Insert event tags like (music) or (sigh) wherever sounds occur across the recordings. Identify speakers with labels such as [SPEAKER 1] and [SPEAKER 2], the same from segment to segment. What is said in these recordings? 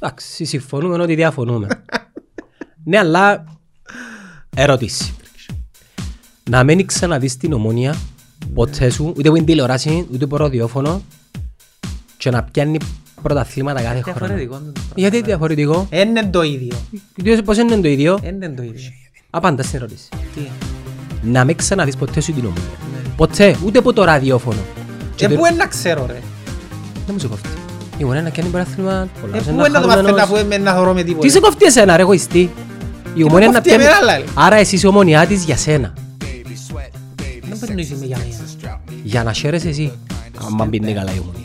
[SPEAKER 1] Εντάξει, συμφωνούμε ότι
[SPEAKER 2] (laughs)
[SPEAKER 1] διαφωνούμε. ναι, αλλά ερώτηση. Να μην ξαναδείς την ομόνια ποτέ σου, ούτε που είναι τηλεοράση, ούτε που ροδιόφωνο και να πιάνει πρωταθλήματα κάθε χρόνο.
[SPEAKER 2] Διαφορετικό.
[SPEAKER 1] Γιατί διαφορετικό,
[SPEAKER 2] Είναι το ίδιο.
[SPEAKER 1] διότι πώς είναι το ίδιο,
[SPEAKER 2] Είναι το ίδιο.
[SPEAKER 1] απάντα στην ερώτηση.
[SPEAKER 2] Τι.
[SPEAKER 1] Να μην ξαναδείς ποτέ σου την ομόνια.
[SPEAKER 2] Ναι.
[SPEAKER 1] Ποτέ, ούτε από το
[SPEAKER 2] Ε,
[SPEAKER 1] ραδιόφωνο.
[SPEAKER 2] Και
[SPEAKER 1] το-
[SPEAKER 2] πού είναι να ξέρω ρε.
[SPEAKER 1] Δεν μου σε κοφτεί. Η μονέα να κάνει παράθλημα,
[SPEAKER 2] Ε,
[SPEAKER 1] πολλά
[SPEAKER 2] Πού είναι να το μαθαίνω να πούμε να θωρώ με τίποτα.
[SPEAKER 1] Τι σε κοφτεί εσένα ρε εγωιστή. Η ομόνια να
[SPEAKER 2] κοφτεί
[SPEAKER 1] πιάνει.
[SPEAKER 2] εμένα, λέει.
[SPEAKER 1] Άρα εσύ είσαι ομονιά της για σένα.
[SPEAKER 2] Δεν μπορεί να είσαι με για μένα.
[SPEAKER 1] Για να χαίρεσαι εσύ. Αν πίνει καλά η ομονία.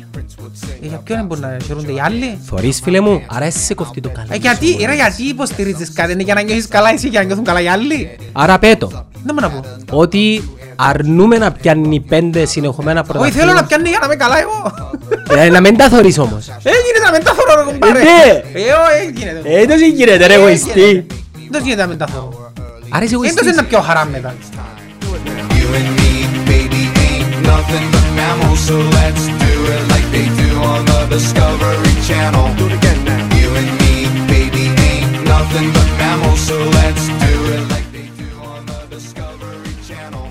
[SPEAKER 2] Ε, Για ποιον μπορεί να χαιρούνται οι άλλοι.
[SPEAKER 1] Θωρείς φίλε μου, άρα εσύ σε κοφτεί το καλό.
[SPEAKER 2] Ε, γιατί, ρε, γιατί υποστηρίζεις κάτι, είναι για να νιώσεις καλά εσύ και για να νιώθουν καλά οι άλλοι.
[SPEAKER 1] Άρα πέτω.
[SPEAKER 2] Δεν μου να πω.
[SPEAKER 1] Ότι αρνούμε να πιάνει πέντε συνεχομένα
[SPEAKER 2] Όχι, θέλω
[SPEAKER 1] πρωταθλήματα.
[SPEAKER 2] να πιάνει για να είμαι καλά εγώ.
[SPEAKER 1] Ε, να μην τα θωρείς όμως.
[SPEAKER 2] Ε, γίνεται να μετάφορο ρε κομπάρε.
[SPEAKER 1] Ε, ναι.
[SPEAKER 2] Ε, ω, ε, γίνεται.
[SPEAKER 1] Ε, δεν γίνεται ρε εγωιστή.
[SPEAKER 2] Δεν τους γίνεται να μετάφορο.
[SPEAKER 1] Άρα είσαι
[SPEAKER 2] Δεν τους είναι
[SPEAKER 1] εγωιστής.
[SPEAKER 2] να πιω χαρά μετά.
[SPEAKER 3] You and me, baby, ain't nothing but mammals, so let's do it like they do on the Discovery Channel. Do it again now. You and me, baby, ain't nothing but mammals, so let's do it like they do on the Discovery Channel.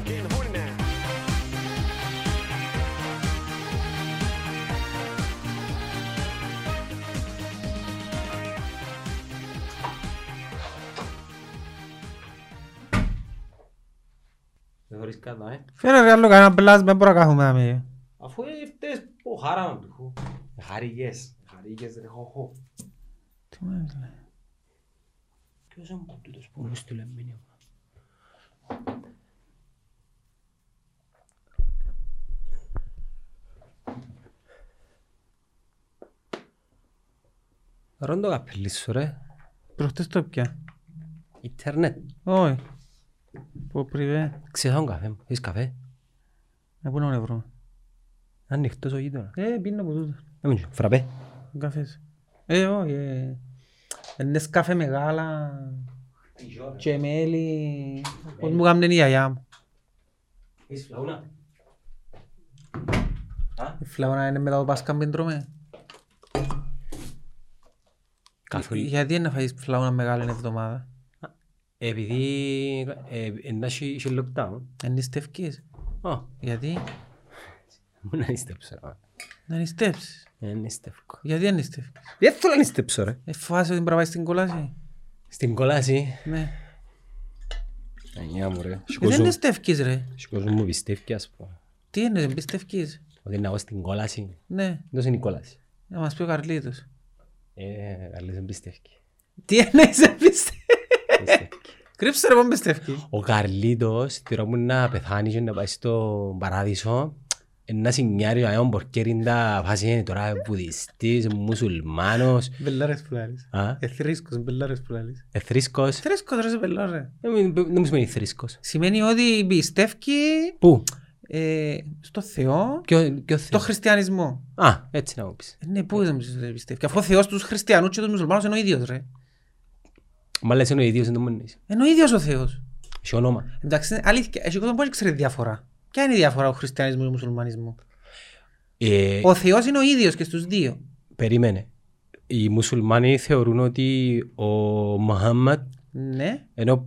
[SPEAKER 4] Δεν χωρίς κατά, ε.
[SPEAKER 2] Φέρε ρε άλλο κανένα μπλάς, δεν μπορώ να κάθομαι να με.
[SPEAKER 4] Αφού ήρθες, πω χάρα μου του. Χαρίγες, χαρίγες ρε χωχώ. Ποιος είναι που τούτος που μου στείλε μήνυμα.
[SPEAKER 1] Ρόντο καπέλι σου ρε.
[SPEAKER 2] Προχτές το πια.
[SPEAKER 1] Ιντερνετ.
[SPEAKER 2] Όχι. Πω πριβέ,
[SPEAKER 1] Ξεχάω καφέ μου. Έχεις καφέ.
[SPEAKER 2] να Ε, πού να με βρούμε.
[SPEAKER 1] Ανοιχτός ο γείτονα.
[SPEAKER 2] Ε, πίνω από τούτο.
[SPEAKER 1] Να μην φραπέ.
[SPEAKER 2] Καφές. Ε, όχι. ε. Είναι σκάφε μεγάλα και μέλι. Πώς μου κάμνε η γιαγιά μου.
[SPEAKER 1] Έχεις φλαούνα.
[SPEAKER 2] Η φλαούνα είναι μετά το Πάσχα μην τρώμε.
[SPEAKER 1] Καθόλου.
[SPEAKER 2] Γιατί να φάεις φλαούνα μεγάλη εβδομάδα.
[SPEAKER 1] Επειδή ε, εντάξει είχε lockdown.
[SPEAKER 2] Εν νηστευκείς.
[SPEAKER 1] Α,
[SPEAKER 2] Γιατί
[SPEAKER 1] μου να νηστέψω. ρε.
[SPEAKER 2] να νηστεύσεις.
[SPEAKER 1] Ε, νηστεύω.
[SPEAKER 2] Γιατί να νηστεύεις.
[SPEAKER 1] Δεν θέλω να νηστέψω ρε.
[SPEAKER 2] Ε, φοβάσαι ότι μπορεί να πάει στην κολάση.
[SPEAKER 1] Στην κολάση.
[SPEAKER 2] Ναι.
[SPEAKER 1] Ανιά μου ρε.
[SPEAKER 2] Ε, δεν
[SPEAKER 1] Σηκώζω-
[SPEAKER 2] νηστεύκεις ρε.
[SPEAKER 1] Σηκώζω μου πιστεύει ας πω.
[SPEAKER 2] Τι είναι, δεν πιστεύκεις.
[SPEAKER 1] Ότι να πάω στην κολάση.
[SPEAKER 2] Ναι.
[SPEAKER 1] Εντός είναι η κολάση.
[SPEAKER 2] Να μας πει ο Καρλίτος.
[SPEAKER 1] Ε, Καρλής δεν πιστεύει.
[SPEAKER 2] Τι εννοείς δεν πιστεύει.
[SPEAKER 1] Πιστεύει.
[SPEAKER 2] Κρύψε ρε πώς πιστεύει.
[SPEAKER 1] Ο Καρλίτος, τη ώρα που να πεθάνει και να πάει στο παράδεισο, ένα συνιάριο αέον μπορκέριντα φάση είναι τώρα βουδιστής, μουσουλμάνος.
[SPEAKER 2] Μπελάρες που λάρεις.
[SPEAKER 1] Α, ε,
[SPEAKER 2] Εθρίσκος, μπελάρες που λάρεις.
[SPEAKER 1] εθρήσκος.
[SPEAKER 2] Θρέσκος ρε σε πελάρε.
[SPEAKER 1] Ε, μην- Δεν μου σημαίνει θρήσκος.
[SPEAKER 2] Σημαίνει ότι πιστεύει
[SPEAKER 1] Πού,
[SPEAKER 2] ε, στο Θεό,
[SPEAKER 1] ποιο, ποιο
[SPEAKER 2] στο
[SPEAKER 1] θεό.
[SPEAKER 2] χριστιανισμό.
[SPEAKER 1] Α, έτσι να μου πεις.
[SPEAKER 2] Ε, Ναι, πού δεν πιστεύει. Αφού ο Θεός τους χριστιανούς και τους μουσουλμάνους είναι ο ίδιος ρε.
[SPEAKER 1] Μα λες είναι ο ίδιος, δεν το μόνος.
[SPEAKER 2] Είναι ο ίδιος ο Θεός.
[SPEAKER 1] Έχει όνομα.
[SPEAKER 2] Εντάξει, είναι αλήθεια, έχει κόσμο που δεν ξέρεις τη διαφορά. Ποια είναι η διαφορά ο χριστιανισμού και ο μουσουλμανισμού.
[SPEAKER 1] Ε,
[SPEAKER 2] Ο Θεός είναι ο ίδιος και στους δύο.
[SPEAKER 1] Περίμενε. Οι μουσουλμάνοι θεωρούν ότι ο Μοχάμματ
[SPEAKER 2] Ναι,
[SPEAKER 1] είναι ο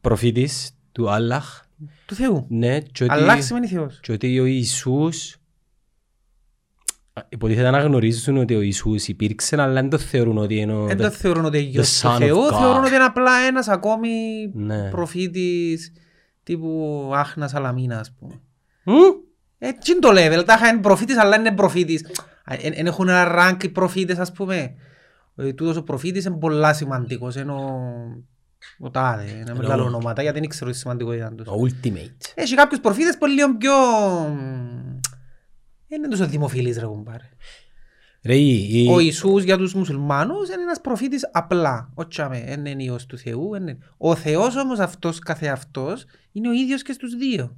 [SPEAKER 1] προφήτης του Αλλάχ.
[SPEAKER 2] του Θεού.
[SPEAKER 1] Ναι, και ότι...
[SPEAKER 2] Αλλά σημαίνει Θεός.
[SPEAKER 1] και ότι ο Ιησούς α, υποτίθεται να γνωρίζουν ότι ο Ιησούς υπήρξε αλλά δεν το θεωρούν ότι είναι ο...
[SPEAKER 2] Ε, Δεν το θεωρούν ότι είναι γιος
[SPEAKER 1] Son
[SPEAKER 2] του
[SPEAKER 1] of
[SPEAKER 2] Θεούς,
[SPEAKER 1] God.
[SPEAKER 2] θεωρούν ότι είναι απλά ένας ακόμη
[SPEAKER 1] Ναι.
[SPEAKER 2] προφήτης τύπου Άχνας Σαλαμίνα ας πούμε.
[SPEAKER 1] Μμ?
[SPEAKER 2] Έτσι είναι το level. Τάχα είναι προφήτης, αλλά είναι προφήτης. Α, Εν εν έχουν ένα rank οι προφήτες, ας πούμε. Ε, Τούτος ο προφήτης είναι πολλά σημαντικός. Είναι ο, ο τάδε, είναι μεγάλο
[SPEAKER 1] ο-
[SPEAKER 2] ονόματα, γιατί δεν ξέρω τι σημαντικό ήταν τους.
[SPEAKER 1] Ο ultimate.
[SPEAKER 2] Έχει κάποιους προφήτες που είναι λίγο πιο... Ε, Είναι τους δημοφιλείς ρε κουμπάρε.
[SPEAKER 1] Ρε, η... η-
[SPEAKER 2] Ο Ιησούς για τους μουσουλμάνους είναι ένας προφήτης απλά. Ο Τσάμε, εν είναι Υιός του Θεού. εν είναι- Ο Θεός όμως αυτός καθεαυτός είναι ο ίδιος και στους δύο.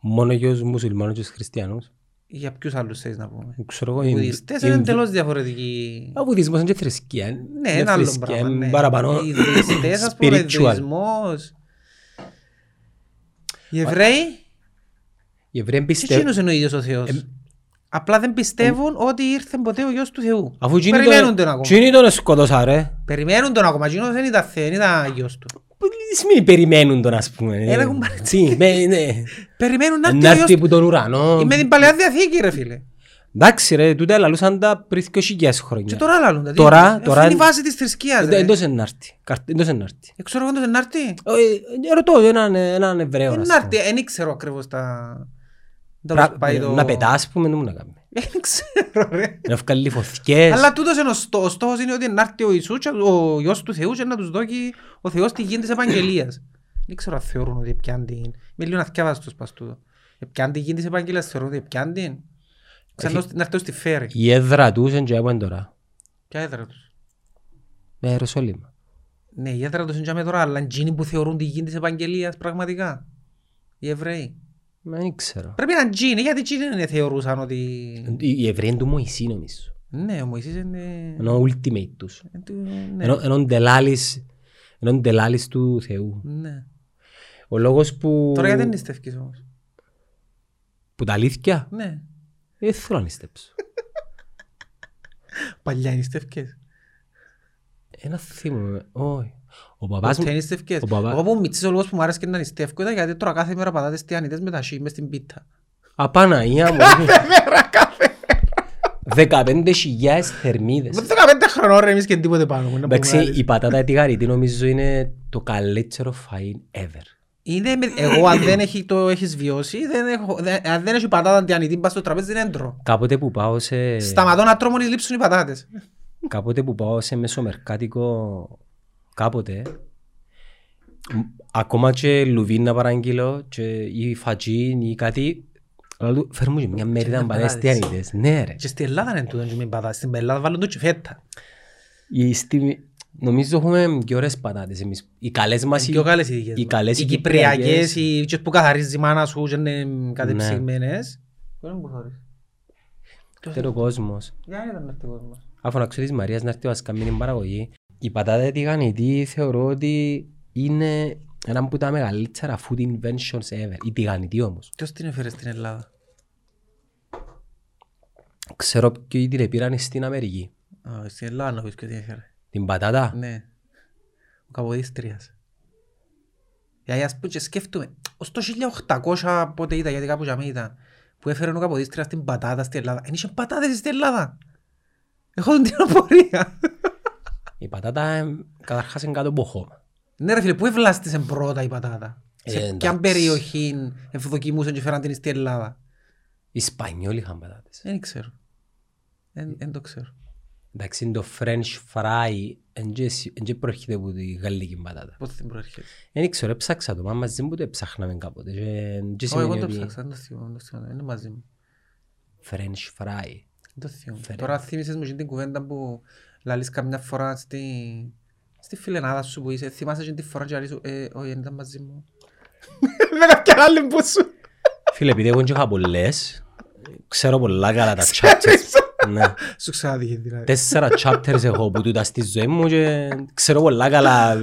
[SPEAKER 1] Μόνο για τους μουσουλμάνους και τους χριστιανούς.
[SPEAKER 2] Για ποιους άλλους θες να πούμε.
[SPEAKER 1] Δεν Ξέρω εγώ...
[SPEAKER 2] Οι
[SPEAKER 1] Ινδ-
[SPEAKER 2] Βουδιστές είναι
[SPEAKER 1] Ινδ-
[SPEAKER 2] εντελώς διαφορετικοί.
[SPEAKER 1] Ο βουδισμός είναι και θρησκεία.
[SPEAKER 2] Ναι, ένα άλλο
[SPEAKER 1] θρησκεία,
[SPEAKER 2] πράγμα.
[SPEAKER 1] είναι
[SPEAKER 2] ναι.
[SPEAKER 1] Παραπάνω...
[SPEAKER 2] Οι Βουδιστές, ας πούμε, ο
[SPEAKER 1] spiritual.
[SPEAKER 2] Ινδουισμός. Οι Εβραίοι,
[SPEAKER 1] Οι Εβραίοι
[SPEAKER 2] και
[SPEAKER 1] πιστεύουν...
[SPEAKER 2] εκείνος είναι ο ίδιος ο Θεός. Απλά δεν πιστεύουν ότι ήρθε ποτέ ο γιος του Θεού.
[SPEAKER 1] Αφού εκείνοι
[SPEAKER 2] Περιμένουν τον
[SPEAKER 1] τον,
[SPEAKER 2] ακόμα.
[SPEAKER 1] εκείνοι τον σκοτώσα ρε.
[SPEAKER 2] Περιμένουν τον ακόμα. Εκείνος δεν ήταν Θεό, δεν ήταν γιος του.
[SPEAKER 1] Τι σημαίνει περιμένουν τον ας πούμε.
[SPEAKER 2] Έλα, έχουν
[SPEAKER 1] Τι, με- ναι.
[SPEAKER 2] Περιμένουν να έρθει
[SPEAKER 1] Να
[SPEAKER 2] ο γιος
[SPEAKER 1] έρθει
[SPEAKER 2] του.
[SPEAKER 1] που τον ουρανό.
[SPEAKER 2] Με την Παλαιά Διαθήκη ρε
[SPEAKER 1] Ναι.
[SPEAKER 2] φίλε.
[SPEAKER 1] Εντάξει ρε, τούτα λαλούσαν τα πριν 2000 χρόνια.
[SPEAKER 2] Και τώρα λαλούν τα. Τι
[SPEAKER 1] Τώρα-
[SPEAKER 2] είναι.
[SPEAKER 1] τώρα-
[SPEAKER 2] Αυτή είναι η βάση της θρησκείας.
[SPEAKER 1] Ε,
[SPEAKER 2] ρε.
[SPEAKER 1] Εντός εν άρτη. Καρ- Εντός εν άρτη.
[SPEAKER 2] Ε, Ξέρω εγώ δεν είναι άρτη.
[SPEAKER 1] Ε, ε, Ρωτώ έναν, ε, έναν Εβραίο. ας
[SPEAKER 2] Είναι
[SPEAKER 1] πούμε.
[SPEAKER 2] άρτη. Δεν ξέρω ακριβώς τα... τα
[SPEAKER 1] Πρα- ε,
[SPEAKER 2] πώς πάει το-
[SPEAKER 1] Να
[SPEAKER 2] (laughs)
[SPEAKER 1] πετάς, ας πούμε, δεν μου να κάνουμε.
[SPEAKER 2] Δεν ξέρω ρε.
[SPEAKER 1] Να βγάλει φωτιές.
[SPEAKER 2] Αλλά τούτος είναι ο στό- ο στόχος είναι ότι να έρθει ο Ιησούς, και ο Υιός του Θεού και να τους δώσει ο Θεός τη γη της
[SPEAKER 1] (coughs)
[SPEAKER 2] Επαγγελίας. Δεν ξέρω αν θεωρούν ότι πιάνει την... Είμαι λίγο αθιάβαστος πας τούτο. Ε, Πιάνει τη γη της Επαγγελίας, θεωρούν ότι πιάνει
[SPEAKER 1] Ε,
[SPEAKER 2] την... Ξανά να έρθω στη φέρη.
[SPEAKER 1] Η έδρα τους είναι και από εν τώρα.
[SPEAKER 2] Ποια έδρα τους.
[SPEAKER 1] Με Ιεροσόλυμα.
[SPEAKER 2] Ναι, η έδρα τους είναι τζάμε τώρα, αλλά εκείνοι που θεωρούν τη γη της Επαγγελίας πραγματικά. Οι Εβραίοι.
[SPEAKER 1] Μα δεν ξέρω.
[SPEAKER 2] Πρέπει να είναι τζίνοι, γιατί τζίνοι δεν θεωρούσαν ότι...
[SPEAKER 1] Οι- Οι Εβραίοι είναι του Μωυσή νομίζω.
[SPEAKER 2] Ναι, ο Μωυσής είναι...
[SPEAKER 1] Ενώ ultimate τους.
[SPEAKER 2] είναι του- ναι,
[SPEAKER 1] Ενώ ενώ ντελάλης- Ενώ ντελάλης του Θεού.
[SPEAKER 2] ναι.
[SPEAKER 1] Ο λόγος που...
[SPEAKER 2] Τώρα γιατί δεν νηστεύκεις όμως.
[SPEAKER 1] Που τα αλήθεια.
[SPEAKER 2] Ναι.
[SPEAKER 1] Δεν θέλω να νηστέψω.
[SPEAKER 2] Παλιά νηστεύκες.
[SPEAKER 1] Ένα θύμο. Όχι. Ο παπάς μου...
[SPEAKER 2] Ποτέ νηστεύκες.
[SPEAKER 1] ο παπά-
[SPEAKER 2] Εγώ που μητσής ο λόγος που μου άρεσε και να νηστεύκω ήταν γιατί τώρα κάθε μέρα πατάτες τυανιτές με τα σι, μες στην πίτα.
[SPEAKER 1] Απαναία μου. Δεκαπέντε χιλιάες θερμίδες.
[SPEAKER 2] Με 15 χρονών ρε εμείς και τίποτε πάνω μου. να πούμε
[SPEAKER 1] Εντάξει,
[SPEAKER 2] άλλες.
[SPEAKER 1] η πατάτα τη γαριτή νομίζω είναι το καλύτερο φαΐν ever.
[SPEAKER 2] Είναι με- Εγώ αν δεν έχει- το έχεις βιώσει, δεν έχω- δεν- αν δεν έχει πατάτα τυανιτή πας στο τραπέζι δεν έντρω.
[SPEAKER 1] Κάποτε που πάω σε...
[SPEAKER 2] Σταματώ να τρώω μόλις λείψουν οι πατάτες.
[SPEAKER 1] Κάποτε που πάω σε μεσομερκάτικο κάποτε, μ, ακόμα και λουβί να παραγγείλω και, ή φατζίν ή κάτι, αλλά του φέρ μου και μια μερίδα παλαιστιανίτες. Ναι ρε.
[SPEAKER 2] Και στην Ελλάδα είναι τούτο με πατάτες. Στην Ελλάδα βάλουν το και φέτα.
[SPEAKER 1] Η στη- Νομίζω έχουμε και ωραίες πατάτες εμείς. Οι καλές μας...
[SPEAKER 2] Οι
[SPEAKER 1] οι-
[SPEAKER 2] πιο καλές οι δικές
[SPEAKER 1] οι
[SPEAKER 2] μας.
[SPEAKER 1] καλές
[SPEAKER 2] Οι
[SPEAKER 1] οι
[SPEAKER 2] κυπριακές,
[SPEAKER 1] κυπριακές. Ναι.
[SPEAKER 2] οι τις που καθαρίζει η μάνα σου και είναι κατεψυγμένες.
[SPEAKER 1] Τέλο κόσμος.
[SPEAKER 2] Δεν ήταν ναυτικός μας.
[SPEAKER 1] Αφού να ξέρω της Μαρίας να έρθει ο ασκαμίνη την παραγωγή. Η πατάτα της γανιτή θεωρώ ότι είναι ένα από τα μεγαλύτερα food inventions ever. Η τηγανιτή όμως.
[SPEAKER 2] Ποιος την έφερε στην Ελλάδα.
[SPEAKER 1] Ξέρω ποιοι την επήραν στην Αμερική.
[SPEAKER 2] Α, Στην Ελλάδα να πεις ποιος την έφερε.
[SPEAKER 1] Την πατάτα.
[SPEAKER 2] Ναι. Ο Καποδίστριας. Γιατί ας πούμε και σκέφτομαι, ως το 1800 πότε ήταν, γιατί κάπου jamais ήταν, που έφερε ο Καποδίστριας την πατάτα στην Ελλάδα. Εν είχε πατάτες στην Ελλάδα. Έχω την απορία.
[SPEAKER 1] Η πατάτα ε, καταρχάς είναι κάτω από χώμα.
[SPEAKER 2] Ναι ρε φίλε, πού ευλάστησε πρώτα η πατάτα.
[SPEAKER 1] Ε,
[SPEAKER 2] Σε ποια
[SPEAKER 1] εντάξει.
[SPEAKER 2] περιοχή ευδοκιμούσαν και φέραν την στην Ελλάδα.
[SPEAKER 1] Οι Σπανιόλοι είχαν πατάτες.
[SPEAKER 2] Δεν ξέρω. Δεν δεν το ξέρω.
[SPEAKER 1] Εντάξει, είναι το French fry, δεν προέρχεται από τη γαλλική πατάτα.
[SPEAKER 2] Πότε την προέρχεται.
[SPEAKER 1] Δεν ξέρω, έψαξα το, μα μαζί μου το έψαχναμε κάποτε. και- εν τζαι
[SPEAKER 2] Ω, εγώ
[SPEAKER 1] σημαίνει
[SPEAKER 2] το
[SPEAKER 1] ότι
[SPEAKER 2] ψάξα, δεν το θυμάμαι, δεν το θυμάμαι, είναι μαζί μου.
[SPEAKER 1] French fry.
[SPEAKER 2] Δεν το θυμάμαι.
[SPEAKER 1] Φέρε.
[SPEAKER 2] Τώρα θύμισες μου και την κουβέντα που λαλείς καμιά φορά στη, στη φιλενάδα σου που είσαι. Θυμάσαι και την φορά και λαλείς σου, ε, όχι, δεν ήταν μαζί μου. (laughs) Δεν κάποια άλλη που σου.
[SPEAKER 1] Φίλε, επειδή εγώ είχα πολλές, ξέρω πολλά καλά τα chapters. Ναι.
[SPEAKER 2] Σου ξαναδείχε δηλαδή.
[SPEAKER 1] Τέσσερα chapters έχω που τούτα στη ζωή μου και ξέρω πολλά καλά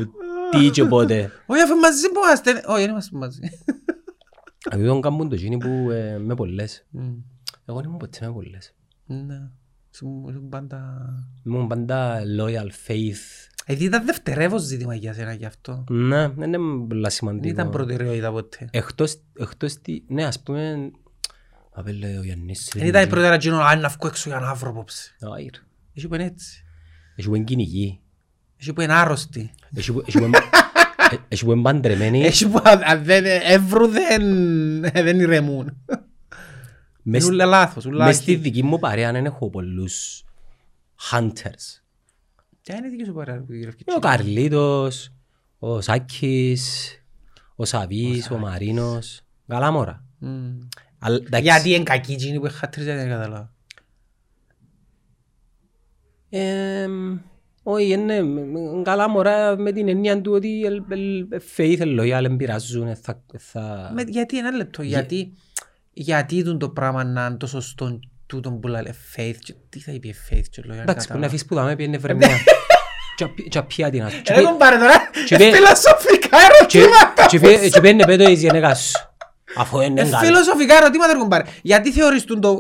[SPEAKER 1] τι και πότε.
[SPEAKER 2] Όχι, αφού μαζί μου είμαστε. Όχι, δεν είμαστε μαζί. (laughs)
[SPEAKER 1] Αυτή τον κάνουν το γίνει που ε, με πολλές. Εγώ δεν ήμουν ποτέ με πολλές.
[SPEAKER 2] Ναι. Σου σου πάντα...
[SPEAKER 1] Ήμουν πάντα loyal faith.
[SPEAKER 2] Ε, Δηλαδή ήταν δευτερεύος ζήτημα για σένα γι' αυτό.
[SPEAKER 1] Ναι, δεν είναι πολλά
[SPEAKER 2] Δεν ήταν
[SPEAKER 1] σημαντικό.
[SPEAKER 2] προτεραιότητα
[SPEAKER 1] Ε,
[SPEAKER 2] ποτέ.
[SPEAKER 1] Εκτός, εκτός τι, ναι, ας πούμε, απέ λέει ο Γιάννης.
[SPEAKER 2] Δεν ήταν η
[SPEAKER 1] ε,
[SPEAKER 2] προτεραιότητα γίνω, αν να βγω έξω για να βρω απόψε.
[SPEAKER 1] προτεραιότητα.
[SPEAKER 2] Εσύ που είναι έτσι.
[SPEAKER 1] Έχει πουέν κυνηγή.
[SPEAKER 2] Εσύ που είναι άρρωστη.
[SPEAKER 1] Έχει που- έχει πουέν-
[SPEAKER 2] (laughs)
[SPEAKER 1] ε, έχει πουέν παντρεμένη.
[SPEAKER 2] Εσύ που αν- αν δεν εύρου δεν, ε, δεν ηρεμούν.
[SPEAKER 1] Μες-
[SPEAKER 2] Είναι ούλα λάθος, ούλα
[SPEAKER 1] Μες στη
[SPEAKER 2] άχη.
[SPEAKER 1] δική μου παρέα δεν έχω πολλούς hunters.
[SPEAKER 2] Ποια Ε, είναι η δική σου παρέα που γυρεύκει.
[SPEAKER 1] Είναι ο Καρλίτος, ο Σάκης, ο Σαβής, ο Μαρίνος. Καλά μωρά.
[SPEAKER 2] Μμμ.
[SPEAKER 1] Αλλά, εντάξει,
[SPEAKER 2] Γιατί είναι κακή τζίνη που χατρίζει δεν καταλάβω.
[SPEAKER 1] εμ, Όχι, είναι είναι καλά μωρά με την έννοια του ότι ελ- ελ- φεΐ θέλω, οι άλλοι πειράζουν, ε, θα- ε, θα...
[SPEAKER 2] Με- Γιατί ένα λεπτό, γιατί, γιατί τον το πράγμα να είναι το σωστό τούτο που λέει faith, και τι θα είπε faith και λόγια.
[SPEAKER 1] Εντάξει, πρέπει να αφήσεις που δάμε, πιένε
[SPEAKER 2] (laughs)
[SPEAKER 1] βρεμιά. Και πια την άσκηση.
[SPEAKER 2] Δεν Ε, τον πάρε τώρα,
[SPEAKER 1] Και πει-
[SPEAKER 2] φιλοσοφικά
[SPEAKER 1] Και-
[SPEAKER 2] ερωτήματα.
[SPEAKER 1] και πι- και πιένε πέτω εις γενεγάς σου. Αφού είναι
[SPEAKER 2] Ε,
[SPEAKER 1] καλό.
[SPEAKER 2] Φιλοσοφικά ερωτήματα δεν πάρε. Γιατί θεωρείς τον το...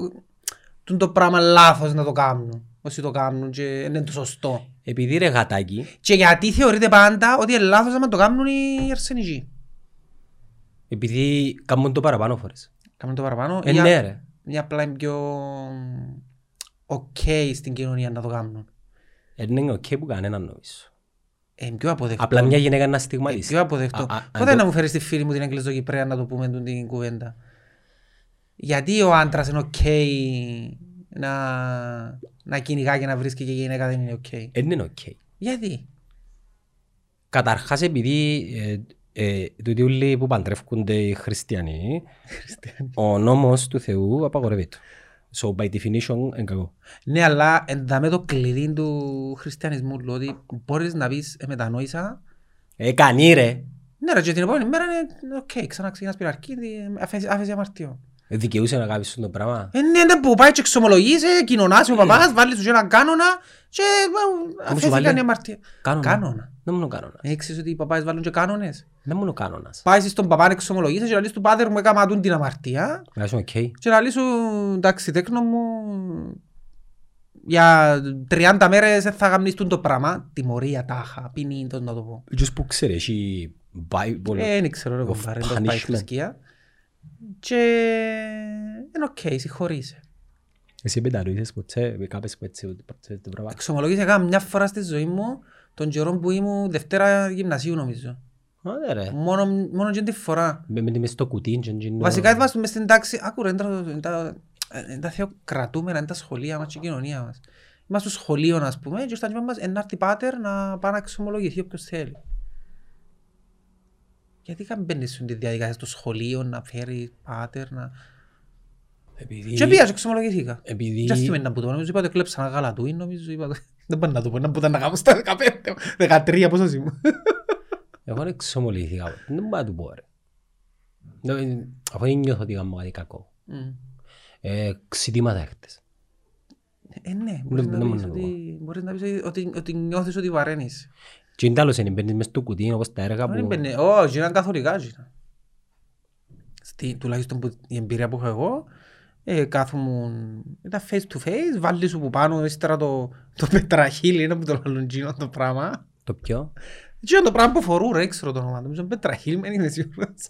[SPEAKER 2] Τον το πράγμα λάθος να το κάνουν. Όσοι το κάνουν και είναι το σωστό.
[SPEAKER 1] Επειδή ρε γατάκι,
[SPEAKER 2] Και γιατί θεωρείται πάντα ότι είναι λάθος να το κάνουν οι αρσενικοί.
[SPEAKER 1] επειδή κάνουν το παραπάνω φορές.
[SPEAKER 2] Κάνουν το παραπάνω.
[SPEAKER 1] Ε,
[SPEAKER 2] ή α-
[SPEAKER 1] ναι ρε.
[SPEAKER 2] ή απλά είναι πιο ok στην κοινωνία να το κάνουν.
[SPEAKER 1] Ε, Είναι οκ που κανέναν νομίζω.
[SPEAKER 2] Ε, Είναι πιο αποδεκτό.
[SPEAKER 1] Απλά μια γυναίκα να
[SPEAKER 2] Ε, Πιο
[SPEAKER 1] στιγματίσει.
[SPEAKER 2] αποδεκτό.
[SPEAKER 1] Α, α, αν
[SPEAKER 2] Πότε
[SPEAKER 1] το-
[SPEAKER 2] να μου φέρεις τη φίλη μου την Αγγλιστοκυπρέα να το πούμε τούτη την κουβέντα. Γιατί ο άντρας είναι ok να, να κυνηγά και να βρίσκει και η γυναίκα δεν είναι ok.
[SPEAKER 1] Ε, Είναι οκ.
[SPEAKER 2] Γιατί.
[SPEAKER 1] Καταρχάς επειδή ε, ε, τούτοι όλοι που παντρεύκονται οι χριστιανοί, ο νόμος του Θεού απαγορεύει το. So by definition είναι κακό.
[SPEAKER 2] Ναι, αλλά εντάμε το κλειδί του χριστιανισμού, λέω, ότι μπορείς να πεις ε, μετανόησα.
[SPEAKER 1] Ε, κανεί ρε.
[SPEAKER 2] Ναι, ρε, και την επόμενη μέρα είναι ok, ξανά ξεκινάς πειραρκίδι, ε, άφεσαι άφεσαι αμαρτίο.
[SPEAKER 1] Ε, Δικαιούσε να κάνεις αυτό το πράγμα.
[SPEAKER 2] Ε, ναι, ναι, που πάει και εξομολογείσαι, κοινωνάσαι ο παπάς, βάλεις σου και έναν κάνωνα και ε,
[SPEAKER 1] Ε. σου
[SPEAKER 2] αφέθηκαν
[SPEAKER 1] βάλει?
[SPEAKER 2] οι αμαρτίες.
[SPEAKER 1] Κάνωνα.
[SPEAKER 2] Κάνωνα.
[SPEAKER 1] Δεν μου είναι ο κανόνας.
[SPEAKER 2] Ε, Ξέρεις ότι οι παπάδες βάλουν και κάνωνες.
[SPEAKER 1] Δεν μου είναι ο κανόνας.
[SPEAKER 2] Πάει στον παπά να εξομολογείσαι και να λύσεις του πάτερ μου έκαμα τούν την αμαρτία
[SPEAKER 1] Να είσαι οκ.
[SPEAKER 2] και να λύσεις εντάξει τέκνο μου για 30 μέρες δεν θα γαμνείς τούν το πράγμα. Τιμωρία τάχα, ποινή, το να το πω.
[SPEAKER 1] Ποιος που ξέρει, έχει Bible.
[SPEAKER 2] Ε, δεν ξέρω εγώ
[SPEAKER 1] Of
[SPEAKER 2] πάρε, το πάει η
[SPEAKER 1] punishment.
[SPEAKER 2] θρησκεία. Και είναι οκ, συγχωρείσαι.
[SPEAKER 1] Εσύ πενταροίδες ποτέ, με κάπες που έτσι, ποτέ το πράγμα.
[SPEAKER 2] Εξομολογήσα έκανα μια φορά στη ζωή μου τον καιρό που ήμουν Δευτέρα γυμνασίου νομίζω.
[SPEAKER 1] Άντε ρε.
[SPEAKER 2] Μόνο, μόνο και τη φορά.
[SPEAKER 1] Με με τη μες στο κουτί. και τζιν-
[SPEAKER 2] Βασικά έβαζε μες στην τάξη, άκου ρε, είναι τα- είναι τα- είναι τα θεοκρατούμενα, είναι τα σχολεία μας και η κοινωνία μας. Είμαστε στο σχολείο ας πούμε και στα γυμνά μας ένα έρθει πάτερ να πάει να εξομολογηθεί όποιος θέλει. Γιατί καν μπαίνεις στην διαδικασία στο σχολείο να φέρει πάτερ να...
[SPEAKER 1] Επειδή-
[SPEAKER 2] Και πήγα και εξομολογηθήκα.
[SPEAKER 1] Επειδή...
[SPEAKER 2] Τι αστείο είναι να που το νομίζω, είπα το κλέψα ένα γαλατούι, νομίζω, είπα το- (laughs) Δεν πάνε να το πω, να μπορούσα να κάνω στα 15, 13, πόσος ήμουν.
[SPEAKER 1] Εγώ δεν εξομολύθηκα. ποτέ. Δεν μπορώ να του πω ρε. Δεν- Αφού δεν νιώθω ότι κάνω κάτι κακό. Ε, Ξητήματα έχτες.
[SPEAKER 2] Ε, ναι, μπορείς
[SPEAKER 1] Ναι,
[SPEAKER 2] να
[SPEAKER 1] ναι,
[SPEAKER 2] πεις
[SPEAKER 1] ναι,
[SPEAKER 2] ότι- μπορείς να πεις ότι- ότι- ότι νιώθεις ότι βαραίνεις.
[SPEAKER 1] Και είναι τέλος, είναι μπαίνεις μες στο κουτί όπως τα έργα
[SPEAKER 2] Δεν
[SPEAKER 1] που...
[SPEAKER 2] έμπαινε, όχι, ήταν καθολικά. γίναν. Στη, τουλάχιστον που, η εμπειρία που είχα εγώ, ε, κάθομουν, ήταν face to face, βάλει σου που πάνω, ύστερα το, το πετραχύλι, είναι που το λαλούν γίνο το πράγμα.
[SPEAKER 1] Το πιο.
[SPEAKER 2] Γίνο το πράγμα που φορούν, ρε, ξέρω το όνομα, νομίζω πετραχύλι, δεν είναι σίγουρος.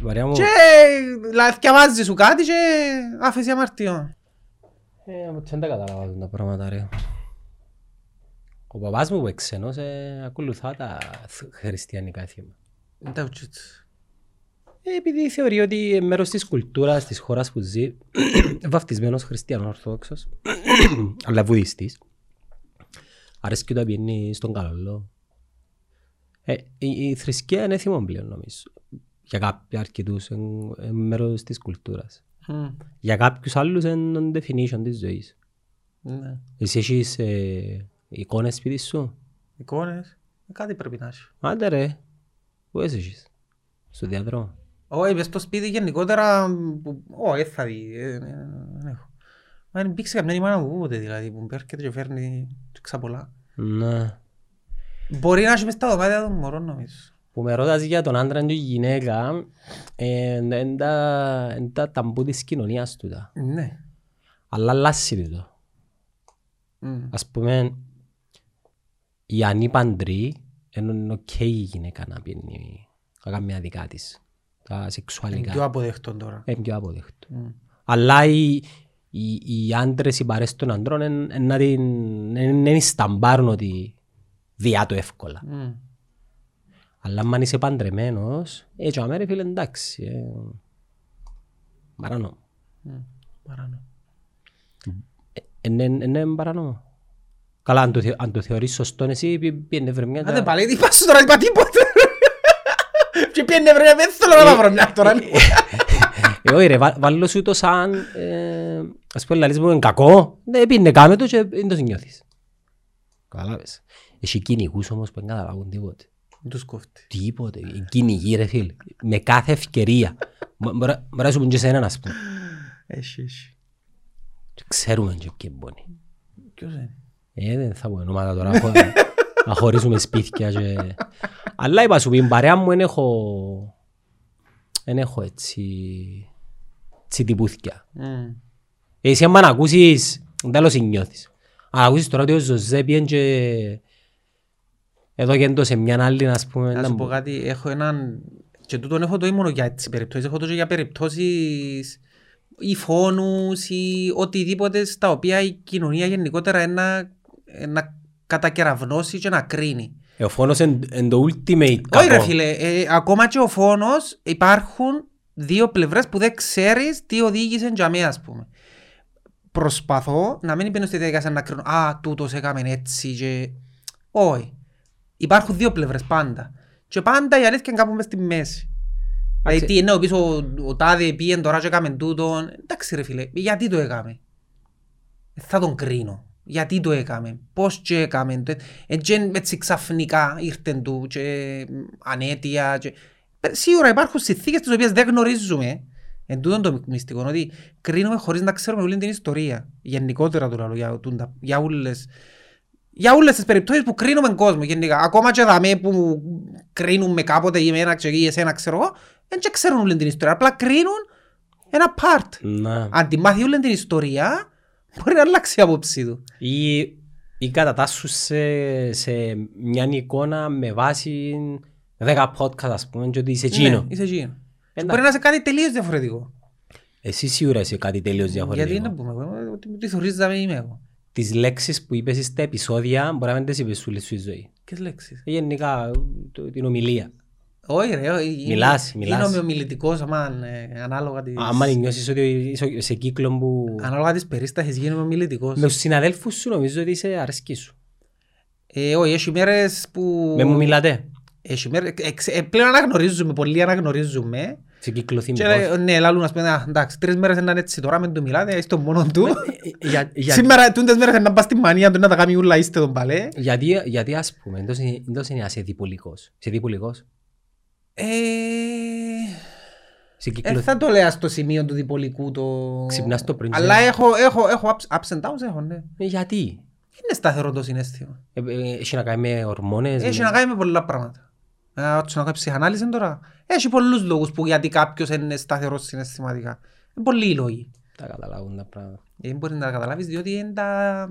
[SPEAKER 1] Βαριά μου...
[SPEAKER 2] Και λαθιαβάζει σου κάτι και άφεσαι αμαρτιό.
[SPEAKER 1] Ε, μου δεν τα καταλαβαίνω τα πράγματα ρε. Ο παπάς μου που είναι ξένος ε, ακολουθά τα θ- χριστιανικά θύματα. Ε, επειδή θεωρεί ότι ε, μέρος της κουλτούρας της χώρας που ζει, (clears throat) βαφτισμένος χριστιανός ορθόδοξος, (clears throat) αλλά βουδιστής, αρέσκει να πηγαίνει στον καλό. Ε, η, η θρησκεία είναι θυμό πλέον νομίζω. Για κάποιους αρκετούς είναι ε, μέρος της κουλτούρας. Για κάποιους άλλους είναι on definition της ζωής.
[SPEAKER 2] Ναι.
[SPEAKER 1] Εσύ έχεις ε, εικόνες σπίτι σου.
[SPEAKER 2] Εικόνες, Ε, κάτι πρέπει να έχει.
[SPEAKER 1] Άντε ρε, πού εσύ έχεις. Στο διαδρόμο.
[SPEAKER 2] Όχι, μες στο σπίτι γενικότερα, που- όχι, δεν θα δει, ε, ε, δεν έχω. Μα δεν μπήξε καμιά η μάνα μου ούτε δηλαδή, που έρχεται και φέρνει τόξα πολλά.
[SPEAKER 1] Ναι.
[SPEAKER 2] Μπορεί να έχει μες στα δωμάτια των μωρών νομίζω.
[SPEAKER 1] που με ρώτας για τον άντρα και τη γυναίκα, είναι τα, εν τα ταμπού της κοινωνίας του τα.
[SPEAKER 2] Ναι.
[SPEAKER 1] Αλλά αλλάζει το.
[SPEAKER 2] Μμ.
[SPEAKER 1] Ας πούμε, οι ανήπαντροι, ενώ είναι οκ η γυναίκα να πιένει να κάνει μια δικά της. Τα
[SPEAKER 2] Είναι πιο
[SPEAKER 1] σεξουαλικά.
[SPEAKER 2] αποδεκτό τώρα.
[SPEAKER 1] Είναι πιο αποδεκτό.
[SPEAKER 2] Μμ.
[SPEAKER 1] Αλλά οι, οι, οι άντρες, οι παρές των αντρών, εν- εν να την, εν- εν σταμπάρουν ότι διά το εύκολα.
[SPEAKER 2] Μμ.
[SPEAKER 1] Αλλά αν είσαι παντρεμένος, ε, και αμέρε φίλε εντάξει. Ε, παράνομο.
[SPEAKER 2] Μμ. Παράνομο.
[SPEAKER 1] Είναι είναι ναι, ε, παράνομο. Καλά, αν το, θε, αν το θεωρείς σωστό εσύ, πι- πήγαινε βρε μια...
[SPEAKER 2] Άντε Ε, πάλι, είπα σου τώρα, είπα τίποτε. (laughs) Και πιένε βρε, δεν θέλω να βρω μια τώρα. λοιπόν.
[SPEAKER 1] Ε, όχι ρε, βα- βάλω σου το σαν... Ε, ας πούμε, λαλείς μου, είναι κακό. Ναι, πήγαινε κάμε το και δεν το νιώθεις. Καταλάβες. Έχει κυνηγούς όμως που δεν καταλάβουν τίποτε.
[SPEAKER 2] Τους κόφτει.
[SPEAKER 1] Τίποτε. Ε, Κυνηγοί ρε φίλε. Με κάθε ευκαιρία. Μπο- Μπορεί μπορεί να σου πούν και σε έναν, ας πούμε.
[SPEAKER 2] Έχει, έχει.
[SPEAKER 1] Και Ξέρουμε και ποιοι μπορεί.
[SPEAKER 2] Ποιος είναι.
[SPEAKER 1] Ε, Eh, δεν θα πω ονόματα τώρα.
[SPEAKER 2] (laughs)
[SPEAKER 1] αχω- Να χωρίσουμε σπίτια και... Αλλά είπα σου, την παρέα μου δεν έχω... Δεν έχω έτσι... Τσι τυπούθηκια.
[SPEAKER 2] Μμ.
[SPEAKER 1] Ε, Εσύ άμα να ακούσεις, τέλος νιώθεις. Αν ακούσεις τώρα ότι ο Ζωζέ πιέν και... Εδώ και σε μια άλλη, ας πούμε.
[SPEAKER 2] Να
[SPEAKER 1] να
[SPEAKER 2] σου
[SPEAKER 1] μπο-
[SPEAKER 2] πω κάτι, έχω έναν... Και τούτον έχω το ή μόνο για τις περιπτώσεις, έχω το και για περιπτώσεις ή φόνους ή οτιδήποτε στα οποία η κοινωνία γενικότερα είναι να, ε, να κατακεραυνώσει και να κρίνει.
[SPEAKER 1] Ε, Ο φόνος είναι το ultimate
[SPEAKER 2] Όχι ρε
[SPEAKER 1] κακό.
[SPEAKER 2] φίλε, ε, ακόμα και ο φόνος υπάρχουν δύο πλευρές που δεν ξέρεις τι οδήγησε για μένα ας πούμε. Προσπαθώ να μην μπαίνω στη διαδικασία να κρίνω «Α, τούτος έκαμε έτσι» και... Όχι. Υπάρχουν δύο πλευρές πάντα. Και πάντα η αλήθεια είναι κάπου μες στη μέση. Δηλαδή τι εννοώ πίσω ο, ο τάδε πήγαινε τώρα και έκαμε τούτον. Εντάξει ρε φίλε, γιατί το έκαμε. Ε, Θα τον κρίνω. Γιατί το έκαμε, πώς και έκαμε. το- Ε, τζεν έτσι ξαφνικά ήρθεν του και μ, ανέτεια. Και... Ε, Σίγουρα υπάρχουν συνθήκες τις οποίες δεν γνωρίζουμε. Εν τούτον το μυστικό, ότι κρίνουμε χωρίς να ξέρουμε όλη την ιστορία. Γενικότερα του λαλού, για, τούντα- για όλες για όλες τις περιπτώσεις που κρίνουμε κόσμο γενικά. Ακόμα και δαμέ που κρίνουμε κάποτε ή εμένα ξέρω, ή εσένα ξέρω εγώ, δεν και ξέρουν όλη την ιστορία. Απλά κρίνουν ένα part.
[SPEAKER 1] Να.
[SPEAKER 2] Αν τη μάθει όλη την ιστορία, μπορεί να αλλάξει η άποψή του.
[SPEAKER 1] Ή, ή κατατάσσουν σε, σε μια εικόνα με βάση 10 podcast, ας πούμε, και ότι είσαι εκείνο.
[SPEAKER 2] Ναι, είσαι εκείνο. Και
[SPEAKER 1] Εντάξει.
[SPEAKER 2] Μπορεί να είσαι κάτι τελείως διαφορετικό.
[SPEAKER 1] Εσύ σίγουρα είσαι κάτι τελείως διαφορετικό.
[SPEAKER 2] Γιατί να πούμε, εγώ, ότι τι θεωρείς δαμέ είμαι εγώ.
[SPEAKER 1] Τις λέξεις που είπες στα επεισόδια μπορεί να μην τις είπες σου όλη σου η ζωή. Ε,
[SPEAKER 2] Ποιες λέξεις.
[SPEAKER 1] Γενικά, το- την ομιλία.
[SPEAKER 2] Όχι ρε, όχι. Είμαι-
[SPEAKER 1] Μιλάς, μιλάς.
[SPEAKER 2] Γίνομαι ομιλητικός, αμάν, ε, ανάλογα της...
[SPEAKER 1] Άμα νιώσεις ότι είσαι σε κύκλο που...
[SPEAKER 2] Ανάλογα της περίστασης γίνομαι ομιλητικός.
[SPEAKER 1] Με τους συναδέλφους σου νομίζω ότι είσαι αρέσκης σου.
[SPEAKER 2] Ε, όχι, έχει μέρες που...
[SPEAKER 1] Με μου μιλάτε.
[SPEAKER 2] Έχει μέρες- εξ- ε, πλέον αναγνωρίζουμε, πολλοί αναγνωρίζουμε.
[SPEAKER 1] Σε κυκλωθεί
[SPEAKER 2] Και
[SPEAKER 1] με
[SPEAKER 2] λέει, ναι, λαλούν, ας πούμε, «Α, εντάξει, τρεις μέρες είναι έτσι τώρα, μην του μιλάτε, είστε μόνον του.
[SPEAKER 1] Ε, Για, για,
[SPEAKER 2] ε, (laughs) Σήμερα, τούντες μέρες να πας στη μανία του να τα κάνει ούλα, είστε τον παλέ.
[SPEAKER 1] γιατί, γιατί ας πούμε, εντός είναι- εντός είναι είσαι διπολικός. Είσαι διπολικός.
[SPEAKER 2] Ε,
[SPEAKER 1] Σε
[SPEAKER 2] ε,
[SPEAKER 1] κυκλωθεί.
[SPEAKER 2] θα το λέω στο σημείο του διπολικού το...
[SPEAKER 1] Ξυπνάς το πριν,
[SPEAKER 2] Αλλά
[SPEAKER 1] ξέρω.
[SPEAKER 2] έχω, έχω, έχω ups- ups and downs, έχω, ναι.
[SPEAKER 1] Ε, Γιατί.
[SPEAKER 2] Είναι σταθερό το συνέστημα.
[SPEAKER 1] Ε, ε, Έχει να κάνει με ορμόνες.
[SPEAKER 2] Έχει
[SPEAKER 1] με-
[SPEAKER 2] να κάνει με πολλά πράγματα. Α, Ότσι να κάνει ψυχανάλυση τώρα. Έχει πολλούς λόγους που γιατί κάποιος είναι σταθερός συναισθηματικά. Είναι πολλοί οι λόγοι. Ε,
[SPEAKER 1] Τα καταλάβουν τα πράγματα.
[SPEAKER 2] Δεν μπορεί να τα καταλάβεις διότι είναι τα...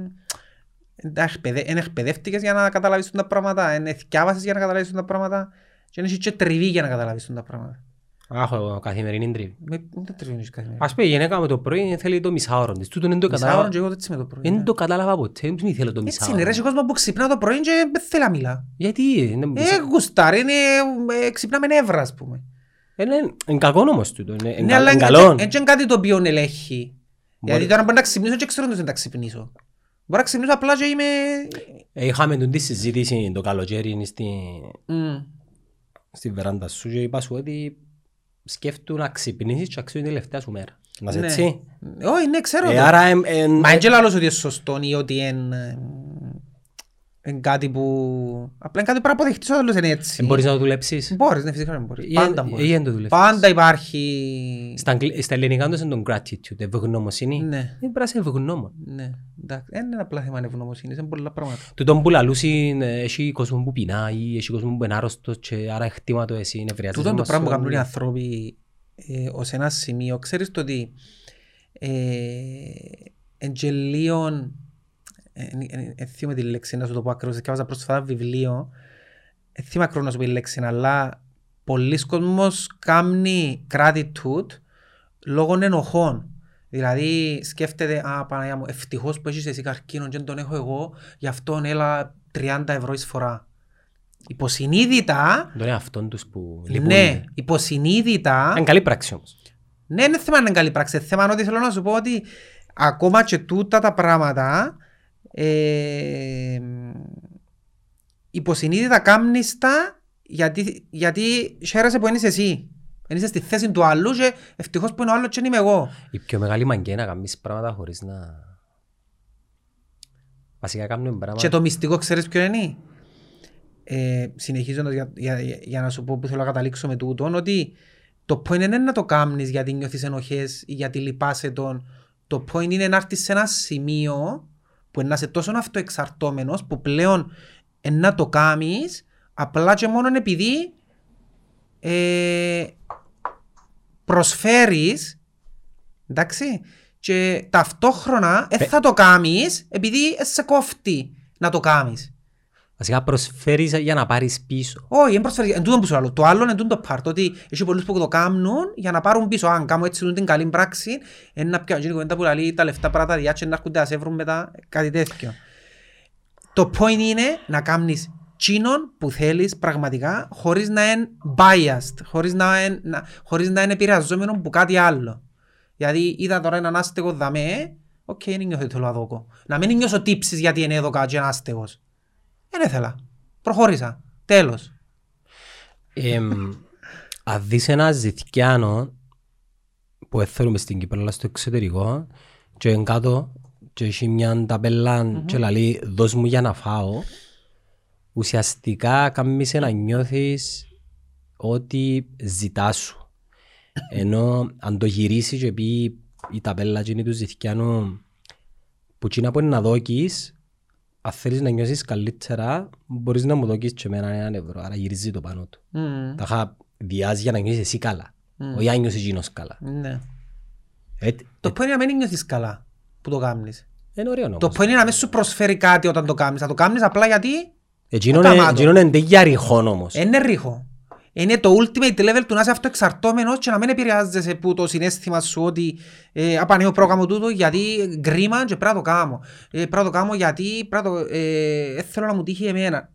[SPEAKER 2] εν τα εκπαιδε- εν εκπαιδεύτηκες για να καταλάβεις τα πράγματα, εν εθιάβασες για να καταλάβεις τα πράγματα και εν έχεις και τριβή για να καταλάβεις τα πράγματα.
[SPEAKER 1] Α, Έχω καθημερινή τρίβη.
[SPEAKER 2] Με- Δεν τα τριβή έχεις κάθε μέρα.
[SPEAKER 1] Ας πούμε η γυναίκα μου το πρωί θέλει το μισάωρο της. Τούτον δεν το
[SPEAKER 2] Μισάωρο
[SPEAKER 1] κατάλαβα.
[SPEAKER 2] και εγώ έτσι με το πρωί. ναι.
[SPEAKER 1] Δεν το κατάλαβα ποτέ. Δεν ήθελα το
[SPEAKER 2] Έτσι είναι ρε,
[SPEAKER 1] μισάωρο.
[SPEAKER 2] έχει κόσμο που ξυπνά το πρωί και δεν θέλει να μιλά.
[SPEAKER 1] Γιατί. δεν-
[SPEAKER 2] Ε, γουστάρει, είναι, ε, ξυπνά με νεύρα ας πούμε.
[SPEAKER 1] Ε, ναι, Είναι κακό όμως ε, τούτο. Είναι-
[SPEAKER 2] Ναι,
[SPEAKER 1] Είναι
[SPEAKER 2] αλλά
[SPEAKER 1] είναι
[SPEAKER 2] είναι
[SPEAKER 1] καλό.
[SPEAKER 2] κάτι- έτσι είναι κάτι το οποίο ελέγχει.
[SPEAKER 1] Μπορεί-
[SPEAKER 2] Γιατί τώρα μπορεί να ξυπνήσω και ξέρω ότι δεν τα ξυπνήσω. Μπορώ να ξυπνήσω απλά και είμαι...
[SPEAKER 1] Ε, Είχαμε τον τη συζήτηση το καλοκαίρι στην
[SPEAKER 2] Μμ.
[SPEAKER 1] στη βεράντα σου και είπα σου ότι σκέφτου να ξυπνήσεις και αξίζει τη τελευταία σου μέρα. Να είσαι
[SPEAKER 2] Ναι.
[SPEAKER 1] έτσι.
[SPEAKER 2] Ε, Όχι, ναι, ξέρω
[SPEAKER 1] Ε,
[SPEAKER 2] το.
[SPEAKER 1] άρα εμ, εμ,
[SPEAKER 2] Μα έτσι λαλώς ότι είναι σωστό ή ότι είναι... Είναι κάτι που... Απλά είναι κάτι που πρέπει να αποδεχτείς όταν λες είναι έτσι.
[SPEAKER 1] εμ, μπορείς να το δουλέψεις.
[SPEAKER 2] Μπορείς, ναι, φυσικά δεν μπορείς.
[SPEAKER 1] Ή-
[SPEAKER 2] Πάντα
[SPEAKER 1] ή-
[SPEAKER 2] μπορείς.
[SPEAKER 1] ή εν το δουλέψεις.
[SPEAKER 2] Πάντα υπάρχει...
[SPEAKER 1] Στα, αγγλ- στα ελληνικά τους είναι τον gratitude, ε, ευγνωμοσύνη.
[SPEAKER 2] Ναι.
[SPEAKER 1] Δεν πρέπει να είσαι ευγνώμων.
[SPEAKER 2] Ναι, εντάξει. Δεν είναι απλά θέμα ευγνωμοσύνης, είναι πολλά πράγματα.
[SPEAKER 1] Τούτον που λαλούσιν, ε, έχει κόσμο που πεινά ή έχει κόσμο που είναι άρρωστος και άρα χτήμα το εσύ νευριάζεσαι.
[SPEAKER 2] Τούτον το
[SPEAKER 1] μας,
[SPEAKER 2] πράγμα που
[SPEAKER 1] όλοι.
[SPEAKER 2] κάνουν οι άνθρωποι ε, ως ένα σημείο, ξέρεις το ότι ε, εγγελίων, ε, δεν θυμάμαι τη λέξη να σου το πω ακριβώς, διάβαζα πρόσφατα βιβλίο, δεν θυμάμαι ακριβώς να σου πω τη λέξη, αλλά πολλοί κόσμος κάνει gratitude λόγω ενοχών. Δηλαδή σκέφτεται, α Παναγιά μου, ευτυχώς που έχεις εσύ καρκίνο και δεν τον έχω εγώ, γι' αυτόν έλα 30 ευρώ εισφορά. Υποσυνείδητα,
[SPEAKER 1] Τον εαυτόν τους που
[SPEAKER 2] ναι,
[SPEAKER 1] λυπούνται.
[SPEAKER 2] υποσυνείδητα.
[SPEAKER 1] Είναι καλή πράξη όμως.
[SPEAKER 2] Ναι, είναι θέμα να είναι καλή πράξη. Είναι Θέμα είναι ότι θέλω να σου πω ότι ακόμα και τούτα τα πράγματα ε, υποσυνείδητα κάμνεις τα γιατί, γιατί χαίρεσαι που είσαι εσύ. Εν είσαι στη θέση του αλλού και ευτυχώς που είναι ο άλλος και δεν είμαι εγώ.
[SPEAKER 1] Η πιο μεγάλη μαγκιά είναι να κάνεις πράγματα χωρίς να... Βασικά κάνουμε
[SPEAKER 2] Και
[SPEAKER 1] πράγματα...
[SPEAKER 2] το μυστικό ξέρεις ποιο είναι. Ε, συνεχίζοντας για, για, για, για να σου πω που θέλω να καταλήξω με τούτον ότι το point είναι να το κάνεις γιατί νιώθεις ενοχές ή γιατί λυπάσαι τον. Το point είναι να έρθεις σε ένα σημείο που να είσαι τόσο αυτοεξαρτώμενος που πλέον ε, να το κάνεις απλά και μόνο επειδή ε, προσφέρεις εντάξει και ταυτόχρονα ε,
[SPEAKER 1] Πε-
[SPEAKER 2] θα το κάνεις επειδή ε, σε κόφτει να το κάνεις.
[SPEAKER 1] Βασικά προσφέρεις για να πάρεις πίσω.
[SPEAKER 2] Όχι, δεν προσφέρεις. Εν τούτο που σου λέω. Το άλλο είναι τούτο part. Ότι έχει πολλούς που το κάνουν για να πάρουν πίσω. Αν κάνω έτσι τούτη την καλή πράξη, είναι να πιάνουν. Είναι η κουβέντα που λέει τα λεφτά πράτα διάτσε να έρχονται να σε βρουν μετά κάτι τέτοιο. Το point είναι να κάνεις τσίνον που θέλεις πραγματικά χωρίς να είναι biased, χωρίς να είναι, να- χωρίς να είναι επηρεαζόμενο από κάτι άλλο. Δηλαδή είδα τώρα έναν άστεγο δαμέ, οκ, okay, δεν νιώθω ότι θέλω να δώκω. Να μην νιώσω τύψεις γιατί είναι έδωκα και ένας άστεγος. Δεν έθελα. Προχώρησα. Τέλος.
[SPEAKER 1] Εμ, Αν δεις ένα ζητιάνο που έθελουμε στην Κύπρο αλλά στο εξωτερικό και εν κάτω και έχει μια ταπελά και λαλεί δώσ' μου για να φάω ουσιαστικά κάνεις να νιώθεις ότι ζητάς σου. Ενώ αν το γυρίσεις και πει η ταπέλα και είναι του ζητιάνου που τσίνα που είναι να δώκεις αν θέλεις να νιώσεις καλύτερα μπορείς να μου δώκεις και εμένα έναν ευρώ άρα γυρίζει το πάνω του.
[SPEAKER 2] Μμμ.
[SPEAKER 1] Τα είχα διάζει για να νιώσεις εσύ καλά. Όχι αν νιώσεις γίνος καλά.
[SPEAKER 2] Ναι.
[SPEAKER 1] Ε,
[SPEAKER 2] Το point είναι να μην νιώθεις καλά που το κάνεις.
[SPEAKER 1] είναι ωραίο
[SPEAKER 2] Το
[SPEAKER 1] όμως.
[SPEAKER 2] point είναι να μην σου προσφέρει κάτι όταν το κάνεις. Θα το κάνεις απλά γιατί
[SPEAKER 1] Εκείνον
[SPEAKER 2] το
[SPEAKER 1] ε-
[SPEAKER 2] καμάτο.
[SPEAKER 1] εκείνον είναι για ρηχόν όμως.
[SPEAKER 2] είναι ρήχο. Είναι το ultimate level του να είσαι αυτοεξαρτώμενος και να μην επηρεάζεσαι από το συνέστημα σου ότι ε, απανέω πρόγραμμα τούτο γιατί γκρίμα και πρέπει να το κάνω. Ε, πρέπει να το κάνω γιατί πρέπει να το, ε, ε, θέλω να μου τύχει εμένα.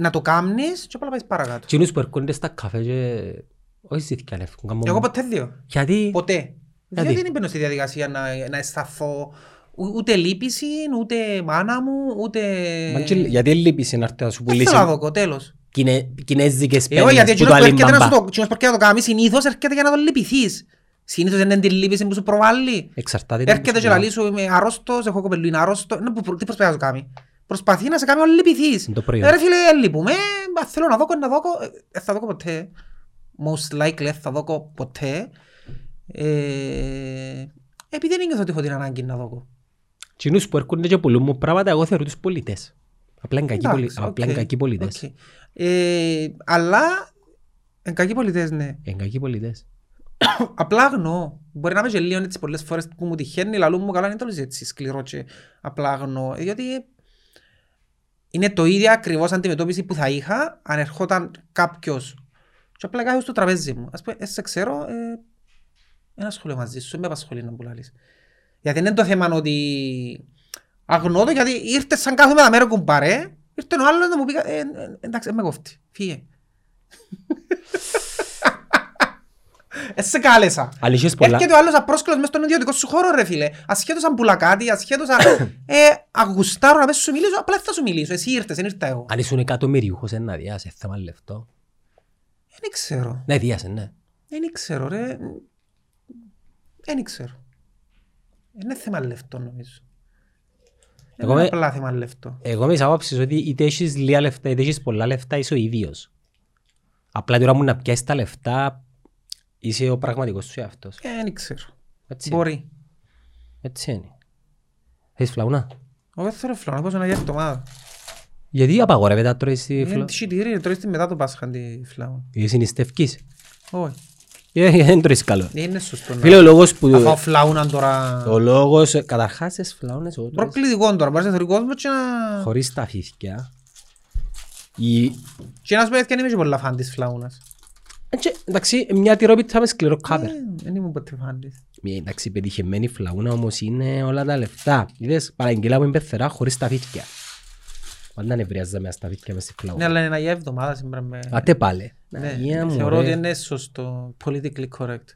[SPEAKER 2] Να το κάνεις και απλά πάεις παρακάτω.
[SPEAKER 1] Εκείνους που έρχονται στα καφέ και... Όχι ζητήκαν εύκολα.
[SPEAKER 2] Εγώ ποτέ δύο.
[SPEAKER 1] Γιατί...
[SPEAKER 2] Ποτέ.
[SPEAKER 1] Γιατί?
[SPEAKER 2] Γιατί δεν μπαίνω στη διαδικασία να, να αισθανθώ ου- ούτε λύπηση, ούτε μάνα μου, ούτε...
[SPEAKER 1] Μα και- Γιατί λείπεις να έρθει να σου
[SPEAKER 2] Δεν
[SPEAKER 1] πουλήσει
[SPEAKER 2] θέλω να δω, τέλος.
[SPEAKER 1] κινε- κινέζικες
[SPEAKER 2] Εγώ γιατί
[SPEAKER 1] πέννες που το
[SPEAKER 2] εκείνος που έρχεται να σου
[SPEAKER 1] αλιμπαμπά.
[SPEAKER 2] το- εκείνος που έρχεται να το κάνει συνήθως έρχεται για να τον λυπηθείς. Συνήθως είναι την λύπηση που σου προβάλλει.
[SPEAKER 1] Εξαρτάται. τι
[SPEAKER 2] Έρχεται
[SPEAKER 1] σου
[SPEAKER 2] και
[SPEAKER 1] λέω.
[SPEAKER 2] λέει σου είμαι αρρώστος, έχω κοπελού, είναι άρρωστος. Να, που- που- Τι προσπαθεί να σου κάνει. Προσπαθεί να σε κάνει να λυπηθείς.
[SPEAKER 1] Είναι το προϊόν.
[SPEAKER 2] Ε, Ρε φίλε, λυπούμε, μα θέλω να δώκω, να δώκω. Ε, Δεν θα δώκω ποτέ. Most likely δεν θα δώκω ποτέ. Ε, επειδή δεν νιώθω ότι έχω την ανάγκη να δώκω.
[SPEAKER 1] Εκείνους που έρχονται και πουλούν μου πράγματα, εγώ θεωρώ τους πολίτες. Απλά είναι κακοί πολι-
[SPEAKER 2] Εντάξει,
[SPEAKER 1] απλά είναι
[SPEAKER 2] οκ,
[SPEAKER 1] κακοί πολίτες.
[SPEAKER 2] οκ. Ε, αλλά εν κακοί πολιτές, ναι.
[SPEAKER 1] Είναι κακοί πολίτες.
[SPEAKER 2] Απλά αγνώ. Μπορεί να είμαι και λίγο έτσι πολλές φορές που μου τυχαίνει, λαλού μου καλά είναι τέλος έτσι σκληρό και απλά αγνώ. Ε, Διότι είναι το ίδιο ακριβώς αντιμετώπιση που θα είχα αν ερχόταν κάποιος και απλά κάποιος στο τραπέζι μου. Ας πούμε, ε, σε ξέρω, ε, δεν ασχολούμαι μαζί σου, με απασχολεί να μου λαλείς. Γιατί δεν είναι το θέμα ότι αγνώ το, γιατί ήρθε σαν κάθομαι τα μέρα κουμπάρε, ήρθε ο άλλος να μου πει, κα- ε, ε, εντάξει, ε, με κόφτει, φύγε. Ε, σε κάλεσα.
[SPEAKER 1] Αν είχες πολλά...
[SPEAKER 2] Έρχεται ο άλλος απρόσκλητος μέσα στον ιδιωτικό σου χώρο ρε φίλε. Ασχέτως αν πουλά κάτι, ασχέτως αν
[SPEAKER 1] (coughs)
[SPEAKER 2] ε, αγουστάρω να μέσα σου μιλήσω, απλά δεν θα σου μιλήσω. Εσύ ήρθες, δεν ήρθα εγώ.
[SPEAKER 1] Αν ήσουν εκατομμυριούχος, ένα διάς, ε, θέμα λεφτό.
[SPEAKER 2] Δεν ξέρω.
[SPEAKER 1] Ναι, διάς, ε, ναι.
[SPEAKER 2] Δεν ξέρω ρε. Δεν ξέρω. Είναι θέμα λεφτό νομίζω.
[SPEAKER 1] Εγώ
[SPEAKER 2] Είναι
[SPEAKER 1] με-
[SPEAKER 2] απλά θέμα λεφτό.
[SPEAKER 1] Εγώ είμαι της άποψης ότι είτε έχεις λίγα λεφτά είτε έχεις πολλά λεφτά είσαι ο ίδιος. Απλά τώρα μου να πιάσεις τα λεφτά είσαι ο πραγματικός σου εαυτός.
[SPEAKER 2] Δεν ξέρω.
[SPEAKER 1] Έτσι, είναι.
[SPEAKER 2] Μπορεί.
[SPEAKER 1] έτσι είναι. Θες φλαουνά.
[SPEAKER 2] Εγώ δεν θέλω φλόνα, πόσο να γίνει εβδομάδα.
[SPEAKER 1] Γιατί απαγορεύεται να τρώεις τη
[SPEAKER 2] Είναι
[SPEAKER 1] φλαουνά.
[SPEAKER 2] τυχητήρι, τρώεις τη μετά το Πάσχα τη φλόνα.
[SPEAKER 1] Είσαι νηστευκής.
[SPEAKER 2] Όχι.
[SPEAKER 1] Ε, Δεν τρώεις καλό.
[SPEAKER 2] Δεν είναι σωστό
[SPEAKER 1] Φίλε,
[SPEAKER 2] να
[SPEAKER 1] ο λόγος που...
[SPEAKER 2] να φάω φλάουνα τώρα.
[SPEAKER 1] Ο λόγος... Καταρχάς, τις φλαούνες εγώ τρώω
[SPEAKER 2] Προκλητικό τώρα, μπορείς να θεωρεί κόσμο και να...
[SPEAKER 1] χωρίς τα φίθηκια. Η...
[SPEAKER 2] Και να σου πω έτσι είμαι και πολλά φαν της φλαούνας.
[SPEAKER 1] Ε, και, Εντάξει, μια τυρόπιτα με σκληρό κάπερ.
[SPEAKER 2] Ε, Δεν ήμουν ποτέ φαν της.
[SPEAKER 1] Μια εντάξει πετυχημένη φλαγούνα όμως είναι όλα τα λεφτά. Είδες, παραγγείλα μου πεθερά χωρίς τα φίτια. Πάντα νευριάζαμε ας τα φίτια μες στη
[SPEAKER 2] Ναι,
[SPEAKER 1] φλαγούνα.
[SPEAKER 2] αλλά είναι για εβδομάδα σήμερα με...
[SPEAKER 1] Άτε πάλι.
[SPEAKER 2] Ναι,
[SPEAKER 1] Αγία μου,
[SPEAKER 2] Θεωρώ ότι
[SPEAKER 1] ρε.
[SPEAKER 2] είναι σωστό, politically correct.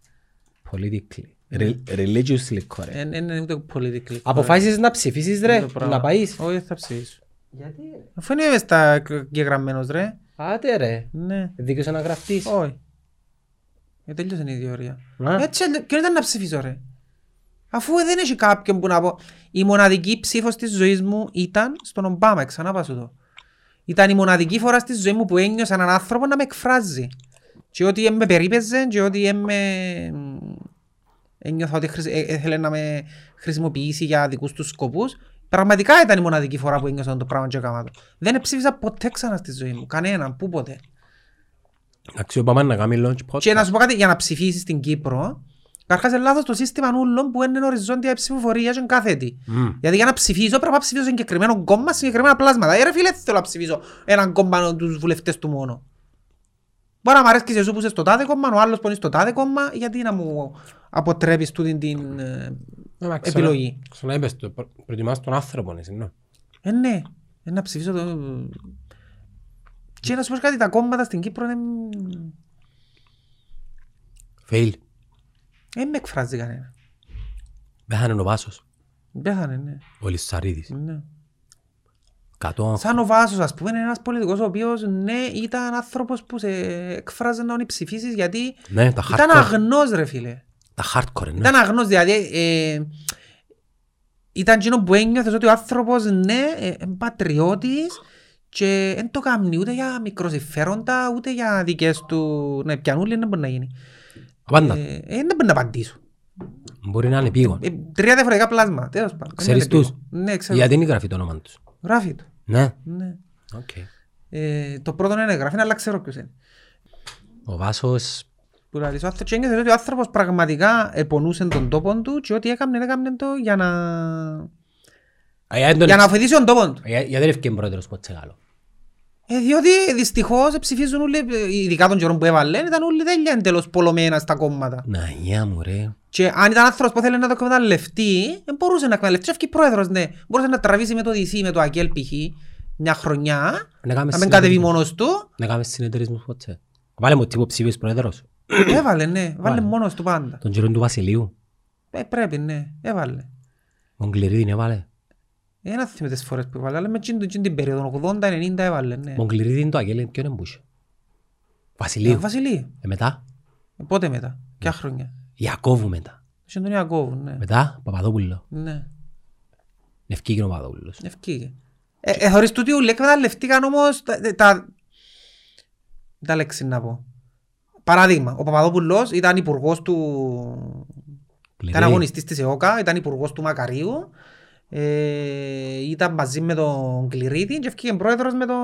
[SPEAKER 1] Politically. Re- Religiously correct.
[SPEAKER 2] Δεν είναι ούτε politically correct.
[SPEAKER 1] Αποφάσισες να ψηφίσεις ρε,
[SPEAKER 2] αυτό Ναι. το πράγμα.
[SPEAKER 1] να πάεις.
[SPEAKER 2] Όχι, θα ψήσω.
[SPEAKER 4] Γιατί ρε.
[SPEAKER 2] Αφού είναι μες στα κ- γεγραμμένος ρε.
[SPEAKER 1] Άτε ρε.
[SPEAKER 2] Ναι.
[SPEAKER 1] Δίκαιος να γραφτείς.
[SPEAKER 2] Όχι. Ε, τέλειωσε η διορία.
[SPEAKER 1] Να.
[SPEAKER 2] Έτσι, αλλά ποιον ήταν να ψηφίσω ρε. Αφού δεν έχει κάποιον που να πω. Η μοναδική ψήφος της ζωής μου ήταν στον Ομπάμα, ξανά πάω σου το. Ήταν η μοναδική φορά στη ζωή μου που ένιωσα έναν άνθρωπο να με εκφράζει. Και ότι με περίπεζε και ότι εν με... ένιωθα ότι χρησι- ε- έθελε να με χρησιμοποιήσει για δικούς τους σκοπούς. Πραγματικά ήταν η μοναδική φορά που ένιωσα το πράγμα και έκανα το. Δεν ψήφισα ποτέ ξανά στη ζωή μου. Κανέναν, πού ποτέ.
[SPEAKER 1] Εντάξει, ο Παμάν να κάνει launch podcast.
[SPEAKER 2] Και να σου πω κάτι, για να ψηφίσεις στην Κύπρο, Καρχάς είναι λάθος το σύστημα νουλών που είναι οριζόντια ψηφοφορία και κάθετη.
[SPEAKER 1] Μμμ.
[SPEAKER 2] Γιατί για να ψηφίζω πρέπει να ψηφίζω συγκεκριμένο κόμμα, συγκεκριμένα πλάσματα. Ε, ρε φίλε, δεν θέλω να ψηφίζω έναν κόμμα τους βουλευτές του μόνο. Μπορεί να μ' αρέσει και εσύ που είσαι στο τάδε κόμμα, ο άλλος που είναι στο τάδε κόμμα, γιατί να μου αποτρέπεις τούτη την... ε,
[SPEAKER 1] Μα, ξανά-
[SPEAKER 2] Επιλογή.
[SPEAKER 1] Ξανά είπες το, προ- προτιμάς τον άνθρωπο, εσύ, ναι.
[SPEAKER 2] Ε, ναι, ε, να ψηφίζω το... Και να σου πω κάτι, τα κόμματα στην Κύπρο είναι...
[SPEAKER 1] Fail.
[SPEAKER 2] Ε, με εκφράζει κανένα.
[SPEAKER 1] Πέθανε ο Βάσος,
[SPEAKER 2] Πέθανε, ναι.
[SPEAKER 1] ο Λυσσαρίδης.
[SPEAKER 2] ναι.
[SPEAKER 1] Κατώ.
[SPEAKER 2] Σαν ο Βάσος, ας πούμε, είναι ένας πολιτικός ο οποίος, ναι, ήταν άνθρωπος που σε εκφράζε να όνει ψηφίσεις γιατί
[SPEAKER 1] Ναι, τα
[SPEAKER 2] ήταν
[SPEAKER 1] hardcore.
[SPEAKER 2] αγνός, ρε φίλε.
[SPEAKER 1] Τα hardcore, ναι.
[SPEAKER 2] Ήταν αγνός, δηλαδή... ε, ήταν εκείνο που ένιωθες ότι ο άνθρωπος, ναι, είναι πατριώτης και δεν το κάνει ούτε για μικροσυφέροντα, ούτε για δικές του... Ναι, πιανούλη δεν μπορεί να γίνει.
[SPEAKER 1] Απάντα.
[SPEAKER 2] Ε, ε, δεν μπορεί να απαντήσω.
[SPEAKER 1] Μπορεί να είναι επίγον.
[SPEAKER 2] Ε, τρία διαφορετικά πλάσματα, τέλος πάντων.
[SPEAKER 1] Ξέρεις
[SPEAKER 2] Ε, ναι,
[SPEAKER 1] τους?
[SPEAKER 2] ναι, Ναι, ξέρω.
[SPEAKER 1] Γιατί δεν γράφει το όνομα τους.
[SPEAKER 2] Γράφει το.
[SPEAKER 1] Ναι.
[SPEAKER 2] Ναι.
[SPEAKER 1] Οκ.
[SPEAKER 2] Ε, το πρώτο είναι γράφει, αλλά ξέρω ποιος είναι.
[SPEAKER 1] Ο Βάσος
[SPEAKER 2] Που λέει, ο άνθρωπος, και ένιωθες ότι ο άνθρωπος πραγματικά επονούσε τον τόπο του και ό,τι έκαμνε, έκαμνε το για να,
[SPEAKER 1] Α, Για
[SPEAKER 2] για
[SPEAKER 1] τον-
[SPEAKER 2] να βοηθήσει τον τόπο του.
[SPEAKER 1] για- για δεν ευκαιρία πρόεδρος που τσεγάλο.
[SPEAKER 2] Ε, διότι δυστυχώς ψηφίζουν όλοι, ε, ειδικά των καιρών που έβαλε, ήταν όλοι τέλεια εντελώς πολλωμένα στα κόμματα.
[SPEAKER 1] Να γεια μου ρε.
[SPEAKER 2] Και αν ήταν άνθρωπος που θέλει να το εκμεταλλευτεί, δεν μπορούσε να εκμεταλλευτεί. Και έφυγε πρόεδρος, ναι. Μπορούσε να τραβήσει με το DC, με το Αγγέλ π.χ. μια χρονιά,
[SPEAKER 1] Να κάνουμε
[SPEAKER 2] να μην κατεβεί
[SPEAKER 1] συνεταιρισμούς.
[SPEAKER 2] μόνος του.
[SPEAKER 1] (coughs) Να κάνουμε συνεταιρισμούς ποτέ. Βάλε μου τύπο ψήφιος πρόεδρος.
[SPEAKER 2] Έβαλε, ναι. Βάλε
[SPEAKER 1] Βάλε.
[SPEAKER 2] μόνος του πάντα.
[SPEAKER 1] Τον κύριο του Βασιλείου.
[SPEAKER 2] Ε, πρέπει, ναι. Έβαλε.
[SPEAKER 1] Τον Κληρίδη ναι βάλε.
[SPEAKER 2] Ένα θυμάμαι Ε, τις φορές που έβαλε, αλλά με τσιν, τσιν την περίοδο, 80-90 έβαλε, ναι.
[SPEAKER 1] Τον Κληρίδη είναι το αγγέλιο. Ποιον εμπούσε. Βασιλείου.
[SPEAKER 2] Ε, Βασιλείου.
[SPEAKER 1] Ε, μετά.
[SPEAKER 2] Ε, πότε μετά. Ποια χρόνια.
[SPEAKER 1] Ιακώβου μετά.
[SPEAKER 2] Είχε τον Ιακώβου, ναι.
[SPEAKER 1] Ναι. Μετά Παπαδόπουλο.
[SPEAKER 2] Ναι.
[SPEAKER 1] Ευκήγηκε ο Παπαδόπουλος.
[SPEAKER 2] Ευκήγε. Ε, ε, θωρείς τούτοι ούλοι, εκμεταλλευτήκαν όμως τα, τα- τα, τα λέξη να πω. Παράδειγμα, ο Παπαδόπουλος ήταν υπουργός του
[SPEAKER 1] Ναι.
[SPEAKER 2] Ήταν
[SPEAKER 1] Κληρίδη.
[SPEAKER 2] αγωνιστής της ΕΟΚΑ, ήταν υπουργός του Μακαρίου, ε, ήταν μαζί με τον Κληρίδη και έφυγε πρόεδρος με τον...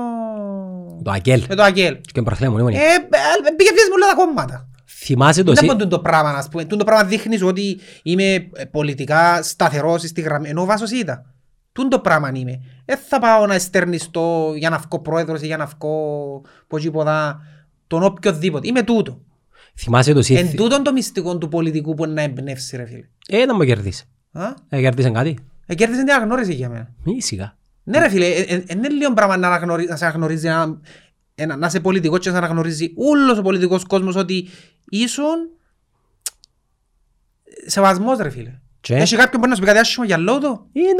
[SPEAKER 1] Το αγγέλ.
[SPEAKER 2] με τον Αγγέλ.
[SPEAKER 1] Και προαθλέμω, ναι, μόνοι.
[SPEAKER 2] Ε, ε, πήγε πιέσαι με όλα τα κόμματα.
[SPEAKER 1] Θυμάσαι το
[SPEAKER 2] Δεν
[SPEAKER 1] εσύ.
[SPEAKER 2] μπορεί το πράγμα να πούμε. Τούτο πράγμα δείχνεις ότι είμαι ε, πολιτικά σταθερός στη γραμμή. Ενώ ο Βάσος ήταν. Τούτο πράγμα είμαι. Δεν θα πάω να εστερνιστώ για να βγω πρόεδρος ή για να βγω πώς είποδα τον οποιοδήποτε. Είμαι τούτο.
[SPEAKER 1] Θυμάσαι το εσύ.
[SPEAKER 2] Εν τούτον το μυστικό του πολιτικού που είναι να εμπνεύσει ρε φίλε.
[SPEAKER 1] Ε, να μου κερδίσεις.
[SPEAKER 2] Α?
[SPEAKER 1] Ε, κερδίσαν κάτι.
[SPEAKER 2] Ε, κέρδισε την αναγνώριση για μένα.
[SPEAKER 1] Μη σιγά.
[SPEAKER 2] Ναι ρε φίλε, ε, ε, ε, είναι λίγο πράγμα να, αναγνωρι- να σε αναγνωρίζει, ένα- ένα- να είσαι πολιτικός και να σε αναγνωρίζει όλος ο πολιτικός κόσμος ότι ήσουν σεβασμός ρε φίλε.
[SPEAKER 1] Και-
[SPEAKER 2] Έχει κάποιον που μπορεί να σου πει κάτι άσχημο για λόγο.
[SPEAKER 1] Ε, δεν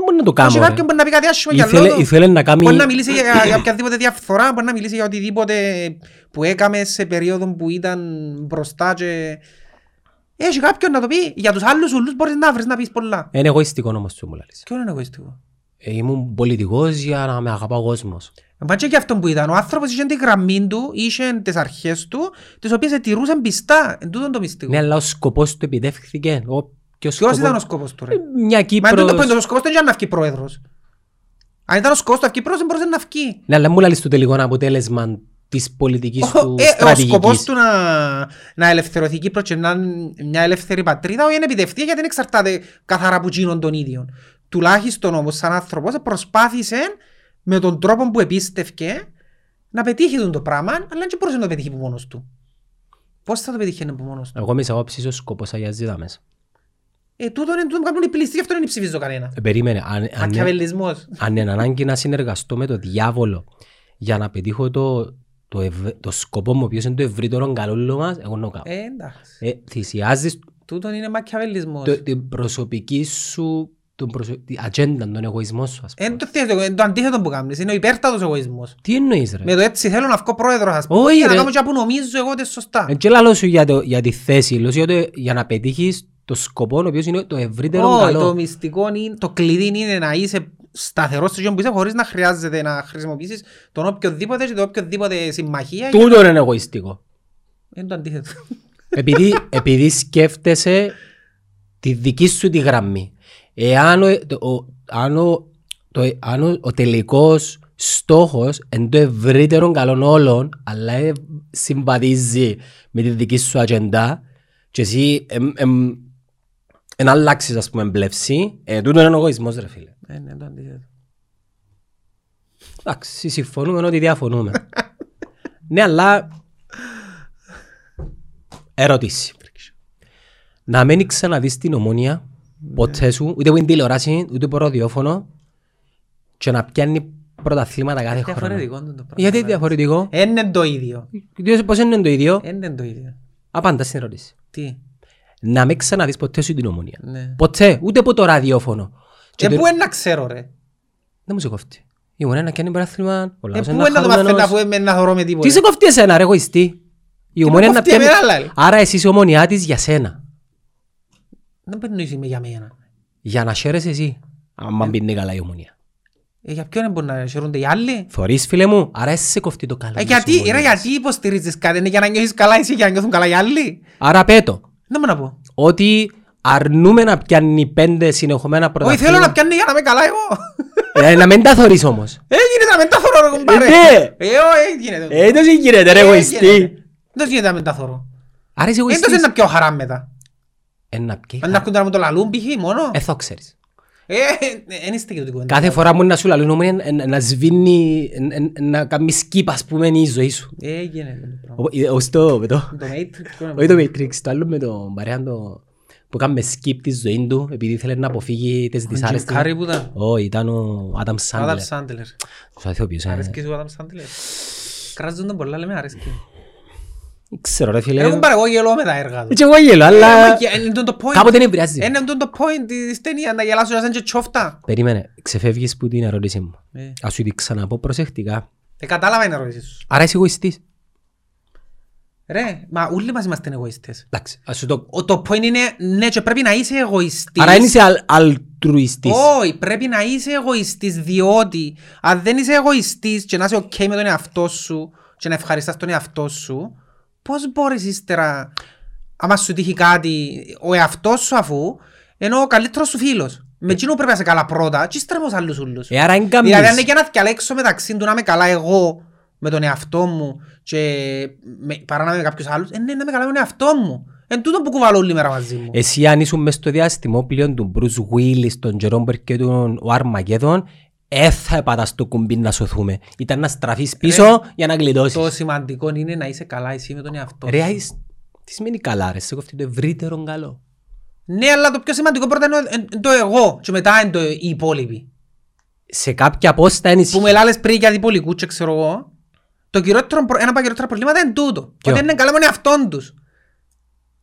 [SPEAKER 1] μπορεί να το
[SPEAKER 2] Έχει
[SPEAKER 1] κάνω. ρε.
[SPEAKER 2] κάποιον που μπορεί να πει κάτι άσχημο για
[SPEAKER 1] Ήθελε-
[SPEAKER 2] λόγο.
[SPEAKER 1] Ήθελε να κάνει...
[SPEAKER 2] Μπορεί να μιλήσει για, για οποιαδήποτε διαφθορά, μπορεί να μιλήσει για οτιδήποτε που έκαμε σε περίοδο που ήταν μπροστά και... Έχει κάποιον να το πει, για τους άλλους ουλούς μπορείς να βρεις να πεις πολλά.
[SPEAKER 1] Είναι εγωιστικό όμως σου μου λαλείς.
[SPEAKER 2] Ποιο είναι εγωιστικό.
[SPEAKER 1] Ε, Ήμουν πολιτικός για να με αγαπά ο κόσμος.
[SPEAKER 2] Μα και για αυτόν που ήταν. Ο άνθρωπος είχε τη γραμμή του, είχε τις αρχές του, τις οποίες ετηρούσαν πιστά. Εν τούτον το μυστικό.
[SPEAKER 1] Ναι, αλλά ο σκοπός του επιτεύχθηκε. Ο... Ποιος
[SPEAKER 2] Ποιος
[SPEAKER 1] σκοπός...
[SPEAKER 2] ήταν ο σκοπός του, ρε.
[SPEAKER 1] Ε, Μια
[SPEAKER 2] Μα εν τούτον το
[SPEAKER 1] Κύπρος...
[SPEAKER 2] πέντο, ο σκοπός του ήταν να βγει πρόεδρος. Αν ήταν ο σκοπός του να βγει πρόεδρος, δεν μπορούσε να βγει.
[SPEAKER 1] Ναι, αλλά μου λαλείς το τελικό αποτέλεσμα της πολιτικής
[SPEAKER 2] Ο-
[SPEAKER 1] του
[SPEAKER 2] ε, Ο σκοπός
[SPEAKER 1] στρατηγικής.
[SPEAKER 2] του να, να ελευθερωθεί η Κύπρος και να είναι μια ελεύθερη πατρίδα, όχι να επιτευχθεί γιατί δεν εξαρτάται καθαρά από εκείνον των ίδιων. Τουλάχιστον όμως σαν άνθρωπος προσπάθησε με τον τρόπο που επίστευκε να πετύχει τον το πράγμα, αλλά δεν μπορούσε να το πετύχει από μόνος του. Πώς θα το πετύχει από μόνος του.
[SPEAKER 1] Εγώ είμαι σε άποψη ο σκοπός αγιαζίδα μέσα.
[SPEAKER 2] Ε, τούτο είναι τούτο που κάνουν οι πλήστοι, γι' αυτό δεν ψηφίζω κανένα.
[SPEAKER 1] Ε, Περίμενε. Αν, αν,
[SPEAKER 2] Μακιαβελισμός.
[SPEAKER 1] αν είναι ανάγκη να συνεργαστώ με το διάβολο για να πετύχω το, το, ευ- το σκοπό μου, ο οποίος είναι το ευρύτερο καλό μας, εγώ να το κάνω.
[SPEAKER 2] Ε, εντάξει.
[SPEAKER 1] Ε, θυσιάζεις
[SPEAKER 2] Τούτο είναι μακιαβελισμός.
[SPEAKER 1] το- την προσωπική σου τον προσω... την ατζέντα, τον εγωισμό σου, ας πούμε.
[SPEAKER 2] Ε, το θέτω, ε, το αντίθετο που κάνεις, είναι ο υπέρτατος εγωισμός.
[SPEAKER 1] Τι εννοείς ρε.
[SPEAKER 2] Με το έτσι θέλω να βγω πρόεδρος, ας πούμε,
[SPEAKER 1] Ναι. Όχι,
[SPEAKER 2] για να
[SPEAKER 1] ρε. Ε,
[SPEAKER 2] κάνω και που νομίζω εγώ ότι είναι σωστά.
[SPEAKER 1] Εν και λαλώ σου για, το, για τη θέση, λέω σου για, το, για να πετύχεις το σκοπό, ο οποίος είναι το ευρύτερο
[SPEAKER 2] Όχι,
[SPEAKER 1] καλό.
[SPEAKER 2] το μυστικό είναι, το κλειδί είναι να είσαι σταθερός στο χιόν που είσαι χωρίς να χρειάζεται να χρησιμοποιήσεις τον οποιοδήποτε και τον οποιοδήποτε συμμαχία.
[SPEAKER 1] Τούτο είναι εγωιστικό.
[SPEAKER 2] Είναι το αντίθετο.
[SPEAKER 1] επειδή, επειδή σκέφτεσαι τη δική σου τη γραμμή. Εάν ο, το- ο, αν ο, το, αν ο, ο τελικός στόχος εν το ευρύτερο καλό όλων, αλλά ε, συμβαδίζει με τη δική σου ατζέντα και εσύ εμ, εμ, να αλλάξεις ας πούμε μπλεύση, ε, τούτο είναι ο εγωισμός ρε φίλε.
[SPEAKER 2] Ε, ναι, το αντίθετο.
[SPEAKER 1] Εντάξει, συμφωνούμε ότι διαφωνούμε. (laughs) ναι, αλλά... Ερώτηση. Να μην ξαναδείς την ομόνια
[SPEAKER 2] Ναι.
[SPEAKER 1] ποτέ σου, ούτε που είναι τηλεοράση, ούτε που ραδιόφωνο και να πιάνει πρωταθλήματα κάθε χρόνο.
[SPEAKER 2] Διαφορετικό είναι το πράγμα.
[SPEAKER 1] Γιατί διαφορετικό.
[SPEAKER 2] Ε, Είναι το ίδιο.
[SPEAKER 1] Διότι πώς είναι το ίδιο.
[SPEAKER 2] Ε, Είναι το ίδιο.
[SPEAKER 1] Απάντα στην ερώτηση.
[SPEAKER 2] Τι.
[SPEAKER 1] Να μην ξαναδείς ποτέ σου την ομόνια.
[SPEAKER 2] Ναι.
[SPEAKER 1] Ποτέ, ούτε από το ραδιόφωνο. Και
[SPEAKER 2] Ε,
[SPEAKER 1] το-
[SPEAKER 2] πού είναι να ξέρω ρε.
[SPEAKER 1] Δεν μου σε κόφτει. Ήμουν ένα και ένα πρωταθλήμα. ο
[SPEAKER 2] Ε,
[SPEAKER 1] λαός
[SPEAKER 2] πού
[SPEAKER 1] είναι
[SPEAKER 2] είναι να το μαθαίνω
[SPEAKER 1] χαρούμενος.
[SPEAKER 2] να πούμε να θωρώ με τίποτα.
[SPEAKER 1] Τι σε κοφτεί εσένα ρε εγωιστή. Η
[SPEAKER 2] με
[SPEAKER 1] ομόνια είναι να
[SPEAKER 2] κοφτεί
[SPEAKER 1] πιάνει.
[SPEAKER 2] εμένα, λέει.
[SPEAKER 1] Άρα εσύ είσαι ομονιά της για σένα.
[SPEAKER 2] Δεν περνούσε με για μένα.
[SPEAKER 1] Για να χαίρεσαι εσύ. Αν μπει καλά η ομονιά.
[SPEAKER 2] Ε, για ποιον μπορεί να χαιρούνται οι άλλοι.
[SPEAKER 1] Θωρείς φίλε μου, άρα εσύ σε κοφτεί το καλό.
[SPEAKER 2] Ε,
[SPEAKER 1] της
[SPEAKER 2] γιατί,
[SPEAKER 1] ομόνιας.
[SPEAKER 2] ρε, γιατί υποστηρίζεις κάτι, είναι για να νιώθεις καλά εσύ και για να νιώθουν καλά οι άλλοι.
[SPEAKER 1] Άρα πέτω
[SPEAKER 2] Δεν μου να πω.
[SPEAKER 1] ότι αρνούμε να πιάνει πέντε συνεχομένα
[SPEAKER 2] Όχι,
[SPEAKER 1] πρωταθλήματα.
[SPEAKER 2] θέλω να πιάνω για να είμαι καλά εγώ.
[SPEAKER 1] Ε, να μην τα θωρείς όμως.
[SPEAKER 2] Ε, γίνεται να μεταθωρώ, ρε, κομπάρε.
[SPEAKER 1] Ε, ναι.
[SPEAKER 2] Ε, ω, ε, γίνεται.
[SPEAKER 1] Ε, δεν γίνεται ρε
[SPEAKER 2] Ε,
[SPEAKER 1] εγωιστή.
[SPEAKER 2] γίνεται. Δεν γίνεται να μεταθωρώ.
[SPEAKER 1] Άρα είσαι
[SPEAKER 2] Ε, δεν είναι
[SPEAKER 1] εγωιστής.
[SPEAKER 2] να πιω χαρά μετά.
[SPEAKER 1] Ε, να πιέει.
[SPEAKER 2] Αν να ακούν τώρα μου το λαλούν, π.χ. μόνο.
[SPEAKER 1] Ε, θα ξέρεις.
[SPEAKER 2] Ε, δεν είστε και του κουβέντα.
[SPEAKER 1] Κάθε φορά που είναι να σου λαλούν όμως είναι να- να σβήνει, να- να κάνει skip ας πούμε η ζωή σου.
[SPEAKER 2] Ε, γίνεται το πράγμα.
[SPEAKER 1] Ο- ε, ως το- με το-
[SPEAKER 2] Το Matrix, ποιο
[SPEAKER 1] Όχι
[SPEAKER 2] είναι.
[SPEAKER 1] το Matrix, το άλλο με τον παρέα το... που κάνουμε skip τη ζωή του επειδή ήθελε να αποφύγει τις
[SPEAKER 2] Jim
[SPEAKER 1] δυσάρεστες.
[SPEAKER 2] Carrey που ήταν.
[SPEAKER 1] Όχι, ήταν ο Adam
[SPEAKER 2] Ο Adam
[SPEAKER 1] Sandler.
[SPEAKER 2] Sandler.
[SPEAKER 1] Τους αθιόπιους, ε.
[SPEAKER 2] Αρέσκεις σου ο Adam Sandler. Κράζουν τον πολλά, λέμε, αρέσκει.
[SPEAKER 1] Δεν Ξέρω ρε
[SPEAKER 2] Ε,
[SPEAKER 1] φίλε.
[SPEAKER 2] κομπάρε, εγώ γελώ με τα έργα του.
[SPEAKER 1] Έτσι εγώ γελώ,
[SPEAKER 2] Ε, μα
[SPEAKER 1] αλλά
[SPEAKER 2] γε- Είναι το point.
[SPEAKER 1] κάποτε δεν επηρεάζει.
[SPEAKER 2] Είναι αυτό το point της ταινίας να γελάσουν να σαν και τσόφτα.
[SPEAKER 1] Περίμενε, ξεφεύγεις που την ερώτησή μου.
[SPEAKER 2] Ε,
[SPEAKER 1] Ας σου την ξαναπώ προσεκτικά.
[SPEAKER 2] ε, κατάλαβα είναι ερώτηση σου.
[SPEAKER 1] Άρα είσαι εγωιστής.
[SPEAKER 2] Ρε, μα όλοι μας είμαστε εγωιστές.
[SPEAKER 1] Εντάξει, ας σου το...
[SPEAKER 2] Ο, το point είναι, ναι, και πρέπει να είσαι εγωιστής.
[SPEAKER 1] Άρα είσαι αλ- αλτρουιστής.
[SPEAKER 2] Όχι, πρέπει να είσαι εγωιστής, διότι αν δεν είσαι εγωιστής και να είσαι ok με τον εαυτό σου και να ευχαριστάς τον εαυτό σου, πώς μπορείς ύστερα, άμα σου τύχει κάτι, ο εαυτός σου αφού, ενώ ο καλύτερος σου φίλος. Με εκείνο πρέπει να είσαι καλά πρώτα και ύστερα με τους άλλους ούλους.
[SPEAKER 1] Ε, άρα είναι
[SPEAKER 2] Δηλαδή αν
[SPEAKER 1] καμνής.
[SPEAKER 2] είναι και να διαλέξω μεταξύ του να είμαι καλά εγώ με τον εαυτό μου και με, παρά να είμαι με κάποιους άλλους, ε, ναι, να είμαι καλά με τον εαυτό μου. Εν τούτο που κουβαλώ όλη μέρα μαζί μου.
[SPEAKER 1] Εσύ αν ήσουν μες στο διάστημα πλέον του Bruce Willis, των Jerome Burke και των Αρμαγέδων, έθα επατάς ε, το κουμπί να σωθούμε. Ήταν να στραφείς πίσω για να
[SPEAKER 2] Το
[SPEAKER 1] γλιτώσεις.
[SPEAKER 2] σημαντικό είναι να είσαι καλά εσύ με τον εαυτό σου.
[SPEAKER 1] Ρε, εις- τι σημαίνει καλά ρε, σε κοφτεί το ευρύτερο καλό.
[SPEAKER 2] Ναι, αλλά το πιο σημαντικό πρώτα είναι ο- εν- εν το εγώ και μετά είναι το οι υπόλοιποι.
[SPEAKER 1] Σε κάποια πόστα είναι
[SPEAKER 2] Που
[SPEAKER 1] ισχύ.
[SPEAKER 2] με λάλες πριν για διπολικούς και ξέρω εγώ, το κυριότερο, προ- ένα από τα κυριότερα προβλήματα είναι τούτο.
[SPEAKER 1] Ποιο?
[SPEAKER 2] Ότι δεν είναι καλά με τον εαυτό τους.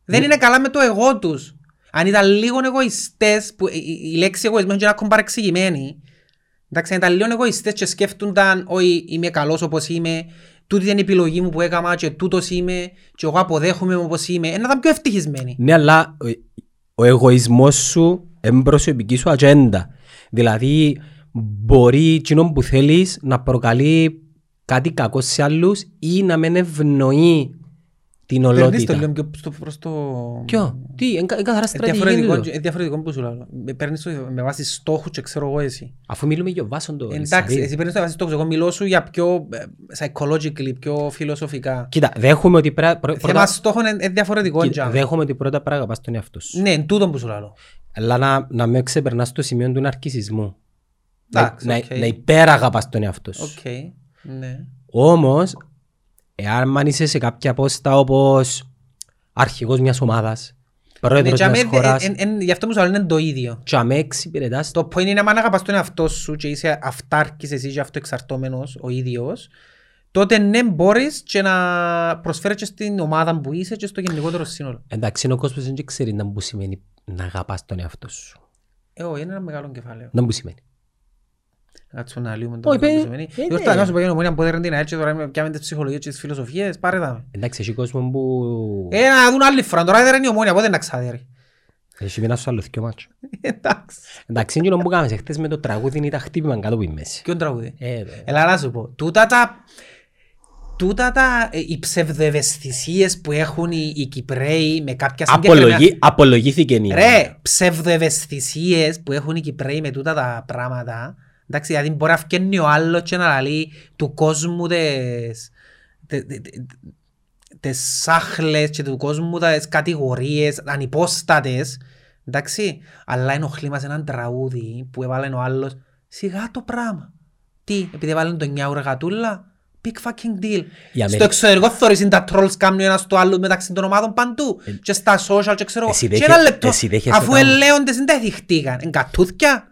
[SPEAKER 2] Δεν είναι καλά με το εγώ τους. Αν ήταν λίγο εγωιστές, που η- η, η λέξη εγωισμός είναι και ακόμα παρεξηγημένη, εντάξει, αν ήταν λίγο εγωιστές και σκέφτονταν, όχι είμαι καλός όπως είμαι, τούτη είναι η επιλογή μου που έκανα και τούτος είμαι και εγώ αποδέχομαι όπως είμαι, ε, να ήταν πιο ευτυχισμένοι.
[SPEAKER 1] Ναι, αλλά ο, ο εγωισμός σου είναι προσωπική σου ατζέντα. Δηλαδή, μπορεί εκείνο που θέλεις να προκαλεί κάτι κακό σε άλλους ή να μην ευνοεί την
[SPEAKER 2] Περνείς το
[SPEAKER 1] ολότητα.
[SPEAKER 2] λίγο πιο στο- προς το...
[SPEAKER 1] Ποιο, τι, είναι κα- είναι καθαρά
[SPEAKER 2] Ε,
[SPEAKER 1] στρατηγική.
[SPEAKER 2] Διαφορετικό,
[SPEAKER 1] είναι τούτο.
[SPEAKER 2] ε, διαφορετικό που σου λέω. Με Παίρνεις το με βάση στόχους και ξέρω εγώ εσύ.
[SPEAKER 1] Αφού μιλούμε για βάσον το
[SPEAKER 2] Εντάξει,
[SPEAKER 1] Ελισαρίδη.
[SPEAKER 2] εσύ παίρνεις το με βάση στόχους. Εγώ μιλώ σου για πιο ε, psychologically, πιο φιλοσοφικά.
[SPEAKER 1] Κοίτα, δέχομαι ότι πρέ- πρω-
[SPEAKER 2] Θέμα
[SPEAKER 1] πρώτα...
[SPEAKER 2] στόχων είναι είναι διαφορετικό.
[SPEAKER 1] κοίτα,
[SPEAKER 2] τζάμπα.
[SPEAKER 1] Δέχομαι ότι πρώτα πρέπει να αγαπάς τον εαυτό σου.
[SPEAKER 2] Ναι, εν τούτον που σου λέω.
[SPEAKER 1] Αλλά να, να με ξεπερνάς το σημείο του ναρκισισμού. Να,
[SPEAKER 2] Εντάξει,
[SPEAKER 1] να,
[SPEAKER 2] οκ.
[SPEAKER 1] να υπεραγαπάς τον εαυτό σου.
[SPEAKER 2] Οκ, ναι.
[SPEAKER 1] Όμως, εάν αν είσαι σε κάποια πόστα όπως αρχηγός μιας ομάδας,
[SPEAKER 2] Ναι,
[SPEAKER 1] πρόεδρος
[SPEAKER 2] τζάμπα,
[SPEAKER 1] μιας
[SPEAKER 2] εν-
[SPEAKER 1] χώρας,
[SPEAKER 2] εν- εν- Γι' αυτό που σου λέω είναι το ίδιο.
[SPEAKER 1] τζαμέ εξυπηρετάς το...
[SPEAKER 2] Το point είναι άμα αγαπάς τον εαυτό σου και είσαι αυτάρκης εσύ και αυτοεξαρτώμενος ο ίδιος, τότε ναι μπορείς και να προσφέρεις και στην ομάδα που είσαι και στο γενικότερο σύνολο.
[SPEAKER 1] Εντάξει, ο κόσμος δεν και ξέρει να μου σημαίνει να αγαπάς τον εαυτό σου.
[SPEAKER 2] Ε, όχι, είναι ένα μεγάλο κεφάλαιο.
[SPEAKER 1] Να μου σημαίνει.
[SPEAKER 2] Κάτσου να λύουμε
[SPEAKER 1] Όχι,
[SPEAKER 2] τον
[SPEAKER 1] παι-
[SPEAKER 2] κομμουνισμένη.
[SPEAKER 1] ε,
[SPEAKER 2] Εγώ
[SPEAKER 1] ναι.
[SPEAKER 2] στα κάνω σου πω γενομονία που δεν την έτσι τώρα με πιάμε τις ψυχολογίες και τις φιλοσοφίες, πάρε τα.
[SPEAKER 1] Εντάξει, έχει κόσμο που...
[SPEAKER 2] Ε, να δουν άλλη φορά, τώρα δεν είναι η ομόνια, πότε να ξάδερει.
[SPEAKER 1] Έχει ένα σου άλλο δυο μάτσο.
[SPEAKER 2] (laughs) Εντάξει.
[SPEAKER 1] Εντάξει, είναι εκείνο που κάνεις. Χθες με το τραγούδι ήταν χτύπημα κάτω από η μέση.
[SPEAKER 2] Ποιον τραγούδι.
[SPEAKER 1] Ε, ρε.
[SPEAKER 2] Έλα να σου πω, τούτα τα... Τούτα τα, ε, οι ψευδοευαισθησίες που έχουν οι, οι Κυπραίοι με κάποια συγκεκριμένα...
[SPEAKER 1] Απολογή, απολογήθηκε η
[SPEAKER 2] Ρε, ψευδοευαισθησίες που έχουν οι Κυπραίοι με τούτα τα πράγματα. Εντάξει, δηλαδή μπορεί να φκένει ο άλλος και να λαλεί του κόσμου τις, τε- τε- τε- τις σάχλες και του κόσμου τις κατηγορίες ανυπόστατες. Εντάξει, αλλά ενοχλεί μας έναν τραούδι που έβαλε ο άλλος σιγά το πράγμα. Τι, επειδή έβαλε τον 9 ώρα γατούλα, big fucking deal.
[SPEAKER 1] Για
[SPEAKER 2] Στο
[SPEAKER 1] μένα.
[SPEAKER 2] εξωτερικό θωρείς είναι τα trolls κάνουν ένας στο άλλο μεταξύ των ομάδων παντού. Και στα social και ξέρω
[SPEAKER 1] Εσύ
[SPEAKER 2] εγώ. Και
[SPEAKER 1] δέχε-
[SPEAKER 2] ένα λεπτό,
[SPEAKER 1] εσύ δέχεσαι
[SPEAKER 2] αφού
[SPEAKER 1] τα-
[SPEAKER 2] ελέοντες δεν τα θυχτήκαν. Εν κατούθκια.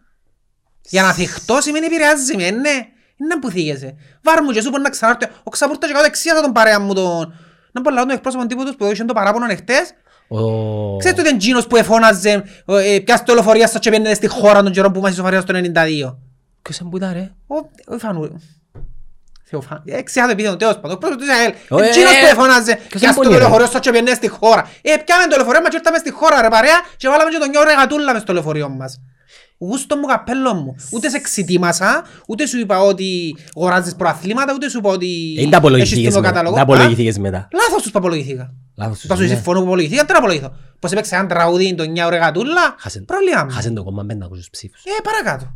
[SPEAKER 2] Για να θυχτώ σημαίνει επηρεάζει με, ναι. Είναι να πουθήκεσαι. Βάρ μου και σου μπορεί να ξανάρθει. Ο Ξαπούρτος και κάτω εξίασα τον παρέα μου τον... Να πολλά τον εκπρόσωπος τύπου τους που έδωσε το παράπονο εχθές
[SPEAKER 1] Ο-
[SPEAKER 2] Ξέρετε ότι είναι Τζίνος που εφώναζε «Ο, ε, «Πιάστε το λεωφορείο σας και πήγαινε στη χώρα των καιρών που μας ισοφαρία στο 92».
[SPEAKER 1] Ποιος είναι που ήταν, ρε.
[SPEAKER 2] Ο, ο Ιφανού... Θεοφάν... Ε, ξέχατε επειδή ο τέλος πάντων. Ο πρόσωπος του Ισραήλ.
[SPEAKER 1] Ω,
[SPEAKER 2] Είναι Τζίνος
[SPEAKER 1] ε,
[SPEAKER 2] που εφώναζε
[SPEAKER 1] ποιος είναι
[SPEAKER 2] «Πιάστε το
[SPEAKER 1] πολύ, ρε».
[SPEAKER 2] λεωφορείο σας και πήγαινε στη χώρα». Ε, πιάμε το λεωφορείο μας και ήρθαμε στη χώρα ρε παρέα και βάλαμε και τον νιό ρε γατούλα μες στο λεωφορείο μας. Γούστο μου, καπέλο μου. Ούτε σε ξετοίμασα, ούτε σου είπα ότι αγοράζεις προαθλήματα, ούτε σου είπα ότι
[SPEAKER 1] Ε, Είναι τα
[SPEAKER 2] έχεις
[SPEAKER 1] απολογηθήκες
[SPEAKER 2] τον
[SPEAKER 1] μετά.
[SPEAKER 2] κατάλογο.
[SPEAKER 1] Τα
[SPEAKER 2] Α,
[SPEAKER 1] απολογηθήκες μετά.
[SPEAKER 2] Λάθος τους που απολογηθήκα.
[SPEAKER 1] Λάθος σου,
[SPEAKER 2] Θα σου
[SPEAKER 1] ναι.
[SPEAKER 2] συμφωνώ που απολογηθήκα, δεν απολογηθώ. Πως έπαιξε έναν τραγούδι το 9 ώρα γατούλα,
[SPEAKER 1] Χάσεν-
[SPEAKER 2] πρόβλημα. μου.
[SPEAKER 1] Χάσαν το κόμμα 500 ψήφους.
[SPEAKER 2] Ε, παρακάτω.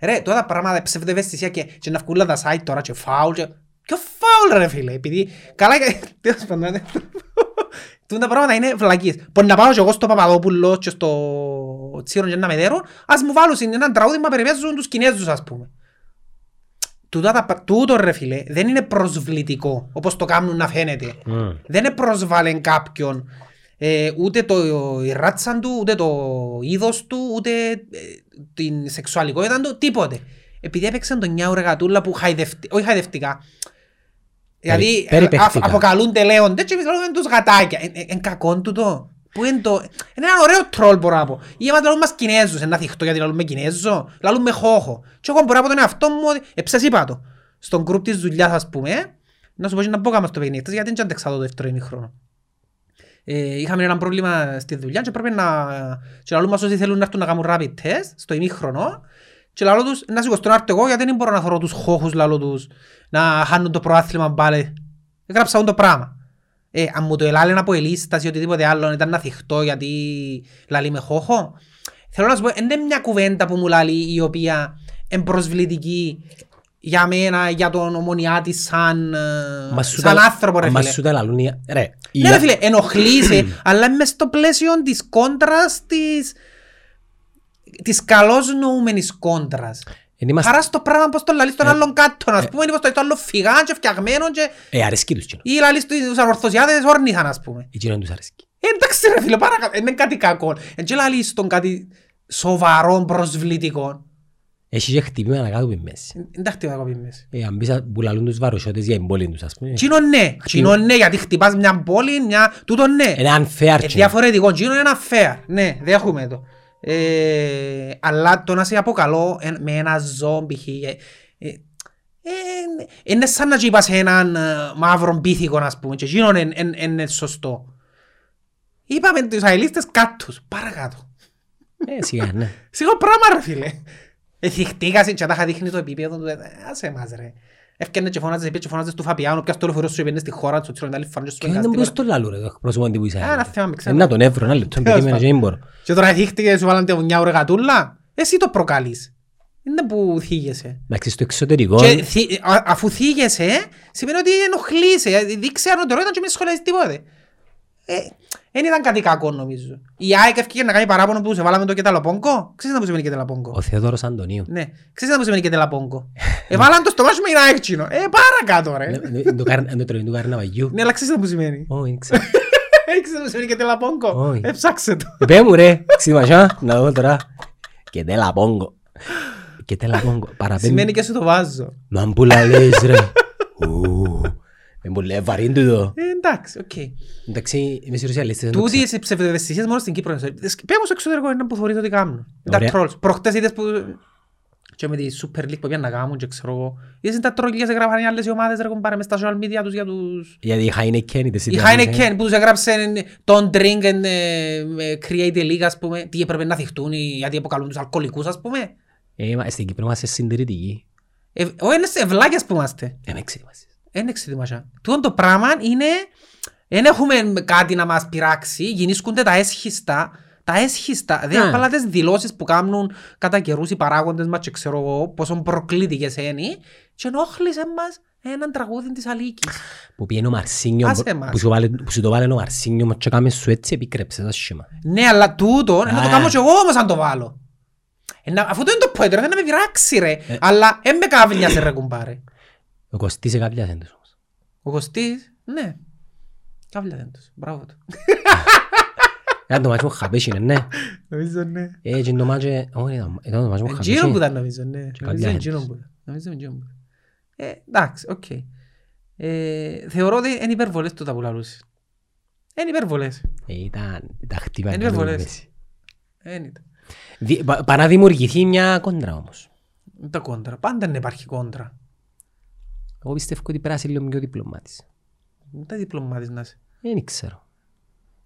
[SPEAKER 2] Ρε, τώρα τα πράγματα ψεύδε ευαισθησία και, και να βγουν όλα τα site τώρα και φάουλ και... Ποιο φάουλ ρε φίλε, επειδή καλά και... (laughs) Τέλος πάντων, ναι. Τούν τα πράγματα είναι βλακίες. Μπορεί να πάω και εγώ στο Παπαδόπουλο και στο Τσίρον και να με δέρω, ας μου βάλουν σε έναν τραγούδι μα περιπέζουν τους Κινέζους ας πούμε. Τούτα τα πρα- Τούτο ρε φίλε δεν είναι προσβλητικό όπως το κάνουν να φαίνεται
[SPEAKER 1] Μμμ.
[SPEAKER 2] δεν επροσβάλλει κάποιον ε, ούτε το, η ράτσα του, ούτε το είδος του, ούτε ε, την σεξουαλικότητα του, τίποτε. Επειδή έπαιξαν τον 9 ώρα γατούλα που χαϊδευτικά, όχι χαϊδευτικά, δηλαδή ε,
[SPEAKER 1] περιπαιχτικά.
[SPEAKER 2] α- αποκαλούνται λέοντες και εμείς λέμε τους γατάκια. Ε, ε, εν κακόν του το. Που είναι το... Είναι ένα ωραίο τρόλ μπορώ να πω. Ή άμα λαλούν μας Κινέζους, ένα θυχτό γιατί λαλούν με Κινέζο, λαλούν με χώχο. Και εγώ μπορώ από τον εαυτό μου ότι... Ε, ψες είπα το. Στον γκρουπ της δουλειάς ας πούμε, να σου πω και να μπω κάμα στο παιχνίδι, χτες, γιατί δεν αντέξα το δεύτερο ημίχρονο. Ε, είχαμε ένα πρόβλημα στη δουλειά και πρέπει να... Και λαλούν μας όσοι θέλουν να έρθουν να κάνουν rapid test στο ημίχρονο και λαλώ τους να σηκωστώ να έρθω εγώ γιατί δεν μπορώ να θωρώ τους χώχους λαλώ τους να χάνουν το προάθλημα πάλι. Έγραψα το πράγμα. Ε, αν μου το ελάλε από ελίσταση ή οτιδήποτε άλλο ήταν να θυχτώ γιατί λαλεί με χώχο. Θέλω να σου πω, είναι μια κουβέντα που μου λαλεί η οποία εμπροσβλητική για μένα, για τον ομονιάτη σαν, ε,
[SPEAKER 1] Μα σου
[SPEAKER 2] σαν
[SPEAKER 1] τα-
[SPEAKER 2] άνθρωπο ρε
[SPEAKER 1] μα
[SPEAKER 2] φίλε.
[SPEAKER 1] σου τα λαλούν οι- Ρε, οι-
[SPEAKER 2] Ναι, ρε φίλε, ενοχλείσαι, (clears throat) αλλά μες στο πλαίσιο της κόντρας της, της καλώς νοούμενης κόντρας.
[SPEAKER 1] Εν είμαστε-
[SPEAKER 2] Χαράς στο πράγμα πως το λαλείς τον άλλον κάτω, ας πούμε, είναι πως το άλλο φυγάν και φτιαγμένο και...
[SPEAKER 1] Ε, αρέσκει τους κοινός.
[SPEAKER 2] ή λαλείς τους ανορθωσιάδες όρνηθαν, ας πούμε.
[SPEAKER 1] Η κοινός τους αρέσκει.
[SPEAKER 2] Ε, εντάξει ρε φίλε, παρακαλώ, είναι κάτι κακό. Εν και λαλείς τον κάτι σοβαρό προσβλητικό.
[SPEAKER 1] Έχει και χτυπήματα να κάτω μέση.
[SPEAKER 2] Ε, Εντάξει, τι θα κοπεί μέσα.
[SPEAKER 1] Ε, αν πεις α, που λαλούν τους βαροσιώτες για εμπόλυν τους, ας πούμε.
[SPEAKER 2] Τσίνο ναι, τσίνο ναι, γιατί χτυπάς μια πόλη, μια... τούτο ναι.
[SPEAKER 1] Είναι unfair.
[SPEAKER 2] Ε,
[SPEAKER 1] κοινό.
[SPEAKER 2] διαφορετικό, Τζίνο είναι ένα fair. Ναι, δέχομαι το. Ε, αλλά το να σε αποκαλώ εν- με ένα ζόμπι χι- ε, ε, ε, είναι σαν να τσι είπα σε έναν ε, μαύρο πίθηκο, ας πούμε, και Τζίνο είναι- είναι- είναι σωστό. Είπαμε τους αελίστες κάτους, παρακάτω.
[SPEAKER 1] Ε, σιγά, ναι.
[SPEAKER 2] Σιγό πράγμα ρε φίλε. Εθιχτήκασαι και τα είχα δείχνει το επίπεδο του. ε, Άσε μας ρε. Έφτιανε και φωνάζες, πήγε και φωνάζες του Φαπιάνου, πιάσε το λεωφορείο σου και πήγαινε στη χώρα του, τσιροντάλι φάνηκε στο
[SPEAKER 1] Και δεν
[SPEAKER 2] εργαστήριο.
[SPEAKER 1] μπορείς το λαλούν, ρε, το εκπρόσωπο τύπου Ισραήλ.
[SPEAKER 2] Α, ένα θέμα, μην
[SPEAKER 1] Ε,
[SPEAKER 2] ξέρω.
[SPEAKER 1] να τον εύρω, ένα λεπτό, περίμενε,
[SPEAKER 2] πάντων.
[SPEAKER 1] και δεν μπορώ.
[SPEAKER 2] Και τώρα δείχτηκε σου βάλαν μια ώρα γατούλα. Εσύ το προκαλείς. Είναι που θίγεσαι.
[SPEAKER 1] Εντάξει, στο εξωτερικό,
[SPEAKER 2] Και θυ- α- αφού θίγεσαι, σημαίνει ότι ενοχλείσαι. Ε, Δείξε αρνωτερότητα και μην σχολιάζεις τίποτε. Ε, Δεν ήταν κάτι κακό νομίζω. Η ΑΕΚ έφυγε να κάνει παράπονο που σε βάλαμε το κεταλοπόγκο. Ξέρεις να που σημαίνει κεταλοπόγκο.
[SPEAKER 1] ο Θεόδωρος Αντωνίου.
[SPEAKER 2] Ναι. Ξέρεις να που σημαίνει κεταλοπόγκο. Εβάλαν το στο μάτσο με την ΑΕΚ τσινο. Ε, παρακάτω ρε.
[SPEAKER 1] Ναι, ναι, το καρ- το τρώει του καρναβαγιού.
[SPEAKER 2] Ναι, αλλά ξέρεις να που σημαίνει.
[SPEAKER 1] Όχι, δεν ξέρω.
[SPEAKER 2] (laughs) Ξέρεις να που σημαίνει κεταλοπόγκο.
[SPEAKER 1] Όχι.
[SPEAKER 2] Έψαξε το.
[SPEAKER 1] Ε, Πέ μου ρε, ξυμασιά, να δω τώρα. Και τέλα πόγκο. Και τέλα πόγκο.
[SPEAKER 2] Σημαίνει
[SPEAKER 1] Παραπέμπει.
[SPEAKER 2] και σου το βάζω.
[SPEAKER 1] Μα που λαλείς ρε. Ου, Ε, μου λέει βαρύν του το.
[SPEAKER 2] Ε, εντάξει, οκ.
[SPEAKER 1] Εντάξει, είμαι στους ρεαλιστές. δεν το
[SPEAKER 2] Τούτοι οι ψευδευαισθησίες μόνο στην Κύπρο. Πέμε στο εξωτερικό είναι που θεωρείτε ότι κάνουν. Τα
[SPEAKER 1] Ωραία.
[SPEAKER 2] τρόλς. Προχτές είδες που... Και με τη Super League που πήγαν να κάνουν και ξέρω εγώ. Είδες τα τρόλια σε γράφανε οι άλλες οι ομάδες ρε κουμπάρε μες στα social media τους για τους...
[SPEAKER 1] Γιατί η Heineken είτε
[SPEAKER 2] Η
[SPEAKER 1] συνδυασμός, ε.
[SPEAKER 2] Heineken που τους έγραψε τον drink and ε, ε, create a league ας πούμε. Τι έπρεπε να θυχτούν ή γιατί αποκαλούν τους αλκοολικούς ας πούμε.
[SPEAKER 1] Ε, μα- στην Κύπρο είμαστε συντηρητικοί.
[SPEAKER 2] Ε, ο, είναι σε ευλάκιας που είμαστε.
[SPEAKER 1] Ε, με ξετοιμάσεις.
[SPEAKER 2] Είναι εξετοιμασία. ναι, Τούτον το πράγμα είναι... Δεν έχουμε κάτι να μας πειράξει. Γινίσκονται τα έσχιστα. Τα έσχιστα. Δεν
[SPEAKER 1] Ναι.
[SPEAKER 2] απλά τις δηλώσεις που κάνουν κατά καιρούς οι παράγοντες μας και ξέρω εγώ πόσο προκλήτικες είναι. Και ενόχλησε μας έναν τραγούδι της Αλίκης.
[SPEAKER 1] Που πήγαινε ο Μαρσίνιο,
[SPEAKER 2] Άσε μας.
[SPEAKER 1] που σου, βάλε, που σου το βάλε ο Μαρσίνιο, μας και κάμε σου έτσι επίκρεψες τα σχήμα.
[SPEAKER 2] Ναι, αλλά τούτο, να το
[SPEAKER 1] Α.
[SPEAKER 2] κάνω κι εγώ όμως αν το βάλω. Ε, να- Αφού το είναι το πόητρο, δεν με πειράξει ρε. Αλλά δεν με καβλιάσε ρε κουμπάρε.
[SPEAKER 1] Ο Κωστής εκαβλιάσε τους όμως.
[SPEAKER 2] Ο Κωστής, ναι. Καβλιάσε τους, μπράβο του.
[SPEAKER 1] Ήταν το μάτσι μου χαπέσινε, ναι.
[SPEAKER 2] Νομίζω ναι.
[SPEAKER 1] Ε, εκείνο το μάτσι, όχι, ήταν- ήταν το μάτσι μου
[SPEAKER 2] Εγγύρω που
[SPEAKER 1] χαπέσινε.
[SPEAKER 2] ήταν νομίζω, ναι. Νομίζω
[SPEAKER 1] καλλιάχνητος.
[SPEAKER 2] εγγύρω που ήταν. Νομίζω εγγύρω που ήταν. Ε, εντάξει, οκ. Ε, θεωρώ ότι είναι υπερβολές τούτα που λαλούσες. Είναι υπερβολές.
[SPEAKER 1] Ε, Ήταν τα χτύπα.
[SPEAKER 2] Είναι
[SPEAKER 1] κάτω από
[SPEAKER 2] βολές.
[SPEAKER 1] τη μέση.
[SPEAKER 2] Δεν ήταν.
[SPEAKER 1] Δι- πα- Παρά δημιουργηθεί μια κόντρα όμως.
[SPEAKER 2] Είναι τα κόντρα. Πάντα είναι υπάρχει κόντρα.
[SPEAKER 1] Εγώ πιστεύω ότι πέρασε λίγο πιο διπλωμάτης. Ε,
[SPEAKER 2] Δεν τα διπλωμάτης να είσαι.
[SPEAKER 1] Δεν ξέρω.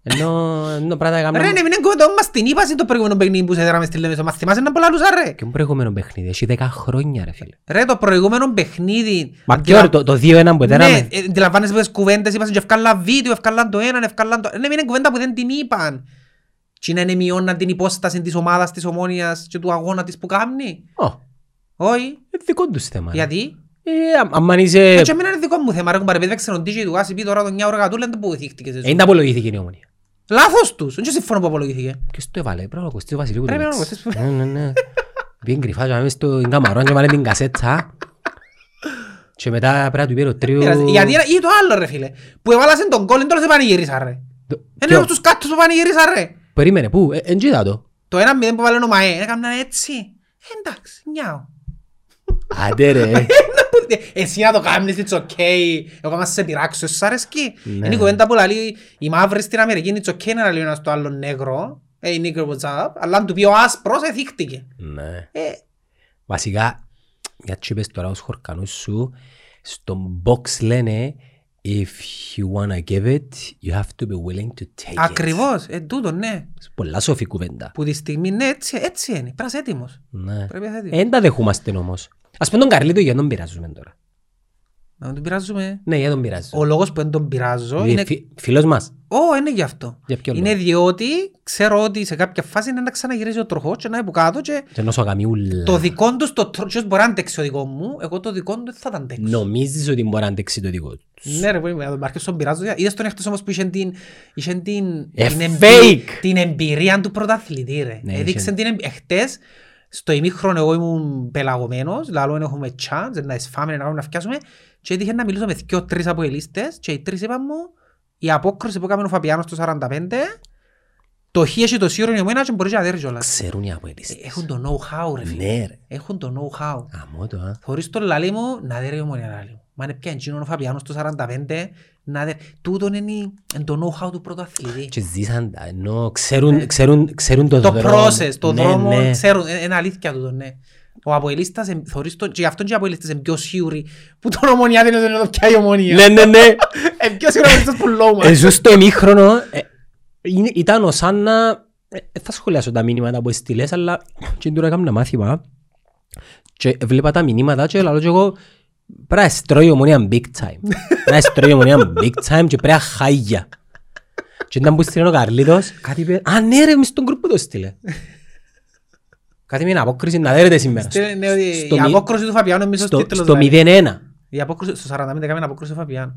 [SPEAKER 1] Ενώ, ενώ πράγματα έκαμε...
[SPEAKER 2] Ρε, ναι, μην εγκοτώ, μας την είπα το προηγούμενο παιχνίδι που σε δέραμε στη Λεμεσό. Μας θυμάσαι να πολλαλούσα, ρε.
[SPEAKER 1] Και μου προηγούμενο παιχνίδι, έχει 10 χρόνια ρε φίλε.
[SPEAKER 2] Ρε, το προηγούμενο παιχνίδι.
[SPEAKER 1] Μα
[SPEAKER 2] αντιλα-
[SPEAKER 1] ποιο το, το 2-1 που
[SPEAKER 2] Ναι,
[SPEAKER 1] έδεραμε.
[SPEAKER 2] ε, αντιλαμβάνεσαι τις κουβέντες, είπασαν και ευκάλλαν βίντεο, ευκάλλαν το έναν, ευκάλλαν το... Ναι, είναι κουβέντα που δεν την είπαν. Τι να είναι μειώναν την υπόσταση της ομάδας, της ομόνιας και του αγώνα της που κάνει.
[SPEAKER 1] Ω,
[SPEAKER 2] Όχι.
[SPEAKER 1] ε, δικό τους θέμα. ρε.
[SPEAKER 2] Γιατί.
[SPEAKER 1] Ε, αμ- αμάν είσαι...
[SPEAKER 2] Έτσι εμένα είναι δικό μου θέμα. Ρε κουμπάρε, επειδή παίξε τον DJ του Άση πει τώρα τον 9 ώρα κατούλα, δεν βοηθήθηκε σε
[SPEAKER 1] Ε,
[SPEAKER 2] ζω.
[SPEAKER 1] Δεν τα απολογήθηκε η ομονία.
[SPEAKER 2] Λάθος τους. Δεν συμφωνώ που απολογήθηκε.
[SPEAKER 1] Και στο έβαλε, πρέπει να ακουστεί ο Βασιλίου που το
[SPEAKER 2] Πρέπει να
[SPEAKER 1] μίξε.
[SPEAKER 2] ακουστείς
[SPEAKER 1] Ναι, ναι, ναι. Πήγαινε κρυφά και πάμε στο καμαρόν και βάλε την κασέτσα. Και μετά πρέπει να του πήρε ο τρίου...
[SPEAKER 2] Πειράζει. Γιατί είναι- ή το άλλο ρε φίλε. Που έβαλασαν τον κόλλον τώρα σε πανηγυρίσα ρε.
[SPEAKER 1] Το-
[SPEAKER 2] Είναι
[SPEAKER 1] ποιο?
[SPEAKER 2] από τους κάτους που πανηγυρίσα ρε.
[SPEAKER 1] Περίμενε, πού, ε, εν κοίτα το.
[SPEAKER 2] Το 1-0 που βάλε ο Μαέ, έκαναν έτσι. Ε, Εντάξει, νιάω.
[SPEAKER 1] Άντε ρε.
[SPEAKER 2] Να που- ε, Εσύ να το κάνεις, it's okay. Εγώ να σε πειράξω, εσύ σ' αρέσκει.
[SPEAKER 1] Ναι.
[SPEAKER 2] Είναι η κουβέντα που λέει οι μαύροι στην Αμερική είναι it's okay να λέει ένας το άλλο νέγρο. Ε, νίγρο what's up. Αλλά αν του πει ο άσπρος, ε, εθίχτηκε.
[SPEAKER 1] Ναι.
[SPEAKER 2] Ε,
[SPEAKER 1] Βασικά, μια και είπες τώρα ως χορκανούς σου, στο box λένε If you wanna give it, you have to be willing to take it.
[SPEAKER 2] Ακριβώς, ε, τούτο, ναι.
[SPEAKER 1] Πολλά σοφή κουβέντα.
[SPEAKER 2] Που τη στιγμή, ναι, έτσι, έτσι είναι. Πρέπει να είσαι έτοιμος.
[SPEAKER 1] Ναι.
[SPEAKER 2] Πρέπει να είσαι έτοιμος.
[SPEAKER 1] Δεν τα δεχούμαστε όμως. Ας πούμε τον Καρλίτο γιατί τον πειράζουμε τώρα.
[SPEAKER 2] Να τον πειράζουμε.
[SPEAKER 1] Ναι, γιατί τον πειράζουμε.
[SPEAKER 2] Ο λόγος που δεν τον πειράζω είναι...
[SPEAKER 1] Είναι... Φι, φίλος μας.
[SPEAKER 2] Ω, είναι γι' αυτό.
[SPEAKER 1] Για ποιο
[SPEAKER 2] Είναι
[SPEAKER 1] λόγο.
[SPEAKER 2] διότι ξέρω ότι σε κάποια φάση είναι να ξαναγυρίζει ο τροχός και να είναι που κάτω και
[SPEAKER 1] Και νοσοκαμιούλα.
[SPEAKER 2] το δικό τους το τροχό μπορεί να αντέξει ο δικό μου, εγώ το δικό του δεν θα τα αντέξω.
[SPEAKER 1] Νομίζεις ότι μπορεί να αντέξει το δικό τους.
[SPEAKER 2] Ναι ρε, μπορεί να τον Μάρκες τον πειράζω. Είδες τον έχτες όμως που είχε την, είχε την,
[SPEAKER 1] Ε,
[SPEAKER 2] την,
[SPEAKER 1] fake!
[SPEAKER 2] την εμπειρία του πρωταθλητή ρε.
[SPEAKER 1] Ναι,
[SPEAKER 2] Έδειξε
[SPEAKER 1] είχε.
[SPEAKER 2] την εμπειρία. Εχτες στο ημίχρονο εγώ ήμουν πελαγωμένος, λαλό δεν έχουμε chance, να εσφάμε, να κάνουμε να φτιάσουμε και έτυχε να μιλήσω με δυο τρεις από οι λίστες και οι τρεις είπαν μου η απόκριση που έκανε ο Φαπιάνος το 45 το χ έχει το σύρον η ομένα και μπορείς να δέρεις κιόλας.
[SPEAKER 1] Ξέρουν οι αποελίστες.
[SPEAKER 2] Ε, Έχουν το know-how ρε φίλε.
[SPEAKER 1] Ναι ρε.
[SPEAKER 2] Έχουν το know-how.
[SPEAKER 1] Αμώ το, α.
[SPEAKER 2] Θωρείς τον λαλί μου, να δε ρε ομονία λαλί μου. Μα είναι πια εγγύνον ο Φαπιάνος το 45, να δε... Τούτον είναι η- εν το know-how του πρωταθλητή.
[SPEAKER 1] Και ζήσαν τα. Ενώ ξέρουν, ξέρουν, ξέρουν το,
[SPEAKER 2] Ναι. Το
[SPEAKER 1] δρόμο.
[SPEAKER 2] process, το
[SPEAKER 1] Ναι,
[SPEAKER 2] δρόμο,
[SPEAKER 1] ναι.
[SPEAKER 2] ξέρουν, ε, είναι αλήθεια τούτο, ναι. Ο Αποελίστας, ε, θωρείς τον, και γι' αυτόν και οι Αποελίστες είναι πιο σίγουροι που τον ομονία δεν είναι το πιάει η ομονία.
[SPEAKER 1] Ναι, Ε, ναι, ναι.
[SPEAKER 2] Είναι πιο σίγουροι ο Αποελίστας που λόγω μας.
[SPEAKER 1] Εζού στο εμίχρονο. ε, είναι- Ήταν ο Σάννα. ε, ε, Θα σχολιάσω τα μήνυματα που έστειλες, αλλά και τώρα έκανα μάθημα. Και βλέπα τα μηνύματα και λέω και εγώ πρέπει να στρώει η ομονία big time.
[SPEAKER 2] (laughs)
[SPEAKER 1] Πρέπει να στρώει η ομονία big time και πρέπει να χάγια. Και ήταν που στείλε ο Καρλίτος, κάτι είπε, α ναι ρε, μες στον γκρουπ που το στείλε. Κάτι με την απόκριση να δέρετε σήμερα.
[SPEAKER 2] Τε- ναι, ότι
[SPEAKER 1] Στο
[SPEAKER 2] Η
[SPEAKER 1] μη-
[SPEAKER 2] απόκρουση του Φαπιάνου μισός
[SPEAKER 1] στο-
[SPEAKER 2] τίτλος.
[SPEAKER 1] Στο
[SPEAKER 2] δηλαδή.
[SPEAKER 1] 0-1.
[SPEAKER 2] Η απόκρουση, στο 45 έκαμε απόκρουση του Φαπιάνου.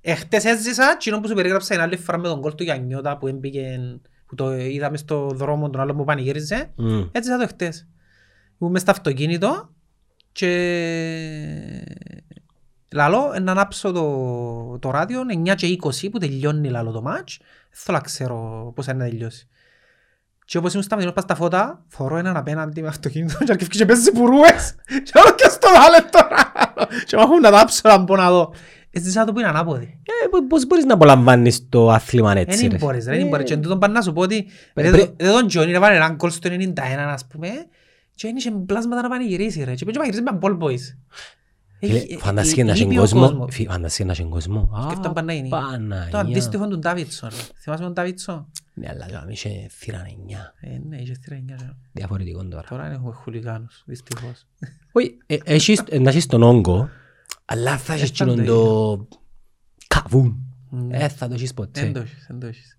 [SPEAKER 2] Εχθές έζησα, εκείνο που σου περιγράψα την άλλη φορά με τον κόλ του Γιαννιώτα που έμπηκε, που το είδαμε στο δρόμο, τον άλλο που πανηγύριζε,
[SPEAKER 1] Μμ.
[SPEAKER 2] έζησα το εχθές. Ήμουν μες στο αυτοκίνητο και λαλώ να ανάψω το, το ράδιο 9 και 20 που τελειώνει λαλώ το μάτς, θέλω να ξέρω πώς θα είναι να τελειώσει. Και όπως ήμουν σταματημένος πάνω στα φώτα, θωρώ έναν απέναντι με αυτοκίνητο (laughs) και αρκεύει και πέσει πουρούες και άλλο και στο άλλο τώρα. Και μάχω να τάψω να μπω να δω. Έζησα το που είναι ανάποδη.
[SPEAKER 1] Ε, πο- Πώς μπορείς να απολαμβάνεις το αθλήμα έτσι
[SPEAKER 2] Δεν
[SPEAKER 1] ρε.
[SPEAKER 2] μπορείς ρε,
[SPEAKER 1] Ε,
[SPEAKER 2] δεν μπορείς. Και εν τούτον πάνε να σου πω ότι
[SPEAKER 1] Πρέπει-
[SPEAKER 2] δεν τον Τζόνι να βάλει έναν κόλ στο 91 ας πούμε και δεν είχε πλάσματα να πανηγυρίσει ρε. Και πήγε πανηγυρίσει με ball boys.
[SPEAKER 1] Φίλε,
[SPEAKER 2] Έχει-
[SPEAKER 1] Φαντασίε
[SPEAKER 2] ε,
[SPEAKER 1] να
[SPEAKER 2] ε,
[SPEAKER 1] έχει
[SPEAKER 2] λείπει ο
[SPEAKER 1] κόσμο.
[SPEAKER 2] κόσμος.
[SPEAKER 1] Φι- Φαντασίε να έχει κόσμο. Α,
[SPEAKER 2] Σκέφτομαι πάντα είναι.
[SPEAKER 1] Παναγία.
[SPEAKER 2] Το αντίστοιχο του Ντάβιτσον. ρε. Θυμάσαι τον Ντάβιτσον.
[SPEAKER 1] Ναι, αλλά τώρα είχε θύρα 9.
[SPEAKER 2] Ε, Ναι, είχε στη Ρενιά, ρε.
[SPEAKER 1] Διαφορετικό τώρα.
[SPEAKER 2] Τώρα έχουμε χουλιγάνους, δυστυχώς.
[SPEAKER 1] Όχι, ε, έχεις- ε, να έχεις τον όγκο, αλλά θα έχεις
[SPEAKER 2] Ήταν το
[SPEAKER 1] εκείνον το... Καβούν.
[SPEAKER 2] Ναι.
[SPEAKER 1] Ε, θα το έχεις
[SPEAKER 2] Δεν
[SPEAKER 1] ποτέ.
[SPEAKER 2] το έχεις, δεν το έχεις.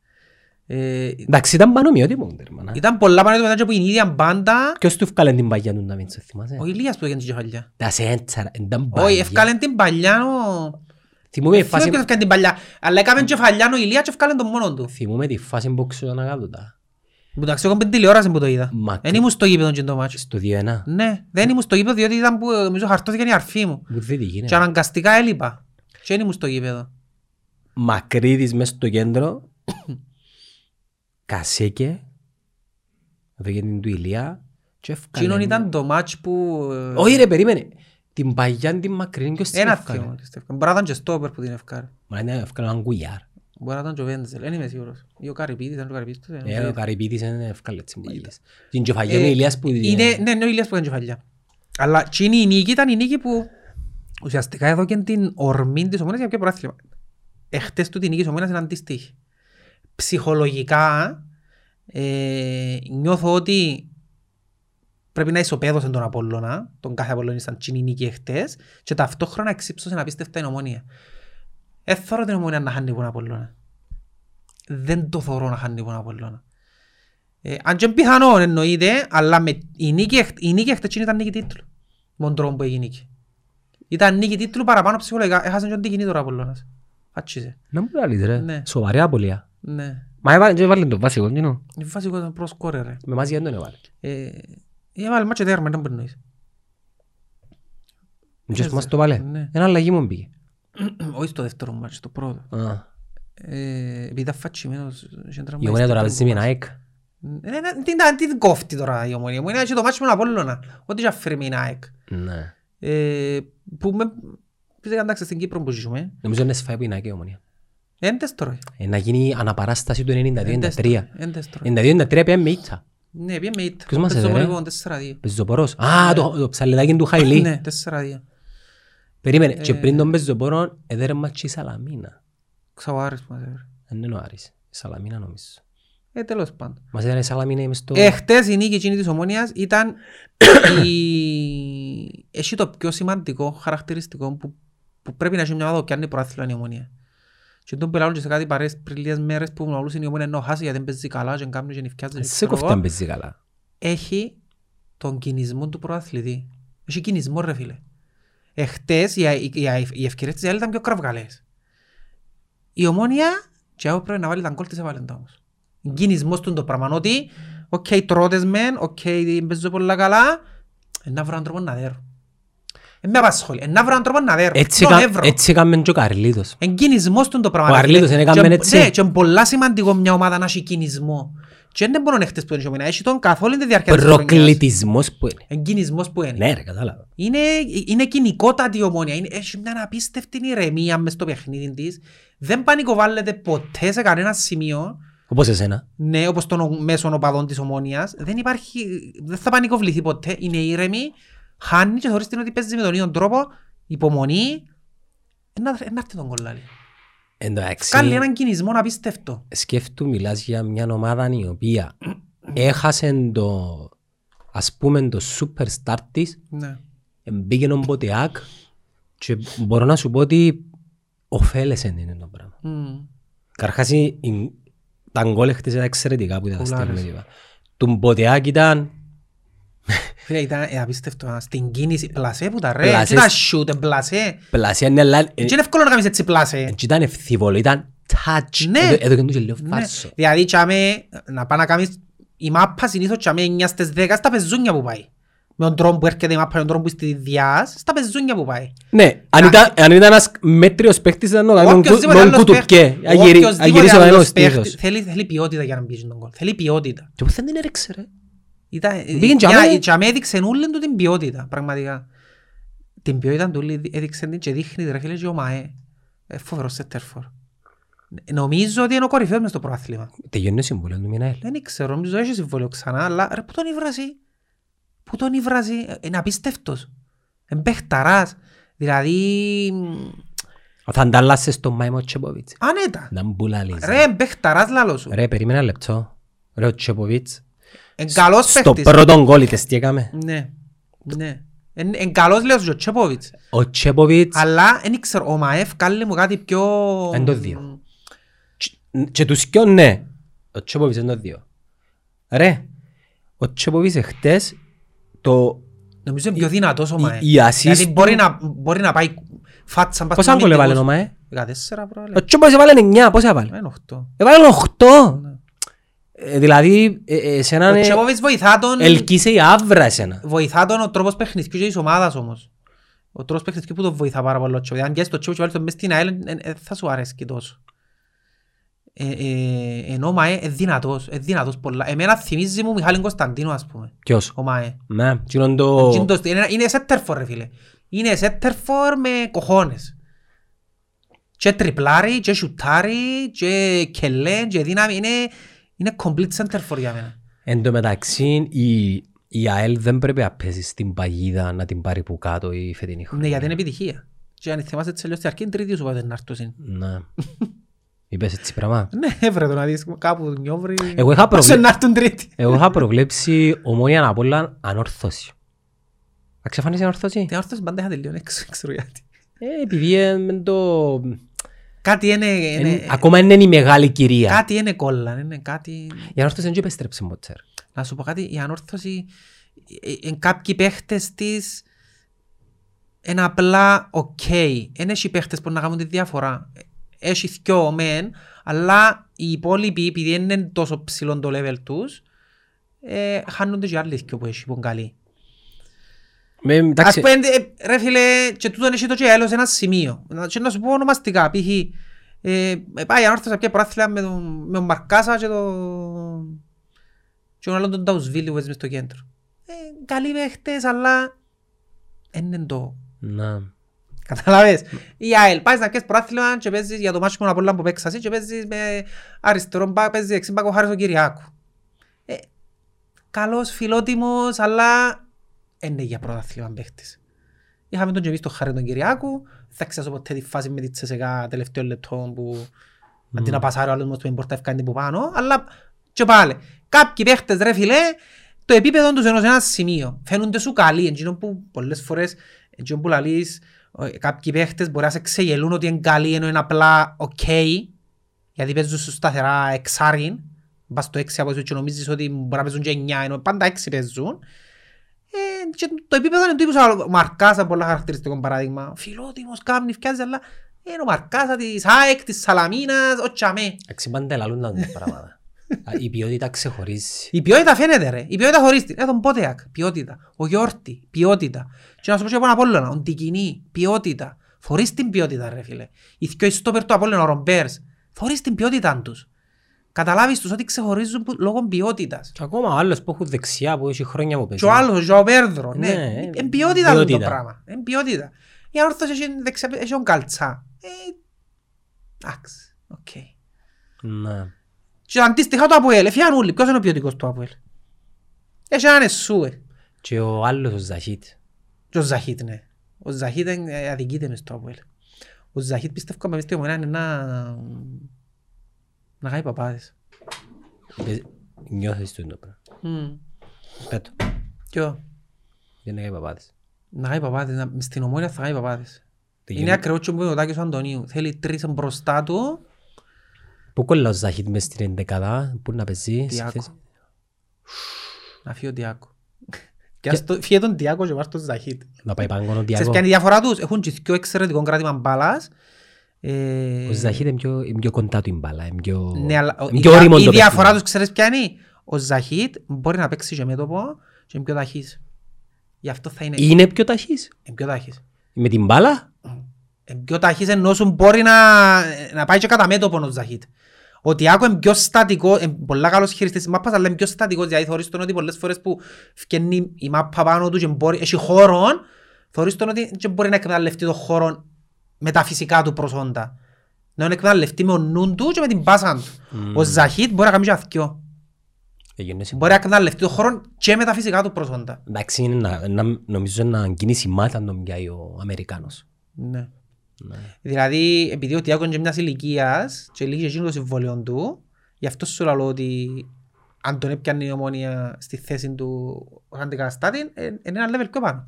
[SPEAKER 2] Ε,
[SPEAKER 1] Εντάξει, ήταν πανομοιότυπο ο τέρμα. να.
[SPEAKER 2] Ήταν πολλά πάνω του μετά και από την ίδια μπάντα.
[SPEAKER 1] Ποιος του έφκαλε την παγιά του να μην σε θυμάσαι.
[SPEAKER 2] Ο Ηλίας που έγινε την κεφαλιά.
[SPEAKER 1] Τα σε έντσαρα, ήταν
[SPEAKER 2] Όχι,
[SPEAKER 1] παγιά.
[SPEAKER 2] ευκάλεν την παλιά ο...
[SPEAKER 1] Θυμούμαι η
[SPEAKER 2] Φάση...
[SPEAKER 1] φάση-
[SPEAKER 2] Δεν την παλιά, αλλά έκαμε κεφαλιά ο Ηλίας και ευκάλεν τον μόνον του.
[SPEAKER 1] θυμούμαι τη φάση που ξανακάτωτα.
[SPEAKER 2] Που τα ξέρω την τηλεόραση που το είδα.
[SPEAKER 1] Μα-
[SPEAKER 2] Δεν ήμουν στο γήπεδο και το μάτσο.
[SPEAKER 1] Στο 2-1.
[SPEAKER 2] Ναι, δεν ήμουν στο γήπεδο διότι ήταν που ε, νομίζω χαρτώθηκε η αρφή μου.
[SPEAKER 1] Μου δει τι γίνεται.
[SPEAKER 2] Και αναγκαστικά έλειπα. Και δεν ήμουν στο γήπεδο.
[SPEAKER 1] Μακρύδης μέσα στο κέντρο. Κασέκε. Έφεγε την του Ηλία. Και έφκαλε-
[SPEAKER 2] Εκείνον ήταν το μάτς που... ε,
[SPEAKER 1] Όχι ρε, περίμενε. Την παγιά την μακρινή ποιος την
[SPEAKER 2] Ένα
[SPEAKER 1] έφκαλε.
[SPEAKER 2] θύμα. της τεύχα. Μπορεί να ήταν και στόπερ που την ευκάρε.
[SPEAKER 1] Μα είναι έφκαλε έναν κουγιάρ.
[SPEAKER 2] Μπορεί να ήταν και ο Βέντζελ. Δεν είμαι σίγουρος. Ή ο Καρυπίδης, ήταν ο Καρυπίδης. τότε,
[SPEAKER 1] Ε,
[SPEAKER 2] νομίζω.
[SPEAKER 1] Ο Καρυπίδης είναι έφκαλε τις μπαγιές. Την κεφαλιά
[SPEAKER 2] Ε,
[SPEAKER 1] είναι η Ηλίας που...
[SPEAKER 2] Είναι, ναι, ναι, ο Ηλίας που έκανε κεφαλιά. Αλλά εκείνη η νίκη ήταν η νίκη που ουσιαστικά εδώ και την ορμή της ομόνας για ποιο πρόθυμα. Εχθές του την νίκη της ομόνας είναι αντίστοιχη. Ψυχολογικά ε, νιώθω ότι πρέπει να ισοπαίδωσε τον Απόλλωνα, τον κάθε Απόλλωνα ήταν εκείνη η νίκη εχθές και ταυτόχρονα εξύψωσε να πίστευτα η ομόνια. Δεν θωρώ την ομόνια να χάνει τον Απόλλωνα. Δεν το θωρώ να χάνει τον Απόλλωνα. Ε, αν και πιθανό εννοείται, αλλά με, η νίκη, εχ- η νίκη εχθές ήταν νίκη τίτλου. Με τον τρόπο που έγινε η νίκη. Ήταν νίκη τίτλου παραπάνω ψυχολογικά. Έχασε και την κοινή τώρα ο Απολλώνας. Άτσιζε.
[SPEAKER 1] Να μου τα λες ρε.
[SPEAKER 2] Ναι.
[SPEAKER 1] Σοβαρή απολία.
[SPEAKER 2] Ναι.
[SPEAKER 1] Μα έβαλε- και έβαλε το βασικό, τι εννοώ.
[SPEAKER 2] Είναι βασικό ήταν προσκόρε ρε.
[SPEAKER 1] Με μαζί δεν τον έβαλε.
[SPEAKER 2] Ε, έβαλε μάτσο τέρμα, δεν μπορεί να είσαι.
[SPEAKER 1] Ποιος
[SPEAKER 2] Ναι,
[SPEAKER 1] μας
[SPEAKER 2] ρε.
[SPEAKER 1] το βάλε.
[SPEAKER 2] Ναι.
[SPEAKER 1] Ένα αλλαγή μου πήγε.
[SPEAKER 2] Όχι στο δεύτερο μάτσο, στο πρώτο.
[SPEAKER 1] Α,
[SPEAKER 2] Ε, επειδή ήταν φατσιμένος, είχε
[SPEAKER 1] Η
[SPEAKER 2] τραυματιστεί
[SPEAKER 1] ομόνια τώρα
[SPEAKER 2] πριν
[SPEAKER 1] παίζει με
[SPEAKER 2] το
[SPEAKER 1] την
[SPEAKER 2] μάτσο.
[SPEAKER 1] ΑΕΚ.
[SPEAKER 2] Ε, ναι, ναι, Τι ήταν- τι κόφτει τώρα η ομονία μου. Είναι και το μάτσο με τον Απόλλωνα. Ό,τι και αφαιρεί με την ΑΕΚ.
[SPEAKER 1] Ναι.
[SPEAKER 2] Ε, Που με... Πείτε εντάξει στην Κύπρο που ζούμε.
[SPEAKER 1] Νομίζω είναι σφάει που είναι ΑΕΚ η ομόνια.
[SPEAKER 2] Εν τεστρώει.
[SPEAKER 1] Ε, Να γίνει η αναπαράσταση
[SPEAKER 2] Ε,
[SPEAKER 1] του 92-93.
[SPEAKER 2] Εν τεστρώει.
[SPEAKER 1] 92-93 πήγαμε με ήττα.
[SPEAKER 2] Ναι, πήγε με ήττα.
[SPEAKER 1] Ποιος μας
[SPEAKER 2] Παίζει
[SPEAKER 1] έδερε?
[SPEAKER 2] ομολογικό, τέσσερα δύο.
[SPEAKER 1] Πεζοπορός. Α, το, το ψαλιδάκι του Χαϊλή.
[SPEAKER 2] Ναι, Ε. τέσσερα δύο.
[SPEAKER 1] Περίμενε. Και πριν τον ε, πεζοπορό, έδερε μας και η Σαλαμίνα.
[SPEAKER 2] Ξαβάρης που μας έδερε.
[SPEAKER 1] Δεν είναι ο Άρης. Η Σαλαμίνα νομίζω.
[SPEAKER 2] Ε, τέλος πάντων.
[SPEAKER 1] Μας έδερε η Σαλαμίνα μες στο...
[SPEAKER 2] Ε, χτες η νίκη εκείνη της Ομόνιας ήταν η... (coughs) Έχει το πιο σημαντικό χαρακτηριστικό που, που πρέπει να έχει μια ομάδα που πιάνει προάθλημα η Ομόνια. Και τον πελάουν και σε κάτι παρέες πριν λίγες μέρες που μου λαλούσε η Ομόνια ενώ χάσει γιατί δεν παίζει καλά και κάνει και νυφκιάζει. και
[SPEAKER 1] Σε
[SPEAKER 2] ξέρω εγώ.
[SPEAKER 1] κοφτά αν παίζει καλά.
[SPEAKER 2] έχει τον κινησμό του προαθλητή. Έχει κινησμό ρε φίλε. Εχθές οι, οι, οι, οι ευκαιρίες της ΑΕΛ ήταν πιο κραυγαλές. Η ομόνια και όπου πρέπει να βάλει τα γκολ της έβαλε τα όμως. Κινησμός του είναι το πράγμα ότι οκ τρώτες μεν, οκ παίζω πολλά καλά ε, να βρω έναν τρόπο να δέρω. Ε, με απασχολεί. Ε, να βρω έναν τρόπο να δέρω.
[SPEAKER 1] Έτσι
[SPEAKER 2] Τον
[SPEAKER 1] κα-
[SPEAKER 2] εύρω.
[SPEAKER 1] έτσι έκαμε και ο Καρλίδος.
[SPEAKER 2] Εν κινησμός του είναι το πράγμα.
[SPEAKER 1] Ο
[SPEAKER 2] ρε φίλε.
[SPEAKER 1] Αρλίδος είναι έκαμεν
[SPEAKER 2] Και-
[SPEAKER 1] έτσι.
[SPEAKER 2] Ναι, και είναι πολλά σημαντικό μια ομάδα να έχει κινησμό. Και δεν μπορούν εχθές που είναι η ομονία. Έχει τον καθόλου τη διάρκεια της χρονιάς.
[SPEAKER 1] Προκλητισμός που είναι.
[SPEAKER 2] Εν κινησμός που είναι.
[SPEAKER 1] Ναι ρε, κατάλαβα.
[SPEAKER 2] Είναι, είναι κοινικότατη η ομόνια. Είναι, έχει μια απίστευτη ηρεμία μες στο παιχνίδι της. Δεν πανικοβάλλεται ποτέ σε κανένα σημείο.
[SPEAKER 1] Όπως εσένα.
[SPEAKER 2] Ναι, όπως των ο- μέσων οπαδών της ομόνιας. Δεν υπάρχει, δεν θα πανικοβληθεί ποτέ. Είναι ήρεμη. Χάνει και θεωρείς την ότι παίζεις με τον ίδιο τρόπο. Υπομονή. Να, να έρθει τον κολλάλι.
[SPEAKER 1] Εντάξει.
[SPEAKER 2] Κάνει έναν κινησμό απίστευτο.
[SPEAKER 1] σκέφτου μιλάς για μια ομάδα η οποία έχασε το ας πούμε το superstar της
[SPEAKER 2] Ναι.
[SPEAKER 1] μπήκε ο Μποτεάκ και μπορώ να σου πω ότι ωφέλεσεν είναι το πράγμα.
[SPEAKER 2] Μμμ.
[SPEAKER 1] Καρχάς η- η- τα γκολ χτίσε τα εξαιρετικά που ήταν
[SPEAKER 2] Πολλά,
[SPEAKER 1] στα
[SPEAKER 2] ρε.
[SPEAKER 1] μέτωπα. Του Μποτεάκ ήταν
[SPEAKER 2] Φίλε, ήταν ε, απίστευτο. α, Στην κίνηση. Πλασέ που τα ρε.
[SPEAKER 1] Πλασές.
[SPEAKER 2] Τι τα σιούτε, πλασέ.
[SPEAKER 1] πλασιά ναι, αλλά ε,
[SPEAKER 2] Και είναι εύκολο να κάνεις έτσι πλασέ.
[SPEAKER 1] και ήταν ευθύβολο, ήταν touch.
[SPEAKER 2] Ναι.
[SPEAKER 1] Εδώ- Εδώ και τούτο και λέω
[SPEAKER 2] Ναι.
[SPEAKER 1] φάρσο.
[SPEAKER 2] Δηλαδή, τσάμε, να πάει να κάνεις... Η μάπα συνήθως τσάμε 9 στις 10 στα πεζούνια που πάει. Με τον τρόπο που έρχεται η μάπα, με τον τρόπο που στη διάς, στα πεζούνια που πάει.
[SPEAKER 1] Ναι, αν
[SPEAKER 2] Να-
[SPEAKER 1] ήταν, αν ήταν ένας μέτριος παίχτης ήταν ο καλός
[SPEAKER 2] Οποιοςδήποτε
[SPEAKER 1] Ε, τον
[SPEAKER 2] άλλος
[SPEAKER 1] κουτουπκέ.
[SPEAKER 2] παίχτη-
[SPEAKER 1] Αγυρίσει
[SPEAKER 2] οποιοςδήποτε
[SPEAKER 1] ο
[SPEAKER 2] άλλος
[SPEAKER 1] κανένας
[SPEAKER 2] παίχτη
[SPEAKER 1] τείχος.
[SPEAKER 2] Θέλει, θέλει ποιότητα για να μπει στον κόλ. Θέλει ποιότητα.
[SPEAKER 1] Και που δεν την έριξε ρε.
[SPEAKER 2] Ήταν,
[SPEAKER 1] Μπήκε τζαμέ.
[SPEAKER 2] η τζαμέ έδειξε όλη του την ποιότητα, πραγματικά. Την ποιότητα του όλη έδειξε την και δείχνει τη ρε φίλε και ο ΜΑΕ. Ε, Φοβερός σέτερφορ. Νομίζω ότι είναι ο κορυφαίος μες στο προάθλημα.
[SPEAKER 1] Τελειώνει ο συμβόλαιο του Μιναέλ.
[SPEAKER 2] Δεν ξέρω, νομίζω έχει συμβόλαιο ξανά, αλλά ρε, πού τον υβράζει. Πού τον υβράζει. Ε, Είναι απίστευτος. Εμπέχταρας. Δηλαδή, μ,
[SPEAKER 1] Θα ανταλλάσσες τον Μάιμο Τσεποβίτς.
[SPEAKER 2] άνετα.
[SPEAKER 1] Να μπουλαλείς.
[SPEAKER 2] Ρε, εμπέχταρας λάλο σου.
[SPEAKER 1] Ρε, περίμενα ένα λεπτό. Ρε, ο Τσεποβίτς.
[SPEAKER 2] Εν καλός
[SPEAKER 1] Στο
[SPEAKER 2] παίχτης.
[SPEAKER 1] πρώτο γκόλ είτε τι έκαμε.
[SPEAKER 2] Ναι, ναι. Εν- Εν καλός λέω σου, ο Τσέποβιτς.
[SPEAKER 1] Ο Τσεποβίτς
[SPEAKER 2] Αλλά δεν ξέρω, ο ΜΑΕΦ κάλει μου κάτι πιο...
[SPEAKER 1] Εν το δύο. και τους κοιό ναι. Ο Τσέποβιτς είναι το δύο. Ρε, ο Τσέποβιτς εχθές το...
[SPEAKER 2] Νομίζω είναι πιο δυνατός ο ΜΑΕ.
[SPEAKER 1] η assist
[SPEAKER 2] Δηλαδή
[SPEAKER 1] του-
[SPEAKER 2] μπορεί να, μπορεί να πάει φάτσα. μπας
[SPEAKER 1] Πόσα
[SPEAKER 2] στον
[SPEAKER 1] γκολ έβαλε ο
[SPEAKER 2] αμυντικός.
[SPEAKER 1] ΜΑΕ.
[SPEAKER 2] 14
[SPEAKER 1] Ο
[SPEAKER 2] προάλλε.
[SPEAKER 1] Τσέποβιτς έβαλε 9, πόσα έβαλε.
[SPEAKER 2] Ε, Είναι 8.
[SPEAKER 1] Έβαλε 8. Ε, δηλαδή, ε, ε, εσένα
[SPEAKER 2] Ναι. Ο
[SPEAKER 1] είναι...
[SPEAKER 2] Τσεβόβιτς βοηθά τον...
[SPEAKER 1] Ελκύσε η άβρα εσένα.
[SPEAKER 2] βοηθά τον ο τρόπος παιχνιδιού και της ομάδας όμως. Ο τρόπος παιχνιδιού που τον βοηθά πάρα πολύ ο Τσόβιτς. Αν πιάσεις το Τσόβιτς και βάλεις τον μες στην ΑΕΛ, εν- εν- θα σου αρέσει και τόσο. Ε, ε, ενώ ο ΜΑΕ είναι δυνατός, είναι δυνατός πολλά. Εμένα θυμίζει μου Μιχάλη Κωνσταντίνο ας πούμε,
[SPEAKER 1] Ποιος.
[SPEAKER 2] ο ΜΑΕ.
[SPEAKER 1] Ναι, τσινόν το...
[SPEAKER 2] Είναι Ε, το- Είναι, είναι σέτερφορ ρε φίλε. Είναι σέτερφορ με κοχώνες. Και τριπλάρι, και σουτάρι, και κελέ, και δύναμη. Είναι, είναι complete center for για μένα.
[SPEAKER 1] Εν τω μεταξύ, η, η ΑΕΛ δεν πρέπει να πέσει στην παγίδα να την πάρει που κάτω η φετινή χρονιά.
[SPEAKER 2] Ναι, γιατί είναι επιτυχία. Και αν θυμάσαι της τελειώσει αρκεί, είναι τρίτη σου πάτε να έρθουν.
[SPEAKER 1] Ναι. Είπες έτσι πράγμα.
[SPEAKER 2] Ναι, έβρε το να δεις κάπου νιόβρι.
[SPEAKER 1] Εγώ είχα,
[SPEAKER 2] Πάσε
[SPEAKER 1] προβλε...
[SPEAKER 2] να έρθουν τρίτη.
[SPEAKER 1] Εγώ είχα προβλέψει ομόνια να πολλά ανόρθωση. Αξεφάνισε ανόρθωση.
[SPEAKER 2] Τι άρθρος πάντα Ε, είχα τελειώνει, (laughs) έξω, ξέρω γιατί.
[SPEAKER 1] Ε, επειδή ε, με το...
[SPEAKER 2] Κάτι είναι...
[SPEAKER 1] εν-
[SPEAKER 2] είναι-
[SPEAKER 1] Ακόμα είναι η μεγάλη κυρία.
[SPEAKER 2] Ε, ναι. Κάτι είναι κόλλα, είναι κάτι...
[SPEAKER 1] Η ανόρθωση δεν και επέστρεψε μότσερ.
[SPEAKER 2] Να σου πω κάτι, η ανόρθωση, ε, ε, κάποιοι παίχτες της είναι απλά οκ. Δεν έχει παίχτες που να κάνουν τη διαφορά. Έχει δυο μεν, αλλά οι υπόλοιποι, επειδή δεν είναι τόσο ψηλό το level τους, ε, χάνονται και άλλοι δυο που έχει που είναι καλοί.
[SPEAKER 1] Με,
[SPEAKER 2] Ας
[SPEAKER 1] εντάξει,
[SPEAKER 2] πούμε, ε, ρε φίλε, και τούτον έχει το και έλος ένα σημείο. Να, και να σου πω ονομαστικά, π.χ. Ε, πάει ανόρθωσα πια προάθλια με τον, με τον Μαρκάσα και τον... και τον άλλον τον Ταουσβίλη που παίζει μες στο κέντρο. Ε, καλοί παίχτες, αλλά... εν Είναι το... (laughs)
[SPEAKER 1] να.
[SPEAKER 2] Καταλαβες. Η ΑΕΛ πάει να πιέσεις προάθλημα και παίζεις για το μάτσο μόνο απ' όλα που παίξεις εσύ και παίζεις με αριστερό μπακ, παίζεις δεξί μπακ ο Χάρης ο Κυριάκου. Ε, καλός, φιλότιμος, αλλά εν είναι για πρωτάθλημα παίχτης. Είχαμε τον και εμείς τον Χάρη τον Κυριάκου, θα ξέσω ποτέ τη φάση με τη Τσεσεκά τελευταίο λεπτό που αντί να πασάρει ο άλλος μας που εμπορτά ευκάνει που πάνω, αλλά και πάλι. Κάποιοι παίχτες ρε φιλέ, το επίπεδο τους ενός ένα σημείο. Φαίνονται σου καλοί, εντύνο που πολλές φορές, εντύνο που λαλείς, ο- κάποιοι παίχτες μπορεί να σε ξεγελούν ότι είναι καλοί ενώ είναι απλά οκ, γιατί παίζουν σου σταθερά εξάριν, πας στο έξι από εσύ και νομίζεις ότι μπορεί να παίζουν και εννιά, ενώ πάντα έξι παίζουν. Ε, και το επίπεδο είναι τύπος άλλο. ο Μαρκάσα, πολλά χαρακτηριστικό παράδειγμα. Φιλότιμος, κάμνη, φτιάζει, αλλά είναι ο Μαρκάσα της ΑΕΚ, της Σαλαμίνας, ο Τσαμέ.
[SPEAKER 1] Εντάξει, πάντα λαλούν τα πράγματα. Α, Η ποιότητα ξεχωρίζει.
[SPEAKER 2] Η ποιότητα φαίνεται ρε. Η ποιότητα χωρίστη. Ε, τον Πότεακ, ποιότητα. Ο Γιόρτη, ποιότητα. Και να σου πω και πάνω απ' όλα, ο Ντικινή, ποιότητα. Φορείς την ποιότητα ρε φίλε. Οι δυο στόπερ του Απόλλωνα, ο Ρομπέρς, φορείς την ποιότητα τους. Καταλάβεις τους ότι ξεχωρίζουν που- λόγω ποιότητας.
[SPEAKER 1] Και ακόμα ο άλλος που έχουν δεξιά που έχει χρόνια που παίζει.
[SPEAKER 2] Και ο άλλος, ο Ζωάο Πέρδρο, ναι.
[SPEAKER 1] Ναι, ε,
[SPEAKER 2] Εν ποιότητα είναι το
[SPEAKER 1] ποιότητα.
[SPEAKER 2] πράγμα. Εν ποιότητα. Η ανόρθωση έχει δεξιά, έχει τον Καλτσά. Ε, εντάξει, οκ.
[SPEAKER 1] Ναι.
[SPEAKER 2] Και αντίστοιχα το Αποέλ, έφυγαν όλοι. Ποιος είναι ο ποιοτικός του Αποέλ. Έχει έναν Εσούε.
[SPEAKER 1] Και ο άλλος ο Ζαχίτ.
[SPEAKER 2] Και ο Ζαχίτ, ναι. Ο Ζαχίτ ε, αδικείται μες στο Αποέλ. Ο Ζαχίτ πιστεύω μες στη Ομονία είναι να... να κάνει παπάδες.
[SPEAKER 1] Παίζει- Νιώθεις το πράγμα. Πέτω.
[SPEAKER 2] Ποιο?
[SPEAKER 1] Δεν είναι παπάδες.
[SPEAKER 2] Να κάνει παπάδες. να- μες Στην Ομόνια θα κάνει παπάδες.
[SPEAKER 1] Τι
[SPEAKER 2] Είναι
[SPEAKER 1] γίνεται.
[SPEAKER 2] ακριβώς και που είναι ο Τάκης ο Αντωνίου. Θέλει τρεις μπροστά του.
[SPEAKER 1] Πού κολλάς ο Ζαχίτ μες στην ενδεκάδα, πού να παίζει. στη
[SPEAKER 2] Τιάκο.
[SPEAKER 1] θέση.
[SPEAKER 2] Να φύγει ο Τιάκο. Και ας το- Φύγε τον Τιάκο και βάρ' τον Ζαχίτ.
[SPEAKER 1] Να πάει πάνω ο
[SPEAKER 2] Ξέρεις
[SPEAKER 1] Τιάκο.
[SPEAKER 2] ποια είναι η διαφορά τους. Έχουν και δυο εξαιρετικό κράτημα μπάλας. Ε,
[SPEAKER 1] Ο Ζαχίτ είναι πιο, είναι πιο κοντά του η μπάλα. Είναι πιο,
[SPEAKER 2] Ναι, αλλά ο-
[SPEAKER 1] είναι
[SPEAKER 2] η,
[SPEAKER 1] πιο
[SPEAKER 2] δια-
[SPEAKER 1] όριμο
[SPEAKER 2] η
[SPEAKER 1] το
[SPEAKER 2] διαφορά
[SPEAKER 1] παιχνίδι.
[SPEAKER 2] τους ξέρεις ποια είναι. Ο Ζαχίτ μπορεί να παίξει και μέτωπο και είναι πιο ταχύς. Γι' αυτό θα είναι
[SPEAKER 1] Είναι πιο ταχύς.
[SPEAKER 2] είναι πιο ταχύς.
[SPEAKER 1] Με την μπάλα.
[SPEAKER 2] Είναι πιο ταχύς ενώ σου μπορεί να, να πάει και κατά μέτωπο ο Ζαχίτ. Ο Τιάκο είναι πιο στατικό, είναι πολλά καλός χειριστής της μάπας, αλλά είναι πιο στατικός. Δηλαδή θεωρείς τον ότι πολλές φορές που φκένει η μάπα πάνω του και μπορεί, έχει χώρο, θεωρείς τον ότι και μπορεί να εκμεταλλευτεί τον χώρο με τα φυσικά του προσόντα. Να τον εκμεταλλευτεί με ο νου του και με την πάσα του.
[SPEAKER 1] Mm,
[SPEAKER 2] Ο Ζαχίτ μπορεί να κάνει και αθκιό.
[SPEAKER 1] Έγινε σε-
[SPEAKER 2] Μπορεί να εκμεταλλευτεί τον χώρο και με τα φυσικά του προσόντα.
[SPEAKER 1] Εντάξει, είναι να, να, νομίζω να κινήσει μάτα αν τον πιάει ο Αμερικάνος.
[SPEAKER 2] Ναι.
[SPEAKER 1] Ναι.
[SPEAKER 2] Δηλαδή, επειδή ο Τιάκο είναι και μιας ηλικίας και λίγη εκείνο το συμβόλαιο του, γι' αυτό σου λέω ότι αν τον έπιανε η ομόνια στη θέση του ως αντικαταστάτη, ε, είναι ένα level πιο πάνω.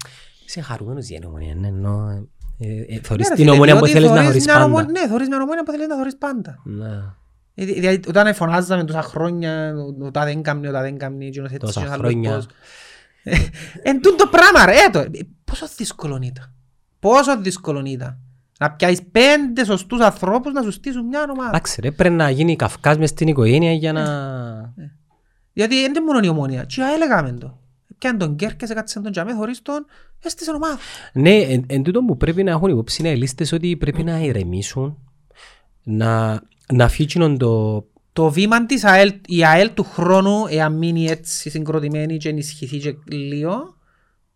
[SPEAKER 1] Είσαι χαρούμενος για την ομονία. Ναι, ενώ, ε, ε, ε,
[SPEAKER 2] Ναι,
[SPEAKER 1] Θωρείς
[SPEAKER 2] ρε
[SPEAKER 1] την
[SPEAKER 2] φίλε,
[SPEAKER 1] ομονία που
[SPEAKER 2] διότι
[SPEAKER 1] θέλεις να
[SPEAKER 2] θωρείς
[SPEAKER 1] χωρίς
[SPEAKER 2] μια ομο-
[SPEAKER 1] πάντα.
[SPEAKER 2] Ναι, θωρείς μια ομόνια που θέλεις να χωρίς πάντα.
[SPEAKER 1] Ναι.
[SPEAKER 2] Ε, δη- Δηλαδή, όταν φωνάζαμε τόσα χρόνια, ο- ο τάδε δεν κάμνει, ο τάδε δεν κάμνει, εκείνος έτσι,
[SPEAKER 1] Τόσα
[SPEAKER 2] εκείνος άλλος
[SPEAKER 1] χρόνια.
[SPEAKER 2] πώς. Ε, Εν τούτο πράγμα ρε, το. Ε, Πόσο δύσκολο ήταν. Πόσο δύσκολο ήταν. Να πιάσεις πέντε σωστούς ανθρώπους να σου στήσουν μια ομάδα.
[SPEAKER 1] Εντάξει ρε, πρέπει να γίνει καυκάς μες στην οικογένεια για να...
[SPEAKER 2] Γιατί δεν είναι μόνο η ομόνια. Τι έλεγαμε το. Πιάνε τον Κέρκες, έκατσαν τον Τζαμέ, χωρίς τον, έστησαν ομάδα.
[SPEAKER 1] Ναι, εν, εν τούτο που πρέπει να έχουν υπόψη είναι οι λίστες ότι πρέπει να ηρεμήσουν, να, να φύγουν το...
[SPEAKER 2] Το βήμα της ΑΕΛ, η ΑΕΛ του χρόνου, εάν μείνει έτσι συγκροτημένη και ενισχυθεί και λίγο,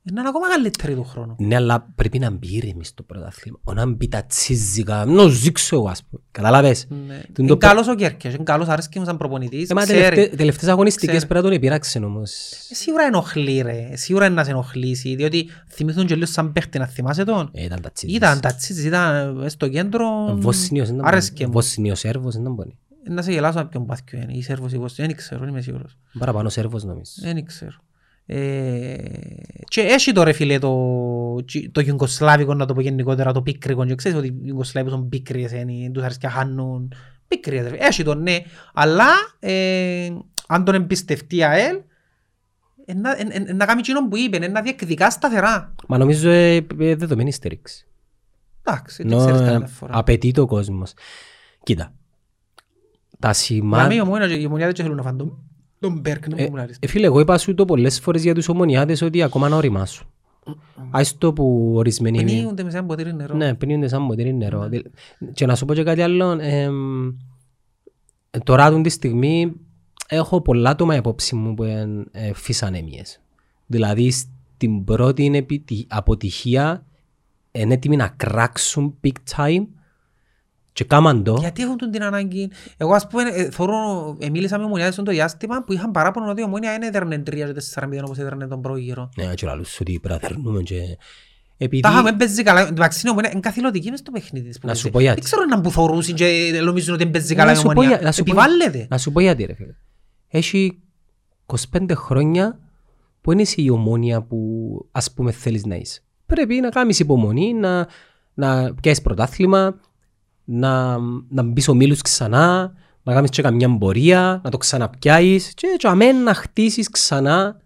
[SPEAKER 2] είναι ακόμα καλύτερη του χρόνου.
[SPEAKER 1] Ναι, αλλά πρέπει να μπει ήρεμη στο πρωτάθλημα. Ο να μπει τα τσίζικα, να ζήξω εγώ ας πούμε. Καταλάβες.
[SPEAKER 2] Ναι.
[SPEAKER 1] Τον
[SPEAKER 2] Είναι
[SPEAKER 1] το-
[SPEAKER 2] καλός ο Κέρκες, είναι καλός, αρέσκει μου σαν προπονητής,
[SPEAKER 1] Ε, μα
[SPEAKER 2] ξέρει.
[SPEAKER 1] τελευταί- τελευταίες αγωνιστικές
[SPEAKER 2] Ξέρει.
[SPEAKER 1] πρέπει να τον επειράξουν όμως.
[SPEAKER 2] Ε, Σίγουρα ενοχλεί ρε, σίγουρα είναι να σε ενοχλήσει, διότι θυμηθούν και λίγο σαν παίχτη να θυμάσαι τον.
[SPEAKER 1] Ε, ήταν τα τσίζες.
[SPEAKER 2] Ήταν τα τσίτς, ήταν ε, στο κέντρο,
[SPEAKER 1] Βοσνίος, δεν ήταν
[SPEAKER 2] άρεσκε
[SPEAKER 1] πονή.
[SPEAKER 2] μου.
[SPEAKER 1] Βοσνίος, Σέρβος, δεν ήταν πονή.
[SPEAKER 2] Να σε γελάσω από ποιον πάθηκιο είναι, ή Σέρβος ή Βοσνίος, δεν ξέρω, δεν είμαι σίγουρος.
[SPEAKER 1] Παραπάνω Σέρβος νομίζω.
[SPEAKER 2] Δεν ξέρω. Ε, και έχει το ρε φίλε το, τσι- το γιουγκοσλάβικο να το πω γενικότερα, το πίκρικο. Και ξέρεις ότι οι Ιουγκοσλάβοι sont πίκριες, είναι, τους αρέσει και χάνουν. Πίκριες ρε. Έχει το ναι. Αλλά ε, αν τον εμπιστευτεί η ΑΕΛ, ε, να- ε, ε, να κάνει εκείνο που είπε, ε, να διεκδικά σταθερά.
[SPEAKER 1] Μα νομίζω ε, ε, δεδομένη στήριξη.
[SPEAKER 2] Εντάξει, δεν
[SPEAKER 1] Νο-
[SPEAKER 2] ξέρεις
[SPEAKER 1] ε,
[SPEAKER 2] κάθε φορά.
[SPEAKER 1] Απαιτεί το κόσμος. Κοίτα. Τα
[SPEAKER 2] Να
[SPEAKER 1] σημάδια...
[SPEAKER 2] μην ομόνια και η ομονία δεν θέλουν να φάνε τον- τον Μπέρκ να
[SPEAKER 1] Ε,
[SPEAKER 2] μου μιλάρεις.
[SPEAKER 1] ε, φίλε, εγώ είπα σου το πολλές φορές για τους ομονιάδες ότι ακόμα να οριμάσουν. Ας το που ορισμένοι είναι.
[SPEAKER 2] Πνίγονται με σαν ποτήρι νερό.
[SPEAKER 1] Ναι, πνίγονται σαν ποτήρι νερό. Δη- Και να σου πω και κάτι άλλο. εμ, Τώρα τον τη στιγμή έχω πολλά άτομα υπόψη μου που είναι ε, φυσανεμίες. Δηλαδή στην πρώτη είναι επιτι- αποτυχία είναι έτοιμοι να κράξουν big time και κάμαν το.
[SPEAKER 2] Γιατί έχουν τον την ανάγκη. Εγώ ας πούμε, ε, θωρώ, ε, μίλησα με ομονιάδες το διάστημα που είχαν παράπονο ότι η ομόνια δεν έδερνε 3 και 4-0 όπως έδερνε τον πρώτο γύρο.
[SPEAKER 1] Ναι, και λαλούς ότι πρέπει να θερνούμε και... Επειδή...
[SPEAKER 2] Τα είχαμε παίζει καλά. Εντάξει, η ομόνια είναι καθηλωτική μες στο παιχνίδι της. που
[SPEAKER 1] Να
[SPEAKER 2] παίζει.
[SPEAKER 1] σου πω γιατί.
[SPEAKER 2] Δεν ξέρω αν που θωρούσαν και ε, νομίζουν ότι παίζει
[SPEAKER 1] Να
[SPEAKER 2] καλά η
[SPEAKER 1] σου πω για-
[SPEAKER 2] ομόνια.
[SPEAKER 1] να σου πω-
[SPEAKER 2] Επιβάλλεται.
[SPEAKER 1] Να σου πω γιατί ρε φίλε. Έχει 25 χρόνια που είναι η ομόνια που ας πούμε θέλεις να είσαι. Πρέπει να κάνεις υπομονή, να, να πιάσεις πρωτάθλημα, να, να μπεις ομίλους ξανά, να κάνεις και καμιά πορεία, να το ξαναπιάσεις και έτσι αμέν να χτίσεις ξανά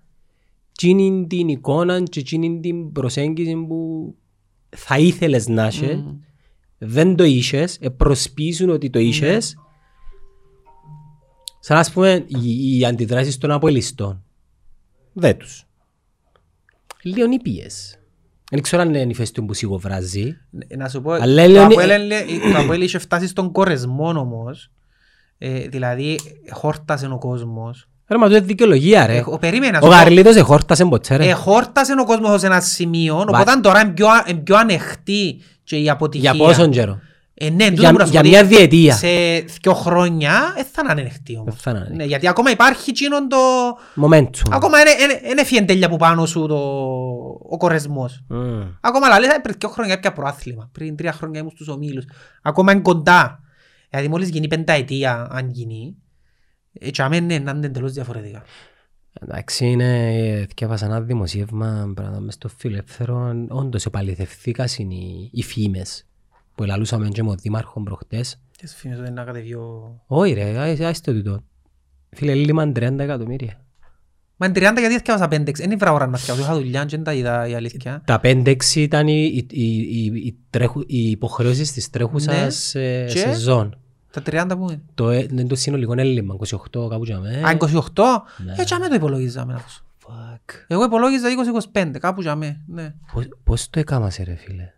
[SPEAKER 1] τσίνην την εικόνα και τσίνην την προσέγγιση που θα ήθελες να είσαι, δεν το είχες, ε, προσπίζουν ότι το είχες Σαν ας πούμε οι, οι αντιδράσεις των απολυστών. Δε τους. Λίγο νηπίες. Δεν ξέρω αν είναι ηφαίστειο που σιγοβράζει.
[SPEAKER 2] Ε, Να σου πω,
[SPEAKER 1] Αλλά
[SPEAKER 2] το
[SPEAKER 1] λέω-
[SPEAKER 2] Αποέλ έλε- το Αποέλ είχε φτάσει στον κορεσμό όμως. Ε, δηλαδή, χόρτασε ο κόσμος.
[SPEAKER 1] Ρε μα το είναι δικαιολογία ρε.
[SPEAKER 2] Ε, ο- περίμενε, να
[SPEAKER 1] Ο
[SPEAKER 2] σου πω.
[SPEAKER 1] Γαρλίτος εχόρτασε ποτέ ρε.
[SPEAKER 2] Εχόρτασε ο κόσμος σε ένα σημείο, οπότε τώρα είναι πιο, είναι πιο ανεχτή και η αποτυχία.
[SPEAKER 1] Για πόσον καιρό.
[SPEAKER 2] Ε, ναι, τούτο
[SPEAKER 1] Για-
[SPEAKER 2] που να σου
[SPEAKER 1] για
[SPEAKER 2] πω,
[SPEAKER 1] μια
[SPEAKER 2] ότι
[SPEAKER 1] διετία.
[SPEAKER 2] Σε δύο χρόνια ε, θα είναι ανεχτή όμως.
[SPEAKER 1] Ε, θα είναι ανεχτή.
[SPEAKER 2] Ναι, γιατί ακόμα υπάρχει εκείνον το...
[SPEAKER 1] Momentum.
[SPEAKER 2] Ακόμα είναι, είναι, είναι έφυγε τέλεια από πάνω σου το... ο κορεσμός.
[SPEAKER 1] Μμμ.
[SPEAKER 2] Ακόμα αλλά λέει, «Ε, πριν δύο χρόνια έπια προάθλημα. Πριν τρία χρόνια ήμουν στους ομίλους. Ακόμα είναι κοντά. Δηλαδή μόλις γίνει πενταετία, αν γίνει, ε, και αμέ, ναι, να είναι εντελώς διαφορετικά.
[SPEAKER 1] Εντάξει είναι, ε, θυκεύασα ένα δημοσίευμα πράγμα μες στο φιλελεύθερο. Όντως επαληθευθήκαν οι, οι φήμες που ελαλούσαμε και με τον δήμαρχο προχτές.
[SPEAKER 2] Και σου φήμιζω ότι να κατεβεί ο-
[SPEAKER 1] Όχι ρε, άι- άιστε τούτο. Φίλε, λίμαν 30 εκατομμύρια.
[SPEAKER 2] Μα είναι 30 γιατί έφτιαξα 5-6. Είναι βρά ώρα να έφτιαξα. Είχα δουλειά και δεν τα είδα η αλήθεια.
[SPEAKER 1] Τα 5-6 ήταν οι, οι, οι, οι- οι, τρέχου, οι υποχρεώσεις της τρέχουσας ε,
[SPEAKER 2] Ναι. Και?
[SPEAKER 1] σεζόν.
[SPEAKER 2] Τα 30 που είναι.
[SPEAKER 1] Το, ε, είναι το συνολικό έλλειμμα, 28 κάπου για μένα.
[SPEAKER 2] Α, 28.
[SPEAKER 1] Ε. Ναι.
[SPEAKER 2] Έτσι αμέ το υπολογίζαμε. να πω.
[SPEAKER 1] Fuck.
[SPEAKER 2] Εγώ υπολόγιζα 20-25, κάπου για μέ. Ναι.
[SPEAKER 1] Πώς, πώς το έκαμασε ρε φίλε,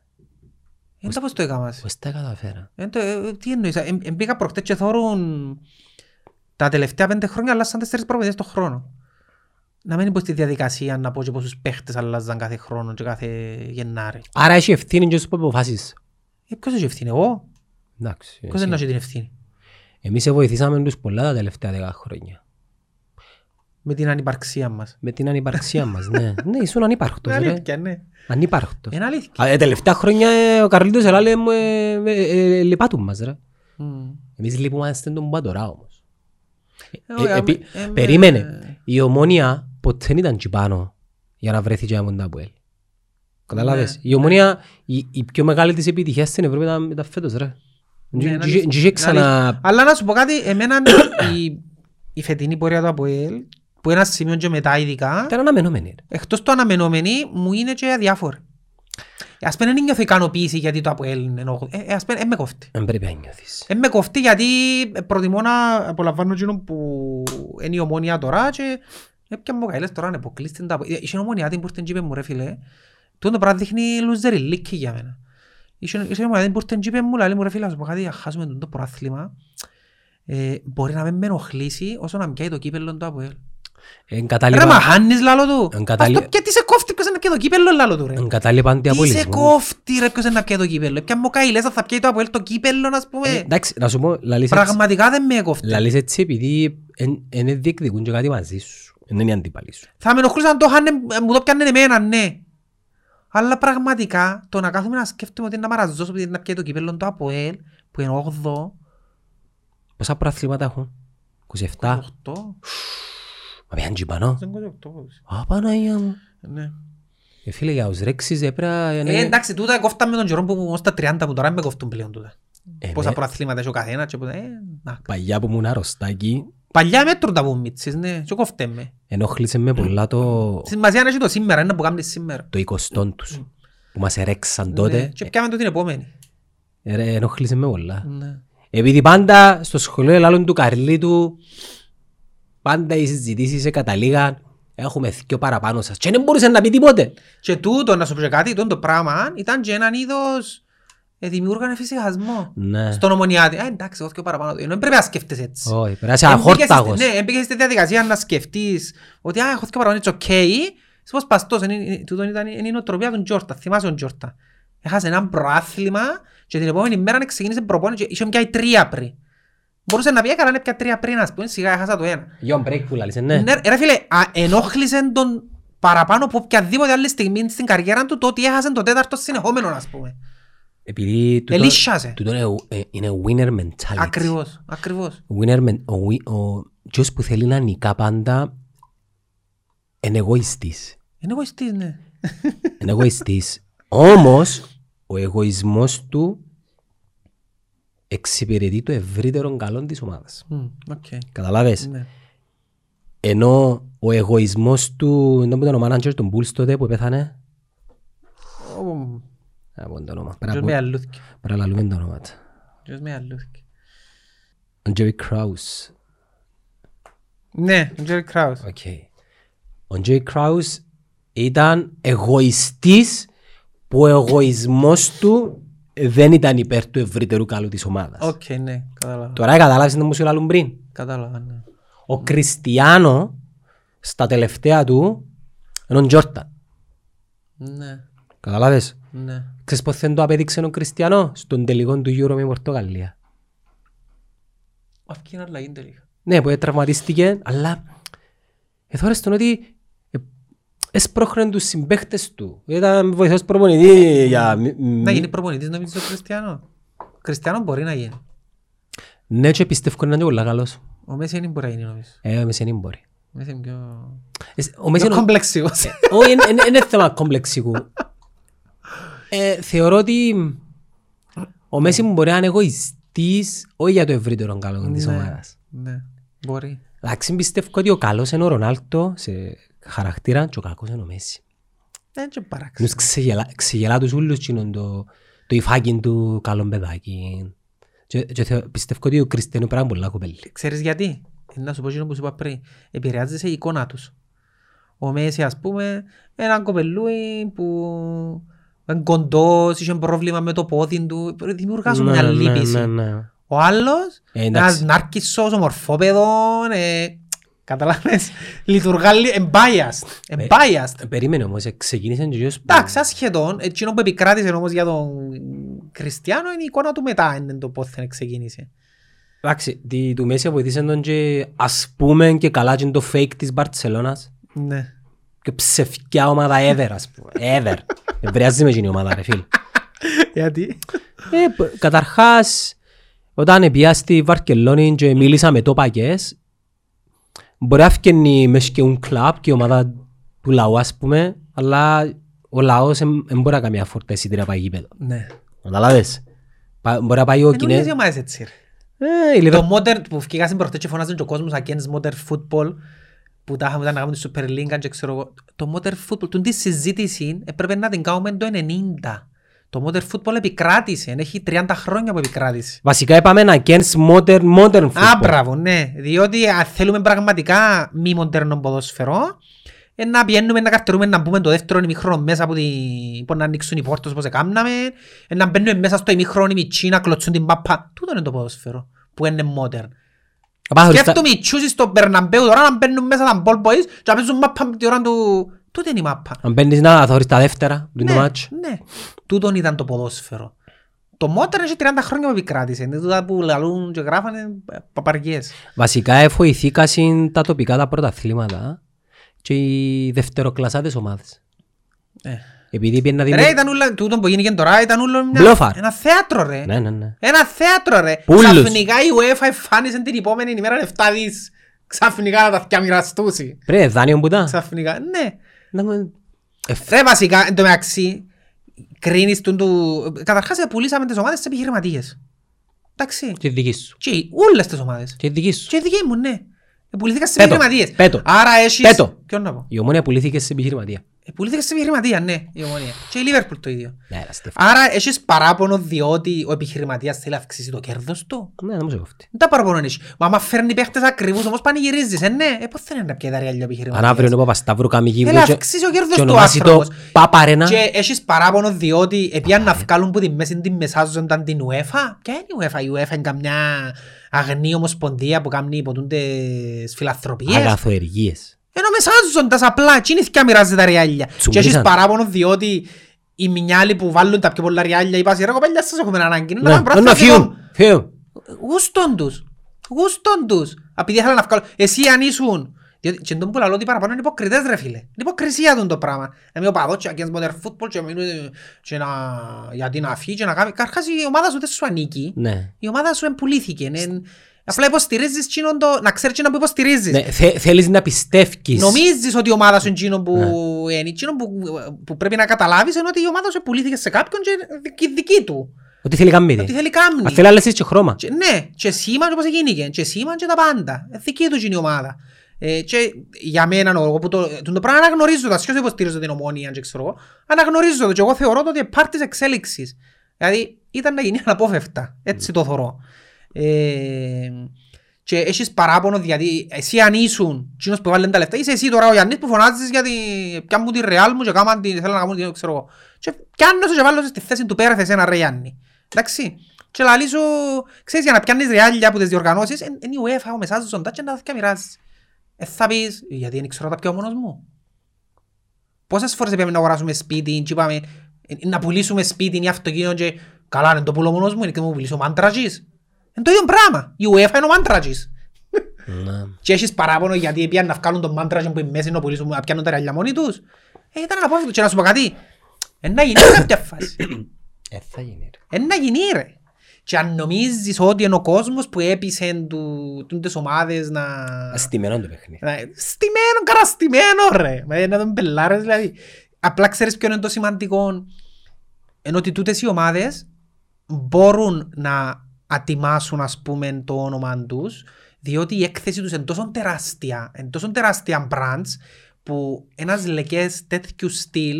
[SPEAKER 2] Δεν τα πώς το έκανα.
[SPEAKER 1] πώς τα καταφέρα.
[SPEAKER 2] Εν το- ε, Τι εννοείς. ε, ε, Μπήκα προχτές και θόρουν τα τελευταία πέντε χρόνια αλλάσαν τέσσερις προπονητές το χρόνο. Να μην πω στη διαδικασία να πω και πόσους παίχτες αλλάζαν κάθε χρόνο και κάθε Γενάρη.
[SPEAKER 1] Άρα έχει ευθύνη και στους που αποφάσεις.
[SPEAKER 2] Ε, ποιος έχει ευθύνη, εγώ.
[SPEAKER 1] Εντάξει.
[SPEAKER 2] Ποιος
[SPEAKER 1] Ε, εσύ.
[SPEAKER 2] δεν έχει την ευθύνη.
[SPEAKER 1] Εμείς σε βοηθήσαμε τους πολλά τα τελευταία 10 χρόνια.
[SPEAKER 2] Με την ανυπαρξία μας.
[SPEAKER 1] Με την ανυπαρξία μας,
[SPEAKER 2] (laughs)
[SPEAKER 1] ναι. ναι, ήσουν ανύπαρκτος
[SPEAKER 2] Είναι
[SPEAKER 1] ρε.
[SPEAKER 2] αλήθεια, ναι.
[SPEAKER 1] Ανύπαρκτος.
[SPEAKER 2] Είναι αλήθεια.
[SPEAKER 1] Α, ε, τελευταία χρόνια ε, ο Καρλίτος ελάλε μου ε, ε, ε, λυπάτουν μας ρε.
[SPEAKER 2] Μμμ.
[SPEAKER 1] Εμείς λυπούμαστε τον Μπατορά όμως. Ε,
[SPEAKER 2] ωραία,
[SPEAKER 1] ε, επί-
[SPEAKER 2] ε, με-
[SPEAKER 1] Περίμενε. Η ομόνια ποτέ δεν ήταν τσιπάνω για να βρέθηκε από τα Αποέλ. Καταλάβες.
[SPEAKER 2] Ναι,
[SPEAKER 1] Η ομόνια, η, η πιο μεγάλη της επιτυχίας στην Ευρώπη ήταν ήταν φέτος ρε.
[SPEAKER 2] Ναι, να
[SPEAKER 1] Τζι-
[SPEAKER 2] δεις-
[SPEAKER 1] τζι- τζι-
[SPEAKER 2] να δεις.
[SPEAKER 1] ξανα...
[SPEAKER 2] Αλλά να σου πω κάτι, εμένα η, η φετινή πορεία του ΑΠΟΕΛ, που ένα σημείο και μετά ειδικά,
[SPEAKER 1] Ήταν αναμενόμενη. ρε.
[SPEAKER 2] εκτός του αναμενόμενη, μου είναι και αδιάφορη. Ε, Ας πούμε δεν νιώθω ικανοποίηση γιατί το ΑΠΟΕΛ είναι ενόχο. Ε, ε, Ας πούμε, ε, με κόφτει.
[SPEAKER 1] Δεν πρέπει να νιώθεις.
[SPEAKER 2] Ε, με κόφτει γιατί ε, προτιμώ να απολαμβάνω εκείνο που είναι η ομόνια τώρα και έπια μου καηλές τώρα να αποκλείστην τα ΑΠΟΕΛ. ε, Είχε ομόνια την που ήρθε και είπε μου ρε φίλε, τούτο πράγμα δείχνει λουζερι λίκη για μένα. Είχε είχε ομόνια την που ήρθε και είπε μου, λέει μου ρε φίλε, ας πω κάτι, ας χάσουμε το προάθλημα. Ε, μπορεί να μην με ενοχλήσει όσο να πιάει το κύπελλον του ΑΠΟΕΛ. Ρε μα
[SPEAKER 1] Εγκατάλειπα
[SPEAKER 2] χάνεις λάλο του.
[SPEAKER 1] Εν
[SPEAKER 2] Ας
[SPEAKER 1] καταλή-
[SPEAKER 2] το πιέ, τι σε κόφτει, ποιος είναι να πιέ το κύπελλο λάλο του ρε.
[SPEAKER 1] εγκατάλειπα
[SPEAKER 2] Τι σε
[SPEAKER 1] αντιαπολισμό.
[SPEAKER 2] κόφτει ρε ποιος είναι να πιέ το κύπελλο. Ποια μοκαηλές θα πιέ το ΑΠΟΕΛ το κύπελλο ας
[SPEAKER 1] Ε,
[SPEAKER 2] πούμε.
[SPEAKER 1] Εντάξει, να σου πω, λαλείς έτσι-
[SPEAKER 2] Πραγματικά δεν με κόφτει.
[SPEAKER 1] λαλείς έτσι επειδή δεν διεκδικούν και κάτι μαζί σου. Εν Είναι οι αντίπαλοι σου.
[SPEAKER 2] Θα με ενοχλούσαν το χάνε, μου το πιάνε εμένα, ναι. Αλλά πραγματικά το να κάθομαι να σκέφτομαι ότι είναι να μαραζώσω επειδή είναι να πιέ το κύπελλο το ΑΠΟΕΛ που είναι 8,
[SPEAKER 1] Πόσα προαθλήματα έχουν. 27.
[SPEAKER 2] 8,
[SPEAKER 1] Μα πιάνε και πάνω.
[SPEAKER 2] δεν είναι 28.
[SPEAKER 1] Α, Παναγία μου.
[SPEAKER 2] Ναι.
[SPEAKER 1] Ε, Φίλε, για τους ρέξεις ναι. έπρεπε...
[SPEAKER 2] Ε, εντάξει, τούτα κόφτα με τον καιρό που ήμουν στα 30 που τώρα δεν με κόφτουν πλέον τούτα. Πόσα προαθλήματα έχει ο καθένας και πότα- ε, να
[SPEAKER 1] Παλιά Ε, ναι. που ήμουν αρρωστάκι,
[SPEAKER 2] Παλιά μέτρου τα βομίτσες, ναι, και κόφτε με.
[SPEAKER 1] ενόχλησε με πολλά το,
[SPEAKER 2] Σημασία να έχει το σήμερα, είναι που κάνεις σήμερα.
[SPEAKER 1] το 20 τους. Που μας ερέξαν
[SPEAKER 2] Ναι,
[SPEAKER 1] τότε,
[SPEAKER 2] Και πιάμε το την επόμενη.
[SPEAKER 1] ε, ρε, ενόχλησε με πολλά.
[SPEAKER 2] Ναι.
[SPEAKER 1] Επειδή πάντα στο σχολείο ελάλλον του Καρλίτου, πάντα οι συζητήσεις καταλήγαν, έχουμε δυο παραπάνω σας. Και δεν μπορούσε να πει τίποτε.
[SPEAKER 2] Και τούτο, να σου πω και κάτι, τούτο το πράγμα ήταν και έναν είδος ε, δημιούργανε φυσικασμό.
[SPEAKER 1] Ναι.
[SPEAKER 2] Στον ομονιάτη, «Α, εντάξει, εγώ πιο παραπάνω. Ενώ δεν πρέπει να σκέφτεσαι έτσι.
[SPEAKER 1] Όχι, περάσε
[SPEAKER 2] Εν πήγες στη-
[SPEAKER 1] αχόρταγος.
[SPEAKER 2] Ναι, έμπήκες στη διαδικασία να σκεφτείς ότι «Α, έχω πιο παραπάνω, it's okay». Είσαι πως παστός, είναι- είναι- τούτον ήταν είναι η νοοτροπία του Τζόρτα, θυμάσαι τον Τζόρτα. Έχασε ένα προάθλημα και την επόμενη μέρα να ξεκίνησε προπόνηση και είχε πιάει τρία πριν. Μπορούσε να πει έκανα πια τρία πριν, ας πούμε, σιγά έχασα το ένα.
[SPEAKER 1] Γιον break που λαλήσε, ναι.
[SPEAKER 2] Ναι, ρε φίλε, α, ενόχλησε τον παραπάνω από οποιαδήποτε άλλη στιγμή στην καριέρα του το ότι έχασε το τέταρτο συνεχόμενο, ας πούμε.
[SPEAKER 1] Επειδή τούτο-
[SPEAKER 2] Ελίσσασε.
[SPEAKER 1] τούτο είναι- ε, είναι winner mentality.
[SPEAKER 2] Ακριβώς, ακριβώς.
[SPEAKER 1] Winner men- ο, win- ο ποιος που θέλει να νικά πάντα είναι εγωιστής.
[SPEAKER 2] Είναι εγωιστής, ναι.
[SPEAKER 1] Είναι εγωιστής. Όμως, ο εγωισμός του εξυπηρετεί το ευρύτερο καλό της ομάδας.
[SPEAKER 2] Μμ, Οκ.
[SPEAKER 1] Καταλάβες.
[SPEAKER 2] Ναι.
[SPEAKER 1] Ενώ ο εγωισμός του, δεν ήταν ο μάνατζερ του Μπούλς τότε που πέθανε.
[SPEAKER 2] Ω,
[SPEAKER 1] Να πω το όνομα.
[SPEAKER 2] Ποιος
[SPEAKER 1] Πρέπει
[SPEAKER 2] με
[SPEAKER 1] να
[SPEAKER 2] αλλούθηκε.
[SPEAKER 1] πω- πρέπει να λαλούμε τα όνοματα.
[SPEAKER 2] Ποιος με αλλούθηκε.
[SPEAKER 1] Ο Τζέρι Κράους.
[SPEAKER 2] Ναι, ο Τζέρι Κράους.
[SPEAKER 1] Οκ. Ο Τζέι Κράους ήταν εγωιστής που ο εγωισμός του δεν ήταν υπέρ του ευρύτερου καλού της ομάδας.
[SPEAKER 2] Οκ, ναι, κατάλαβα.
[SPEAKER 1] Τώρα καταλάβεις να μου σου λαλούν πριν.
[SPEAKER 2] Κατάλαβα, ναι.
[SPEAKER 1] Ο Κριστιανό στα τελευταία του είναι ο Τζόρταν.
[SPEAKER 2] Ναι,
[SPEAKER 1] Καταλάβες.
[SPEAKER 2] ναι.
[SPEAKER 1] Ξέρεις πώς δεν το απέδειξε ο Κριστιανό στον τελικό του Euro με Πορτογαλία.
[SPEAKER 2] Αυτή είναι αλλαγή τελικά.
[SPEAKER 1] Ναι, που τραυματίστηκε, αλλά εθώρες τον ότι ε, έσπροχνε τους συμπαίχτες του. Ήταν βοηθός προπονητής για... μ- μ-
[SPEAKER 2] Να γίνει προπονητής νομίζω ο Κριστιανό. Κριστιανό μπορεί να γίνει.
[SPEAKER 1] Ναι, και πιστεύω να είναι πολύ καλός.
[SPEAKER 2] Ο Μέση δεν μπορεί να γίνει νομίζω.
[SPEAKER 1] Ε, ο Μέση δεν μπορεί.
[SPEAKER 2] Ο Μέση είναι πιο...
[SPEAKER 1] Ε, Ο Μέση
[SPEAKER 2] Πιο
[SPEAKER 1] είναι...
[SPEAKER 2] κομπλεξικός.
[SPEAKER 1] Όχι, είναι- είναι- είναι θέμα κομπλεξικού. Ε, Θεωρώ ότι ο Μέση μπορεί να είναι εγωιστής, όχι για το ευρύτερο καλό της
[SPEAKER 2] Ναι.
[SPEAKER 1] ομάδας.
[SPEAKER 2] Ναι, μπορεί.
[SPEAKER 1] Εντάξει, πιστεύω ότι ο καλός είναι ο Ρονάλτο σε χαρακτήρα και ο κακός είναι ο Μέση.
[SPEAKER 2] Δεν και παράξενο.
[SPEAKER 1] Τους ξεγελά, ξεγελά τους ούλους κοινων το, το υφάκι του καλό παιδάκι. Και, και θεω- πιστεύω ότι ο Κριστένου πράγμα πολλά κοπέλη.
[SPEAKER 2] Ξέρεις γιατί. Ε, Να σου πω εκείνο που σου είπα πριν. Επηρεάζεσαι η εικόνα τους. Ο Μέση ας πούμε έναν κοπελούι που ήταν κοντός, είχε πρόβλημα με το πόδι του. Δημιουργάς σου μια λύπηση.
[SPEAKER 1] ναι.
[SPEAKER 2] Ο άλλος,
[SPEAKER 1] Ε, εντάξει.
[SPEAKER 2] ένας νάρκισσος, ομορφόπεδον, ε, καταλάβες, λειτουργά λίγο biased,
[SPEAKER 1] Ε,
[SPEAKER 2] biased.
[SPEAKER 1] Περίμενε όμως, ε, ξεκίνησε και γιος
[SPEAKER 2] Εντάξει, ασχετόν, εκείνο που επικράτησε όμως για τον Κριστιανό είναι η εικόνα του μετά, είναι το πώς θα ξεκίνησε.
[SPEAKER 1] Εντάξει, τη, του Μέση βοηθήσε τον και ας πούμε και καλά και το fake της Μπαρτσελώνας
[SPEAKER 2] Ναι. (laughs)
[SPEAKER 1] και ψευκιά ομάδα ever ας πούμε, ever. Ευρεάζει με εκείνη η ομάδα ρε φίλε.
[SPEAKER 2] Γιατί.
[SPEAKER 1] Ε, π- καταρχάς, όταν πήγα στη Βαρκελόνη και μίλησα με το πακές, μπορεί να φκαινεί μες και un κλαμπ και η ομάδα του λαού ας πούμε, αλλά ο λαός δεν μπορεί να κάνει μια φορτές ή τρία παγίπεδο.
[SPEAKER 2] Ναι.
[SPEAKER 1] Καταλάβες. Πα- Μπορεί να πάει ο
[SPEAKER 2] Είναι όλες οι
[SPEAKER 1] Κινέζος.
[SPEAKER 2] ομάδες έτσι. ρε.
[SPEAKER 1] Ε, η Λίβερπουλ.
[SPEAKER 2] Το modern που φκήκασαν προχτές και φωνάζαν και ο κόσμος against modern football που τα είχαμε όταν να κάνουμε τη Super League αν και ξέρω εγώ. Το modern football, τον τη συζήτηση έπρεπε να την κάνουμε το 90. Το modern football επικράτησε, έχει 30 χρόνια που επικράτησε.
[SPEAKER 1] Βασικά είπαμε να against modern, modern
[SPEAKER 2] Α,
[SPEAKER 1] football.
[SPEAKER 2] μπράβο, ναι. Διότι αν θέλουμε πραγματικά μη μοντέρνο ποδόσφαιρο, ε, να πηγαίνουμε να καρτερούμε να μπούμε το δεύτερο ημίχρονο μέσα από την... που να ανοίξουν οι πόρτες όπως έκαναμε, ε, να μπαίνουμε μέσα στο ημίχρονο οι μητσί να κλωτσούν την παπά. Τούτο είναι το ποδόσφαιρο που είναι modern.
[SPEAKER 1] Απαραίτητα-
[SPEAKER 2] Σκέφτομαι οι τσούζοι στο Μπερναμπέου τώρα να μπαίνουν μέσα τα ball boys και να παίζουν μάπα την ώρα του... Τούτη είναι η μάπα.
[SPEAKER 1] Αν παίρνεις να θωρείς τα δεύτερα πριν το
[SPEAKER 2] Ναι,
[SPEAKER 1] μάτς.
[SPEAKER 2] Ναι. Τούτον ήταν το ποδόσφαιρο. Το modern έχει 30 χρόνια που επικράτησε. Είναι τούτα που λαλούν και γράφανε ε, παπαργίες.
[SPEAKER 1] Βασικά εφοηθήκα συν τα τοπικά τα πρωταθλήματα και οι δευτεροκλασσάτες ομάδες.
[SPEAKER 2] Ε.
[SPEAKER 1] Επειδή πήγαινε να
[SPEAKER 2] Ρε
[SPEAKER 1] δίνει...
[SPEAKER 2] ήταν όλα, τούτο που γίνηκε τώρα ήταν όλα μια...
[SPEAKER 1] Μπλόφαρ.
[SPEAKER 2] Ένα θέατρο ρε.
[SPEAKER 1] Ναι, ναι, ναι.
[SPEAKER 2] Ένα θέατρο ρε.
[SPEAKER 1] Πούλους.
[SPEAKER 2] Ξαφνικά η UEFA εμφάνισε την επόμενη ημέρα 7 δις. Ξαφνικά να τα φτιά μοιραστούσει.
[SPEAKER 1] Ρε, δάνειο που ήταν.
[SPEAKER 2] Ξαφνικά, ναι.
[SPEAKER 1] Να με-
[SPEAKER 2] Ρε βασικά, εν τω μεταξύ, κρίνεις τον του... Καταρχάς πουλήσαμε τις ομάδες σε επιχειρηματίες. Εντάξει.
[SPEAKER 1] Και δική σου.
[SPEAKER 2] Και όλες τις ομάδες.
[SPEAKER 1] Και δική σου.
[SPEAKER 2] Και η δική μου, ναι. Ε, Πουλήθηκα σε
[SPEAKER 1] Πέτω.
[SPEAKER 2] επιχειρηματίες.
[SPEAKER 1] Πέτω.
[SPEAKER 2] Άρα έχεις...
[SPEAKER 1] Πέτω.
[SPEAKER 2] Ποιον να πω.
[SPEAKER 1] Η ομόνια πουλήθηκε σε επιχειρηματία.
[SPEAKER 2] Ε, Πουλήθηκα σε επιχειρηματία, ναι, η ομονία. Και η Λίβερπουλ το ίδιο.
[SPEAKER 1] Ναι, ρε, Στέφα.
[SPEAKER 2] Άρα έχεις παράπονο διότι ο επιχειρηματίας θέλει να αυξήσει το κέρδος του.
[SPEAKER 1] Ναι, να μου σε κοφτεί.
[SPEAKER 2] Δεν τα παραπονώ έχεις. Μα άμα φέρνει παίχτες ακριβούς όμως πανηγυρίζεις, ε ναι. Ε, πώς θέλει να πιέτα ρεάλι ο
[SPEAKER 1] Αν
[SPEAKER 2] επιχειρηματίας.
[SPEAKER 1] αύριο είναι ο Παπασταύρου καμιγύρου
[SPEAKER 2] Θέλει να
[SPEAKER 1] και-
[SPEAKER 2] αυξήσει ο κέρδος
[SPEAKER 1] και
[SPEAKER 2] του
[SPEAKER 1] ονομάσει το
[SPEAKER 2] άνθρωπος.
[SPEAKER 1] Παπαρένα.
[SPEAKER 2] Και έχεις παράπονο διότι έπιαν να βγάλουν που τη μέση την μεσάζονταν την UEFA. Ποια είναι η UEFA. Η UEFA είναι καμιά αγνή ομοσπονδία που κάνει υποτούντες φιλανθρωπίες. Ε,
[SPEAKER 1] Αγαθοεργίες.
[SPEAKER 2] Ενώ μεσάζοντας απλά, τι είναι θκιά μοιράζεται τα ριάλια. Και
[SPEAKER 1] Τσουμπρίζαν.
[SPEAKER 2] έχεις παράπονο διότι οι μινιάλοι που βάλουν τα πιο πολλά ριάλια είπαν «Ρε κοπέλια σας έχουμε ανάγκη, να
[SPEAKER 1] Ναι,
[SPEAKER 2] πάμε
[SPEAKER 1] να
[SPEAKER 2] πρόθυμα
[SPEAKER 1] φύγουν. Φύγουν.
[SPEAKER 2] Γούστον τους. Γούστον τους. Επειδή ήθελα να βγάλω. Εσύ αν ήσουν. Διότι και τον που λαλώ ότι παραπάνω είναι υποκριτές ρε φίλε. Είναι υποκρισία του το πράγμα. Να μην οπαδώ και against modern football και, μην- και να... γιατί να φύγει και να κάνει. Καρχάς η ομάδα σου δεν σου ανήκει.
[SPEAKER 1] Ναι.
[SPEAKER 2] Η ομάδα σου εμπουλήθηκε. Είναι... Απλά υποστηρίζεις τσίνον το... να ξέρεις τσίνον που υποστηρίζεις.
[SPEAKER 1] Ναι, θε- Θέλεις να πιστεύεις.
[SPEAKER 2] Νομίζεις ότι η ομάδα σου είναι τσίνον που, είναι, τσίνον που, που πρέπει να καταλάβεις είναι ότι η ομάδα σου εμπουλήθηκε σε κάποιον και δική, δική του.
[SPEAKER 1] Ότι θέλει καμίδι.
[SPEAKER 2] Ότι θέλει κάμνη.
[SPEAKER 1] Αν θέλει άλλες είσαι και χρώμα.
[SPEAKER 2] Και, ναι, και σήμα και πώς γίνηκε. Και σήμα και τα πάντα. Ε, Δική του είναι η ομάδα. Ε, και για μένα, εγώ που το, το, το πράγμα αναγνωρίζω, τα σχέδια υποστηρίζω την ομόνια, και ξέρω εγώ, αναγνωρίζω το και εγώ θεωρώ το ότι επάρ της εξέλιξης. Δηλαδή ήταν να γίνει αναπόφευκτα, έτσι το θεωρώ. Ε, και έχεις παράπονο, γιατί εσύ αν ήσουν εκείνος που βάλει τα λεφτά, είσαι εσύ τώρα ο Γιάννης που φωνάζεις γιατί πιάνουν την ρεάλ μου και κάμαν την, θέλω να κάνουν την, ξέρω εγώ. Και πιάνω σου και βάλω σε στη θέση του πέρα εσένα ρε Γιάννη. Εντάξει. Και λαλί σου, ξέρεις για να πιάνεις ρεάλια από τις διοργανώσεις, εν- είναι η UEFA, ο μεσάζος ζωντά και να τα μοιράζεις. Ε, θα πεις, γιατί δεν ξέρω τα πιο μόνος μου. Πόσες φορές πήγαμε να αγοράσουμε σπίτι και είπαμε ε, να πουλήσουμε σπίτι ή αυτοκίνητο και καλά δεν το πουλώ μόνος μου, είναι και μου πουλήσω μάντρατζης. Είναι το ίδιο πράγμα. Η UEFA είναι ο μάντρατζης.
[SPEAKER 1] Ναι.
[SPEAKER 2] Και έχεις παράπονο γιατί πήγαν να βγάλουν τον μάντρατζ που είναι μέσα να πουλήσουν, να πιάνουν τα ρεαλιά μόνοι τους. Ε, ήταν αναπόφευκτο και να σου πω κάτι. Ε, να γίνει σε κάποια φάση.
[SPEAKER 1] Ε, θα γίνει. ρε.
[SPEAKER 2] Ε, να γίνει ρε. Και αν νομίζεις ότι είναι ο κόσμος που έπεισε του, του, τις ομάδες να...
[SPEAKER 1] Αστημένο το παιχνίδι.
[SPEAKER 2] να- Στημένο, καραστημένο ρε. Μα, ε, Να τον πελάρες δηλαδή. Απλά ξέρεις ποιο είναι το σημαντικό. Ενώ ότι τούτες οι ομάδες μπορούν να ατιμάσουν ας πούμε το όνομα τους διότι η έκθεση τους είναι τόσο τεράστια, είναι τόσο τεράστια brands που ένας λεκές τέτοιου στυλ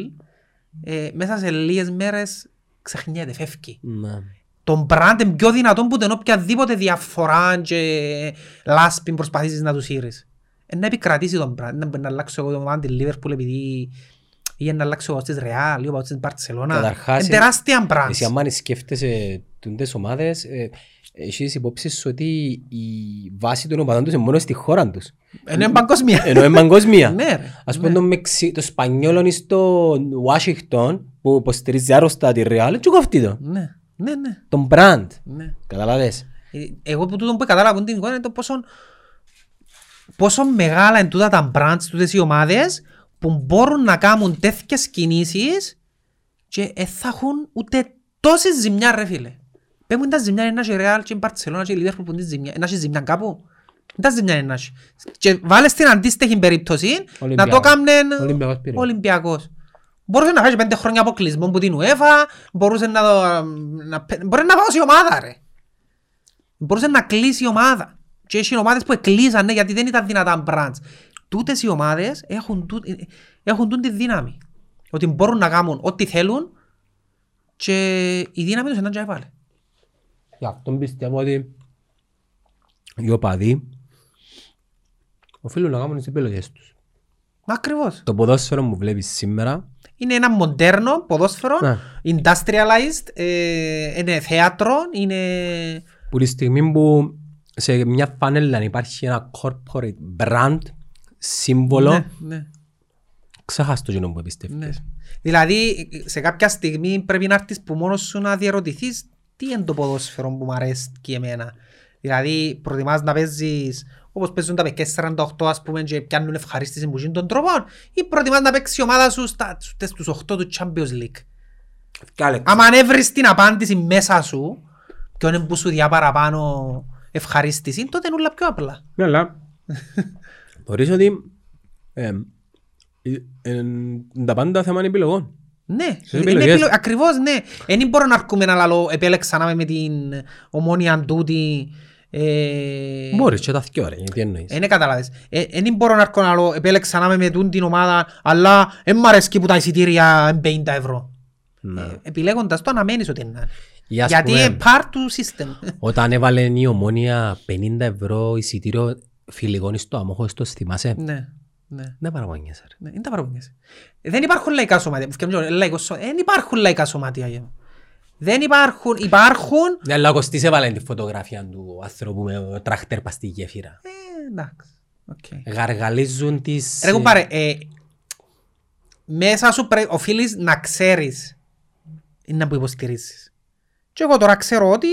[SPEAKER 2] ε, μέσα σε λίγες μέρες ξεχνιέται, φεύγει
[SPEAKER 1] Ναι.
[SPEAKER 2] τον brand είναι πιο δυνατόν που την οποιαδήποτε διαφορά και λάσπη προσπαθήσεις να τους σύρεις. Ε, να επικρατήσει τον brand, να, να αλλάξω εγώ το μάτι της Λίβερπουλ επειδή ή να αλλάξω εγώ στις Ρεάλ ή πάω στην Μπαρτσελώνα.
[SPEAKER 1] Καταρχάς,
[SPEAKER 2] Είναι τεράστια brand.
[SPEAKER 1] Εσύ αν σκέφτεσαι τούντες ομάδες, ε, έχεις υπόψη σου ότι η βάση των οπαδών τους είναι μόνο στη χώρα τους.
[SPEAKER 2] Ενώ είναι παγκοσμία.
[SPEAKER 1] Ενώ είναι παγκόσμια.
[SPEAKER 2] Ε, Ναι, ρε.
[SPEAKER 1] Ας πούμε το, Μεξι... το Σπανιόλο είναι στο Washington που υποστηρίζει άρρωστα τη Real και κοφτεί το.
[SPEAKER 2] Ναι, ναι, ναι.
[SPEAKER 1] Τον brand.
[SPEAKER 2] ναι.
[SPEAKER 1] Καταλαβες.
[SPEAKER 2] Ε, Εγώ που τούτο που κατάλαβα την εικόνα είναι το πόσο, πόσο μεγάλα είναι τούτα τα brands, τούτες οι ομάδες που μπορούν να κάνουν τέτοιες κινήσεις και ε, θα έχουν ούτε τόση ζημιά ρε φίλε. Πες μου, είναι τα ζημιά είναι να έχει η Real και η Barcelona και η Liverpool που είναι ζημιά. Να έχει ζημιά κάπου. Είναι τα ζημιά είναι να έχει. Και βάλες στην αντίστοιχη περίπτωση να
[SPEAKER 1] Ολυμπιακός.
[SPEAKER 2] το κάνουν
[SPEAKER 1] Ολυμπιακός πήρε.
[SPEAKER 2] Ολυμπιακός. Μπορούσε να φάει πέντε χρόνια αποκλεισμό από την UEFA, μπορούσε να, να, πε- μπορεί να πάω η ομάδα ρε. Μπορούσε να κλείσει η ομάδα. Και έχει ομάδες που εκλείσανε γιατί δεν ήταν δυνατά μπραντς. Τούτες οι ομάδες έχουν, τού, έχουν τούτη δύναμη. Ότι μπορούν να κάνουν ό,τι θέλουν και η δύναμη τους είναι να έβαλε.
[SPEAKER 1] Γι' αυτό πιστεύω ότι οι οπαδοί οφείλουν να κάνουν τις επιλογές τους.
[SPEAKER 2] Μα ακριβώς.
[SPEAKER 1] Το ποδόσφαιρο που βλέπεις σήμερα
[SPEAKER 2] Είναι ένα μοντέρνο ποδόσφαιρο,
[SPEAKER 1] Ναι.
[SPEAKER 2] industrialized, ε, είναι θέατρο, είναι...
[SPEAKER 1] που τη στιγμή που σε μια φανέλα υπάρχει ένα corporate brand, σύμβολο,
[SPEAKER 2] Ναι,
[SPEAKER 1] ναι.
[SPEAKER 2] ναι.
[SPEAKER 1] ξεχάς το κοινό που εμπιστεύτηκες.
[SPEAKER 2] Δηλαδή, σε κάποια στιγμή πρέπει να έρθεις που μόνος σου να διαρωτηθείς τι είναι το ποδόσφαιρο που μου αρέσει και εμένα. Δηλαδή, προτιμάς να παίζεις όπως παίζουν τα παιδιά 48 ας πούμε και πιάνουν ευχαρίστηση που γίνουν των τρόπων ή προτιμάς να παίξει η ομάδα σου στα, στους 8 του Champions League.
[SPEAKER 1] Κάλε.
[SPEAKER 2] Άμα αν έβρεις την απάντηση μέσα σου και είναι που σου διά παραπάνω ευχαρίστηση, τότε είναι όλα πιο απλά.
[SPEAKER 1] Ναι, (laughs) αλλά θεωρείς ότι ε, ε, ε, τα πάντα θέμα είναι επιλογών.
[SPEAKER 2] Ναι,
[SPEAKER 1] Στις
[SPEAKER 2] είναι
[SPEAKER 1] επιλογές.
[SPEAKER 2] επιλο... ακριβώς ναι. Δεν μπορώ να αρκούμε να λαλώ επέλεξα να είμαι με την ομόνια τούτη. Ε...
[SPEAKER 1] Μπορείς και τα δυο ρε, γιατί εννοείς.
[SPEAKER 2] Ε, ναι, καταλάβες. Δεν μπορώ να αρκώ να λαλώ επέλεξα να είμαι με τούν την ομάδα, αλλά δεν μ' αρέσκει που τα εισιτήρια είναι 50 ευρώ.
[SPEAKER 1] Ναι.
[SPEAKER 2] Ε, επιλέγοντας το αναμένεις ότι είναι.
[SPEAKER 1] Ή ας
[SPEAKER 2] Γιατί
[SPEAKER 1] πούμε-
[SPEAKER 2] είναι part του system. (laughs)
[SPEAKER 1] Όταν έβαλε η ομόνια 50 ευρώ εισιτήριο φιλικών στο αμόχο, στο θυμάσαι.
[SPEAKER 2] ναι, ναι.
[SPEAKER 1] Δεν παραγωνιέσαι. ρε.
[SPEAKER 2] Ναι, είναι τα παραπονιές. Δεν υπάρχουν λαϊκά σωμάτια. Που φτιάχνουν λαϊκός σω- Δεν υπάρχουν λαϊκά σωμάτια. γε μου. Δεν υπάρχουν, υπάρχουν.
[SPEAKER 1] Ναι, αλλά ο Κωστής έβαλε τη φωτογραφία του άνθρωπου με τραχτέρ πας στη γέφυρα.
[SPEAKER 2] Ε, εντάξει. οκ.
[SPEAKER 1] Γαργαλίζουν τις...
[SPEAKER 2] Ρε κουμπάρε, ε, μέσα σου πρέ... οφείλεις να ξέρεις να που υποστηρίζεις. Και εγώ τώρα ξέρω ότι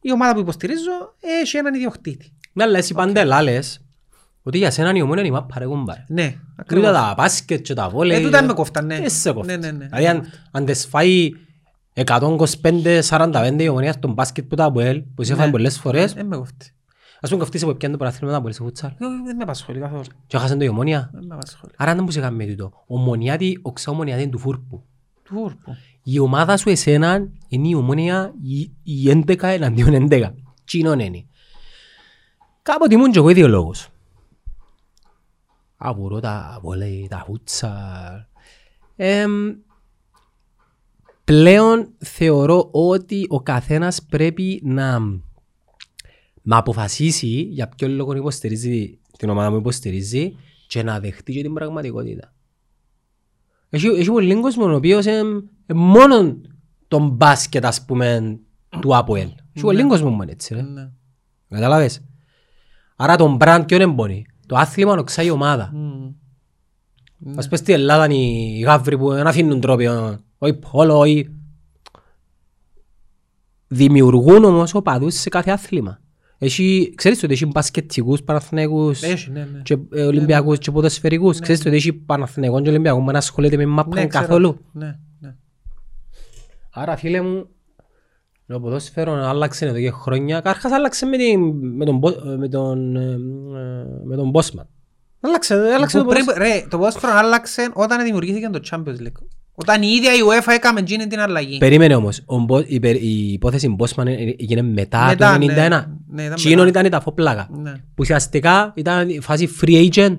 [SPEAKER 2] η ομάδα που υποστηρίζω έχει έναν ιδιοκτήτη.
[SPEAKER 1] Ναι, αλλά εσύ πάντα λάλες ότι για σένα η ομόνια είναι η μάπα ρε κουμπάρε.
[SPEAKER 2] Ναι,
[SPEAKER 1] Τούτα
[SPEAKER 2] ακριβώς.
[SPEAKER 1] τα μπάσκετ και τα βόλεϊ.
[SPEAKER 2] Ε, τούτα με κόφταν, ναι.
[SPEAKER 1] Ε, σε κόφτες.
[SPEAKER 2] Ναι, ναι, ναι.
[SPEAKER 1] Δηλαδή αν, αν τες φάει 125-45 η ομόνια στον μπάσκετ που τα αποέλ, που σε έφαγε
[SPEAKER 2] Ναι.
[SPEAKER 1] πολλές φορές,
[SPEAKER 2] Ε, με κόφτει.
[SPEAKER 1] ας πούμε καυτήσε που πιάνε το παραθύλιο μετά πολύ σε φουτσάλ.
[SPEAKER 2] Εγώ Δεν με απασχολεί καθόλου.
[SPEAKER 1] Και έχασαν το η ομόνια.
[SPEAKER 2] Δεν με απασχολεί.
[SPEAKER 1] Άρα δεν μπορούσε να κάνει τούτο. Ομονιάτη, οξά ομονιάτη είναι του φούρπου.
[SPEAKER 2] Του ούρπου.
[SPEAKER 1] Η ομάδα σου εσένα είναι η ομόνια η- η 11 εναντίον 11. Τσινόν είναι. Κάποτε ήμουν και εγώ ιδεολόγος. Απορώ τα βολέι, τα φούτσα. Εμ, πλέον θεωρώ ότι ο καθένας πρέπει να, να αποφασίσει για ποιο λόγο υποστηρίζει την ομάδα που υποστηρίζει και να δεχτεί και την πραγματικότητα. Έχει, έχει πολλοί κόσμο ο οποίος εμ, ε, μόνο τον μπάσκετ ας πούμε του ΑΠΟΕΛ. Έχει πολλοί κόσμο που είναι έτσι ρε.
[SPEAKER 2] Ναι.
[SPEAKER 1] Καταλάβες. Άρα τον brand ποιον εμπονεί. Το άθλημα νοξάει η ομάδα.
[SPEAKER 2] Μμμ. Ναι.
[SPEAKER 1] Ας πες στην Ελλάδα είναι οι γάβροι που δεν αφήνουν τρόπιο. Όχι πόλο, όχι... Δημιουργούν όμως οπαδούς σε κάθε άθλημα. Έχει, ξέρεις ότι έχει μπασκετικούς, παναθηναϊκούς
[SPEAKER 2] Έχει, ναι, ναι.
[SPEAKER 1] και ε, Ολυμπιακούς και ποδοσφαιρικούς. Ξέρεις ότι έχει Παναθηναϊκών και Ολυμπιακών που δεν ασχολείται με μάπαν
[SPEAKER 2] Ναι, ξέρω.
[SPEAKER 1] καθόλου.
[SPEAKER 2] Ναι, ναι.
[SPEAKER 1] Άρα φίλε μου, το ποδόσφαιρο άλλαξε εδώ και χρόνια. Κάρχας άλλαξε με, την, με τον, πο- με τον, ε, ε, με τον Bosman. Άλλαξε, άλλαξε το
[SPEAKER 2] Που
[SPEAKER 1] ποδόσφαιρο.
[SPEAKER 2] πριν- Ρε, το ποδόσφαιρο άλλαξε όταν δημιουργήθηκε το Champions League. Όταν η ίδια η UEFA έκαμε τζίνη την αλλαγή.
[SPEAKER 1] Περίμενε όμως, ο Μπο- η, περι- η υπόθεση Bosman ε- ε- έγινε μετά,
[SPEAKER 2] Μετά,
[SPEAKER 1] το
[SPEAKER 2] ναι.
[SPEAKER 1] 1991.
[SPEAKER 2] Ναι, ήταν
[SPEAKER 1] Τσίνον
[SPEAKER 2] μετά.
[SPEAKER 1] ήταν η ταφόπλακα.
[SPEAKER 2] Ναι.
[SPEAKER 1] Που ουσιαστικά ήταν η φάση free agent.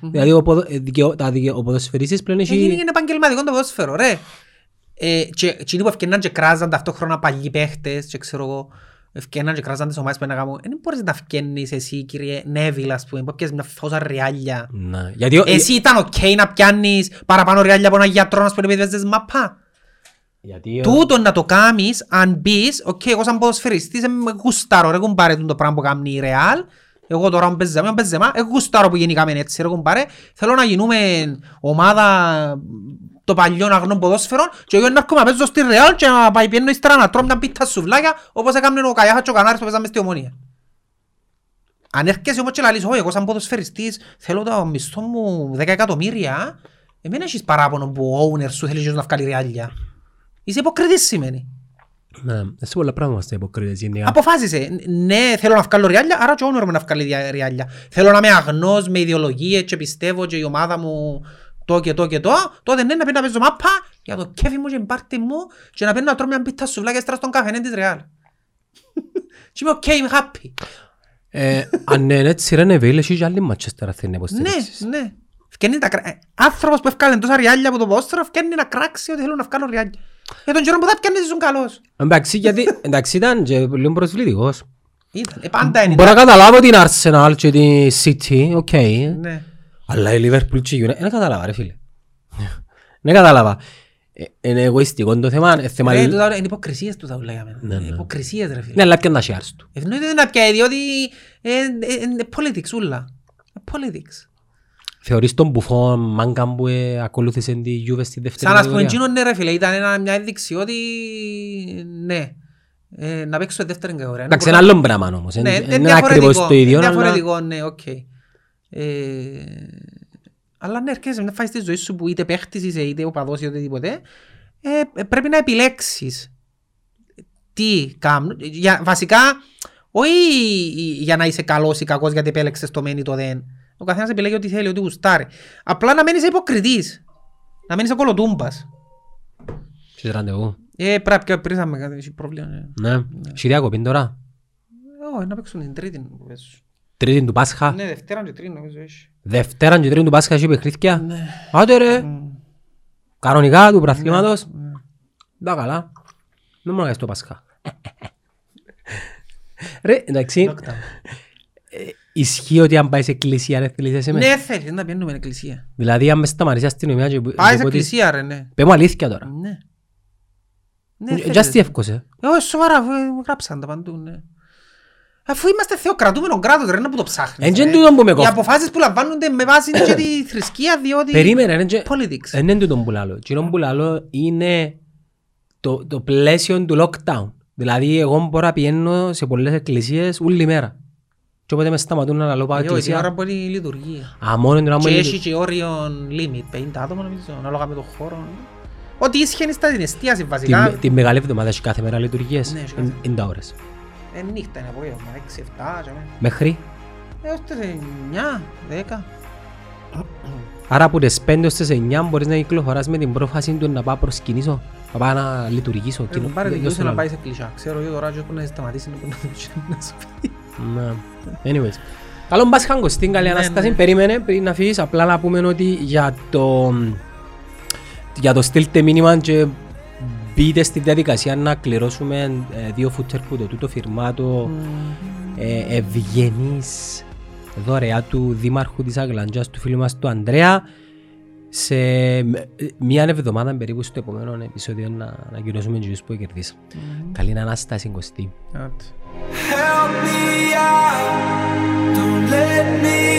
[SPEAKER 1] Δηλαδή ο, ποδο, ε, δικαιο- τα δικαιο- ο ποδοσφαιριστής πλέον έχει...
[SPEAKER 2] Έγινε και ένα επαγγελματικό το ποδόσφαιρο, ρε. Ε, και εκείνοι που ευκαινάν και κράζαν ταυτόχρονα παλιοί παίχτες και ξέρω εγώ, ευκαινάν και κράζαν τις ομάδες που είναι να κάνουν. Ε, Δεν μπορείς να ευκαινείς εσύ, κύριε Νέβιλ, ας πούμε, που έπιασες μια φόσα ριάλια.
[SPEAKER 1] Ναι, γιατί ο-
[SPEAKER 2] Εσύ ήταν οκ να πιάνεις παραπάνω ριάλια από έναν γιατρό, ας πούμε, επειδή παίζεις μαπά.
[SPEAKER 1] γιατί ο-
[SPEAKER 2] Τούτο να το κάνεις αν πεις, οκ, εγώ σαν ποδοσφαιριστής δεν με γουστάρω ρε κουμπάρε τούτο πράγμα που κάνει η Ρεάλ. Εγώ τώρα αν παίζαμε, αν παίζαμε, εγώ γουστάρω που γενικάμε έτσι ρε κουμπάρε. Θέλω να γίνουμε ομάδα το παλιό αγνών ποδόσφαιρο και εγώ να έρχομαι να παίζω στη Ρεάλ και να πάει πιένω ύστερα να τρώω μια πίτα σουβλάκια όπως έκανε ο Καγιάχα και ο Κανάρης που παίζαμε στη Ομόνια. Αν έρχεσαι όμως και λαλείς, «Ω, εγώ σαν ποδοσφαιριστής θέλω το μισθό μου 10 εκατομμύρια, εμένα έχεις παράπονο που ο owner σου θέλει να βγάλει ρεάλια. Είσαι υποκριτής σημαίνει.
[SPEAKER 1] Ναι, σε πολλά πράγματα είμαστε υποκρίτες γενικά.
[SPEAKER 2] Αποφάσισε. Ναι, θέλω να βγάλω ριάλια, άρα και ο owner μου να βγάλει δια- ριάλια. Θέλω να είμαι αγνός με ιδεολογίες και πιστεύω και η ομάδα μου το και το και το, τότε ναι να πει να παίζω μάπα για το κέφι μου και πάρτι μου και να παίρνω να τρώω μια πίτα σουβλάκια στρα στον καφενέ της Ρεάλ. (laughs) Και είμαι οκ, είμαι happy.
[SPEAKER 1] Ε, Αν είναι έτσι ρε Νεβίλ, εσύ και άλλοι Ματσέστερ θέλει να υποστηρίξεις.
[SPEAKER 2] Ναι, ναι. Φκένει τα κρα- ε, Άνθρωπος που έφκανε τόσα ριάλια από το πόστρο, φκένει να κράξει ότι θέλουν να βγάλουν ριάλια. Για τον καιρό που θα φκένεις ήσουν καλός.
[SPEAKER 1] Εντάξει, γιατί εντάξει, ήταν και λίγο προσβλητικός.
[SPEAKER 2] Ήταν, ε, πάντα είναι.
[SPEAKER 1] Μπορώ να καταλάβω την Arsenal και την City, οκ.
[SPEAKER 2] Ναι.
[SPEAKER 1] Αλλά η Liverpool και η United, δεν κατάλαβα ρε φίλε. Δεν κατάλαβα. Ε, Είναι εγωιστικό το θέμα, ε, θέμα...
[SPEAKER 2] Ρε,
[SPEAKER 1] Ναι,
[SPEAKER 2] τούτα Είναι υποκρισίες του τα ούλα για μένα.
[SPEAKER 1] ναι.
[SPEAKER 2] Υποκρισίες ρε φίλε.
[SPEAKER 1] αλλά πιάνε τα shares του.
[SPEAKER 2] Ευνοείται να πιάει διότι ε, ε, ε, είναι politics ούλα. Ε, Politics.
[SPEAKER 1] Θεωρείς τον Μπουφόν μάγκα που ε, ακολούθησε τη Juve στη δεύτερη
[SPEAKER 2] Σαν να πούμε
[SPEAKER 1] κατηγορία.
[SPEAKER 2] εκείνο ναι ρε φίλε, ήταν ένα, μια ένδειξη ότι ναι, ε, να παίξω δεύτερη κατηγορία.
[SPEAKER 1] Εντάξει,
[SPEAKER 2] Να
[SPEAKER 1] ένα άλλο πράγμα όμως. ε.
[SPEAKER 2] μπορώ- Ναι,
[SPEAKER 1] Δεν
[SPEAKER 2] είναι
[SPEAKER 1] είναι
[SPEAKER 2] διαφορετικό,
[SPEAKER 1] ακριβώς το ίδιο.
[SPEAKER 2] είναι
[SPEAKER 1] αλλά-
[SPEAKER 2] διαφορετικό, ναι, οκ. Ε, αλλά ναι, έρχεσαι να φάεις τη ζωή σου που είτε παίχτης είσαι είτε οπαδός ή οτιδήποτε, ε, πρέπει να επιλέξεις τι κάνω. Για, βασικά, όχι για να είσαι καλός ή κακός γιατί επέλεξες το μεν ή το δεν. Ο καθένας επιλέγει ό,τι θέλει, ό,τι γουστάρει. Απλά να μένεις υποκριτής. Να μένεις ακολοτούμπας.
[SPEAKER 1] Στις ραντεβού.
[SPEAKER 2] Ε, πρέπει και πρίσαμε κάτι, έχει πρόβλημα. ε.
[SPEAKER 1] Ναι. Έχει διακοπή τώρα.
[SPEAKER 2] Ε, Όχι, να παίξουν την τρίτη. νομίζω.
[SPEAKER 1] Τρίτη του Πάσχα.
[SPEAKER 2] Ναι, Δευτέρα και τρίτη νομίζω έχει.
[SPEAKER 1] Δευτέρα και τρίτη του Πάσχα έχει παιχνίδια.
[SPEAKER 2] Ναι.
[SPEAKER 1] Άντε ρε. Κανονικά του πραθήματος.
[SPEAKER 2] Ναι,
[SPEAKER 1] Τα καλά. Δεν μπορώ να κάνεις το Πάσχα. Ρε, εντάξει, Ε, ισχύει ότι αν πάει σε εκκλησία ρε θελίζεσαι με.
[SPEAKER 2] Ναι, θέλει να πιένουμε εκκλησία.
[SPEAKER 1] Δηλαδή αν μες σταματήσει η αστυνομία και...
[SPEAKER 2] Πάει
[SPEAKER 1] και
[SPEAKER 2] σε
[SPEAKER 1] πω της-
[SPEAKER 2] εκκλησία, ρε, ναι.
[SPEAKER 1] Πες μου αλήθεια τώρα.
[SPEAKER 2] Ναι. Ναι,
[SPEAKER 1] Για
[SPEAKER 2] θέλει.
[SPEAKER 1] τι εύκοσες.
[SPEAKER 2] Ε, όχι, σοβαρά, ε, μου γράψαν τα παντού, ναι. Αφού είμαστε θεοκρατούμενο κράτος, ρε, να που το ψάχνεις.
[SPEAKER 1] Εν και
[SPEAKER 2] ρε.
[SPEAKER 1] τούτον που με
[SPEAKER 2] Οι
[SPEAKER 1] κόφτει.
[SPEAKER 2] αποφάσεις που λαμβάνονται με βάση και τη θρησκεία, διότι...
[SPEAKER 1] Περίμενε, Ε, ναι, εν και-
[SPEAKER 2] Politics. Ε,
[SPEAKER 1] Δεν είναι τούτο που λαλώ. Τούτο που λαλώ είναι το, το πλαίσιο του lockdown. Δηλαδή, εγώ μπορώ να πηγαίνω σε πολλές εκκλησίες όλη μέρα. Και όποτε με σταματούν να λαλώ πάω
[SPEAKER 2] Ε, όχι, η ώρα
[SPEAKER 1] εκκλησία.
[SPEAKER 2] που είναι η λειτουργία.
[SPEAKER 1] Α, μόνο την ώρα μου
[SPEAKER 2] Και
[SPEAKER 1] είναι-
[SPEAKER 2] έχει και όριον limit, 50 άτομα νομίζω, ανάλογα με τον χώρο. Ό,τι ίσχυε στα την εστίαση βασικά.
[SPEAKER 1] Την, την μεγάλη εβδομάδα έχει κάθε μέρα λειτουργίες.
[SPEAKER 2] Ναι, έχει κάθε
[SPEAKER 1] Είναι τα ώρες.
[SPEAKER 2] Ε, νύχτα είναι απόγευμα, 6-7, και αμέ.
[SPEAKER 1] Μέχρι.
[SPEAKER 2] έως τις 9, 10.
[SPEAKER 1] Άρα από τις 5 έως τις 9 μπορείς να κυκλοφοράς με την πρόφαση του να πάω προσκυνήσω. Να πάω να λειτουργήσω.
[SPEAKER 2] Ε,
[SPEAKER 1] Κοινο-
[SPEAKER 2] Πάρε
[SPEAKER 1] δι- δώσε
[SPEAKER 2] την κούρσα να
[SPEAKER 1] λαλώ.
[SPEAKER 2] πάει σε κλεισά. Ξέρω εγώ τώρα και που να σταματήσει να (laughs) πει να σου πει.
[SPEAKER 1] Ναι. Anyways. Καλό Πάσχα Κωστή, καλή
[SPEAKER 2] Ναι,
[SPEAKER 1] Ανάσταση.
[SPEAKER 2] ναι.
[SPEAKER 1] Περίμενε πριν να φύγεις, απλά να πούμε ότι για το, για το στείλτε μήνυμα και μπείτε στη διαδικασία να κληρώσουμε ε, δύο φούτσερ που το τούτο φυρμάτο ε, ευγενής δωρεά του Δήμαρχου της Αγλαντζάς του φίλου μας του Ανδρέα σε μ- μία εβδομάδα περίπου στο επόμενο επεισόδιο να ανακοινώσουμε τους που κερδίσαμε. Καλή Ανάσταση Κωστή.
[SPEAKER 2] Άτε.
[SPEAKER 3] Help me out. Don't let me